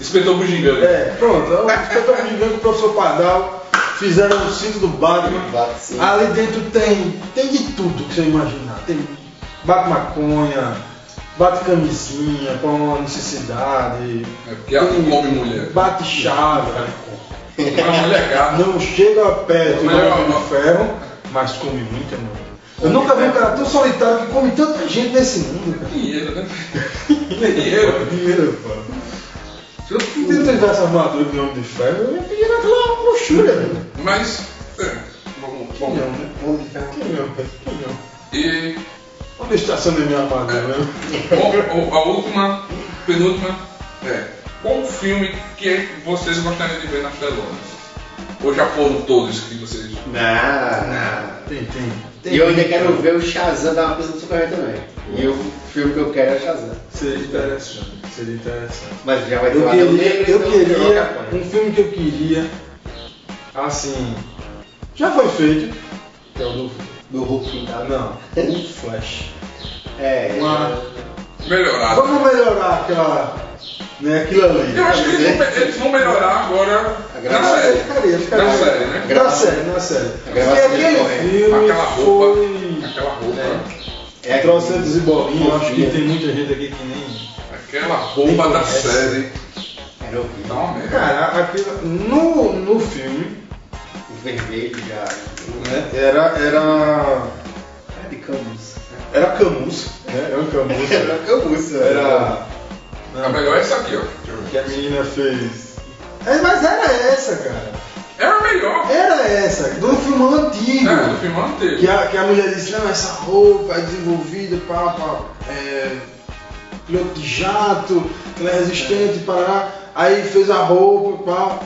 Speaker 1: Espetou bugiganga.
Speaker 3: É, pronto. Eu estou brincando com o professor Pardal. Fizeram o cinto do Batman.
Speaker 2: Bate sim.
Speaker 3: Ali dentro tem, tem de tudo que você imaginar. Tem bate maconha, bate camisinha, com uma necessidade.
Speaker 1: É porque ela
Speaker 3: tem-
Speaker 1: come mulher. (laughs)
Speaker 3: Bate chave.
Speaker 1: Uma mulher gata.
Speaker 3: Não chega perto do
Speaker 1: Melhor
Speaker 3: homem
Speaker 1: não.
Speaker 3: de ferro, mas come muita mulher. Eu nunca vi um cara tão solitário que come tanta gente nesse mundo, cara.
Speaker 1: Dinheiro, né? Dinheiro.
Speaker 3: Dinheiro, pô. Se eu tivesse armadura de homem de ferro, eu ia pedir aquela luxúria. né?
Speaker 1: Mas, é, vamos,
Speaker 3: Quem
Speaker 1: vamos.
Speaker 3: não, né? Homem de ferro. Quem não, cara? Quem não?
Speaker 1: E
Speaker 3: Onde está sendo minha armadura, né?
Speaker 1: o- o- a última, penúltima, é. Qual filme que é que vocês gostariam de ver nas telonas? Ou já foram todos que vocês.
Speaker 2: Não.
Speaker 3: Tem, tem.
Speaker 2: E eu ainda quero ver o Shazam dar uma coisa do Superman também. E o filme que eu quero é Shazam.
Speaker 3: Seria interessante. Seria interessante.
Speaker 2: Mas já vai ter
Speaker 3: Eu
Speaker 2: o Adão Negro,
Speaker 3: queria, eu
Speaker 2: então
Speaker 3: queria
Speaker 2: joga a
Speaker 3: um
Speaker 2: ponte.
Speaker 3: filme que eu queria, assim, já foi feito, que é o do,
Speaker 2: Do Hulk, tá?
Speaker 3: não, o Flash.
Speaker 2: É.
Speaker 3: Uma-
Speaker 1: Melhoraram.
Speaker 3: Vamos melhorar aquela, né, aquilo ali.
Speaker 1: Eu acho que eles vão, eles vão melhorar agora na
Speaker 2: gravação.
Speaker 1: série.
Speaker 3: Ficaria, ficaria.
Speaker 1: Na série, né?
Speaker 3: Na série, na série. Porque
Speaker 2: gravação
Speaker 3: aquele
Speaker 2: decorrente.
Speaker 3: filme
Speaker 1: Aquela roupa.
Speaker 3: foi...
Speaker 1: Aquela roupa.
Speaker 3: É, trocentos e né? bolinha, eu acho que
Speaker 2: Bolinha.
Speaker 3: tem muita gente aqui que nem...
Speaker 1: Aquela roupa da
Speaker 3: conhece.
Speaker 1: série.
Speaker 2: Era horrível.
Speaker 1: Dá uma merda.
Speaker 3: Cara, aquilo, no, no filme,
Speaker 2: O vermelho já.
Speaker 3: né, era, era, É
Speaker 2: Era de Camus.
Speaker 3: era Camus, né, era um (laughs) Camus.
Speaker 2: Era Camus. né?
Speaker 3: Era.
Speaker 1: A melhor é essa aqui, ó. Deixa eu ver.
Speaker 3: Que a menina fez. É, mas era essa, cara.
Speaker 1: É a melhor.
Speaker 3: Era essa, do filme antigo.
Speaker 1: É, do filme anterior.
Speaker 3: Que a, que a mulher disse, não, essa roupa é desenvolvida para, para é, piloto de jato, ela é resistente, parará. Aí fez a roupa, pá.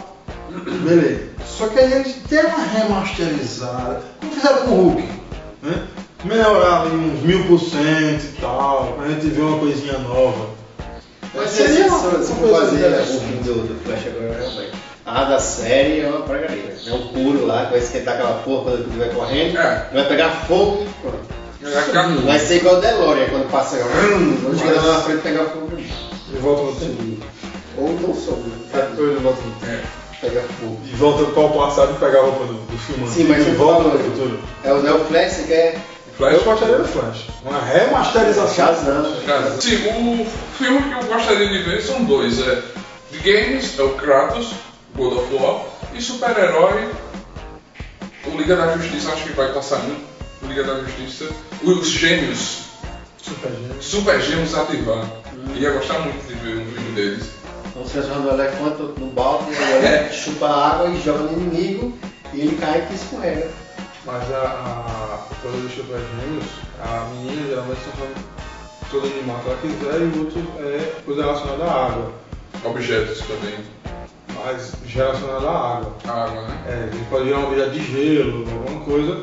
Speaker 3: Beleza. Só que aí eles deram uma remasterizada, como fizeram com o Hulk. Né? Melhorar ali uns mil por cento e tal, pra gente ver uma coisinha nova.
Speaker 2: Mas é
Speaker 3: Seria
Speaker 2: seria
Speaker 3: uma-
Speaker 2: só
Speaker 3: uma
Speaker 2: se for
Speaker 3: coisa
Speaker 2: fazer o
Speaker 3: interessante.
Speaker 2: fim do, do Flash agora, realmente. A da série é uma porcaria. É um puro lá que vai esquentar aquela porra quando tudo vai correndo,
Speaker 1: É.
Speaker 2: vai pegar fogo e pronto.
Speaker 1: É aquela-
Speaker 2: Vai ser igual o DeLorean quando passa. né? Vrum, Não chega lá na frente e pega fogo.
Speaker 3: De volta no tempo.
Speaker 2: Ou não soube, sabe?
Speaker 3: Depois de volta no tempo.
Speaker 1: É.
Speaker 2: Pega fogo.
Speaker 3: De volta para o passado e pegar a roupa do, do filme.
Speaker 2: Sim, mas
Speaker 3: de
Speaker 2: você
Speaker 3: volta
Speaker 2: falou-
Speaker 3: para o futuro.
Speaker 2: É o Neo Flash que é
Speaker 1: Flash.
Speaker 3: Eu gostaria do Flash. Uma remasterização.
Speaker 2: Shazam.
Speaker 1: Cara, sim, o filme que eu gostaria de ver são dois. É The Games, é o Kratos, God of War, e Super-Herói, o Liga da Justiça, acho que vai estar saindo. O Liga da Justiça. Os gêmeos.
Speaker 3: Super gente.
Speaker 1: Super Gêmeos ativar. Ia gostar muito de ver um filme deles.
Speaker 2: Vamos transformando o elefante no balde, e aí
Speaker 1: É.
Speaker 2: chupa água e joga no inimigo e ele cai e escorrega.
Speaker 3: Mas a, a coisa do Super Gêmeos, a menina geralmente só come todo animal que ela quiser e o outro é coisa relacionada à água.
Speaker 1: Objetos também.
Speaker 3: Mas relacionada à água.
Speaker 1: Água, né?
Speaker 3: É, ele pode virar uma vida de gelo, alguma coisa.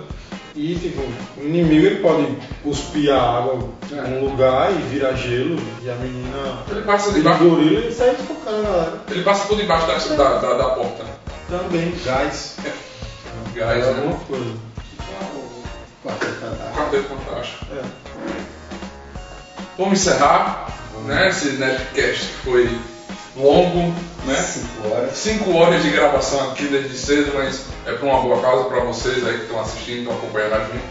Speaker 3: E tipo, o inimigo ele pode cuspir a água em um lugar e virar gelo e a menina.
Speaker 1: Ele passa
Speaker 3: Ele
Speaker 1: debaixo,
Speaker 3: gorila e sai desfocando a galera.
Speaker 1: ele passa por debaixo da, da, da, da porta.
Speaker 3: Também. Gás. é
Speaker 1: Gás, né?
Speaker 3: alguma coisa.
Speaker 2: Quarteto
Speaker 1: O
Speaker 2: Fantástico.
Speaker 1: Quarteto Fantástico.
Speaker 3: É.
Speaker 1: Vamos encerrar, né? Esse netcast foi longo, né?
Speaker 2: Cinco horas.
Speaker 1: Cinco horas de gravação aqui desde cedo, mas é por uma boa causa para vocês aí que estão assistindo, estão acompanhando a gente.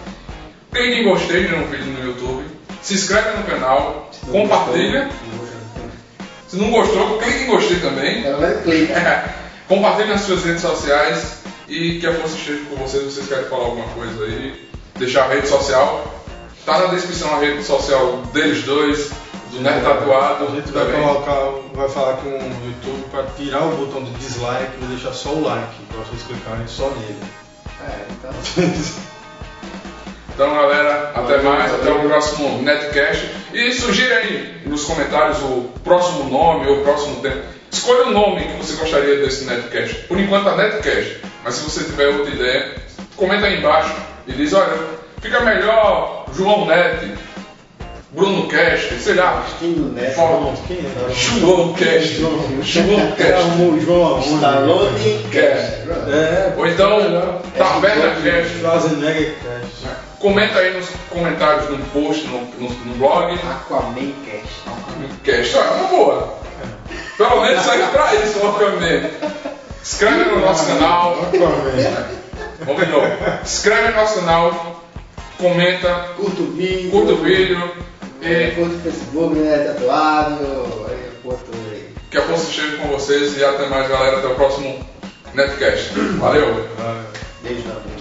Speaker 1: Clique em gostei de um vídeo no YouTube, se inscreve no canal, compartilha. Se não gostou, clique em gostei também.
Speaker 2: Ela vai clicar.
Speaker 1: Compartilhe nas suas redes sociais e que a força esteja com vocês. Vocês querem falar alguma coisa aí? Deixar a rede social? Tá na descrição a rede social deles dois, do Nerd Tatuado.
Speaker 3: A gente vai
Speaker 1: também.
Speaker 3: colocar, um, vai falar com o YouTube para tirar o botão de dislike e deixar só o like, para vocês clicarem só nele.
Speaker 2: É, então.
Speaker 1: Então, galera, até mais, até o próximo Netcast. E sugira aí nos comentários o próximo nome ou o próximo tempo. Escolha o nome que você gostaria desse Netcast. Por enquanto, tá Netcast. Mas se você tiver outra ideia, comenta aí embaixo e diz: olha, fica melhor João Net, Bruno Cast, sei lá.
Speaker 2: Indo nessa.
Speaker 1: Fórum.
Speaker 3: Quem é?
Speaker 1: João Cast. João Cast.
Speaker 3: o João Aonde?
Speaker 2: Stallone
Speaker 1: Cast.
Speaker 3: É.
Speaker 1: Ou então, Taverna Cast.
Speaker 3: Schwarzenegger Cast.
Speaker 1: Comenta aí nos comentários, no post, no, no, no blog.
Speaker 2: Aquaman Cast.
Speaker 1: Cash, ah, uma boa. Pelo menos serve pra isso, o Aquaman. Inscreve no nosso canal.
Speaker 3: Aquaman.
Speaker 1: Vamos de novo. Inscreve no nosso canal. Comenta.
Speaker 2: Curta o vídeo. é.
Speaker 1: Curta o vídeo. E
Speaker 2: Curta o Facebook, né? Tatuado. Aí, curta aí.
Speaker 1: que a força esteja com vocês. E até mais, galera. Até o próximo Netcast. Valeu.
Speaker 3: Ah,
Speaker 2: Beijo na boca.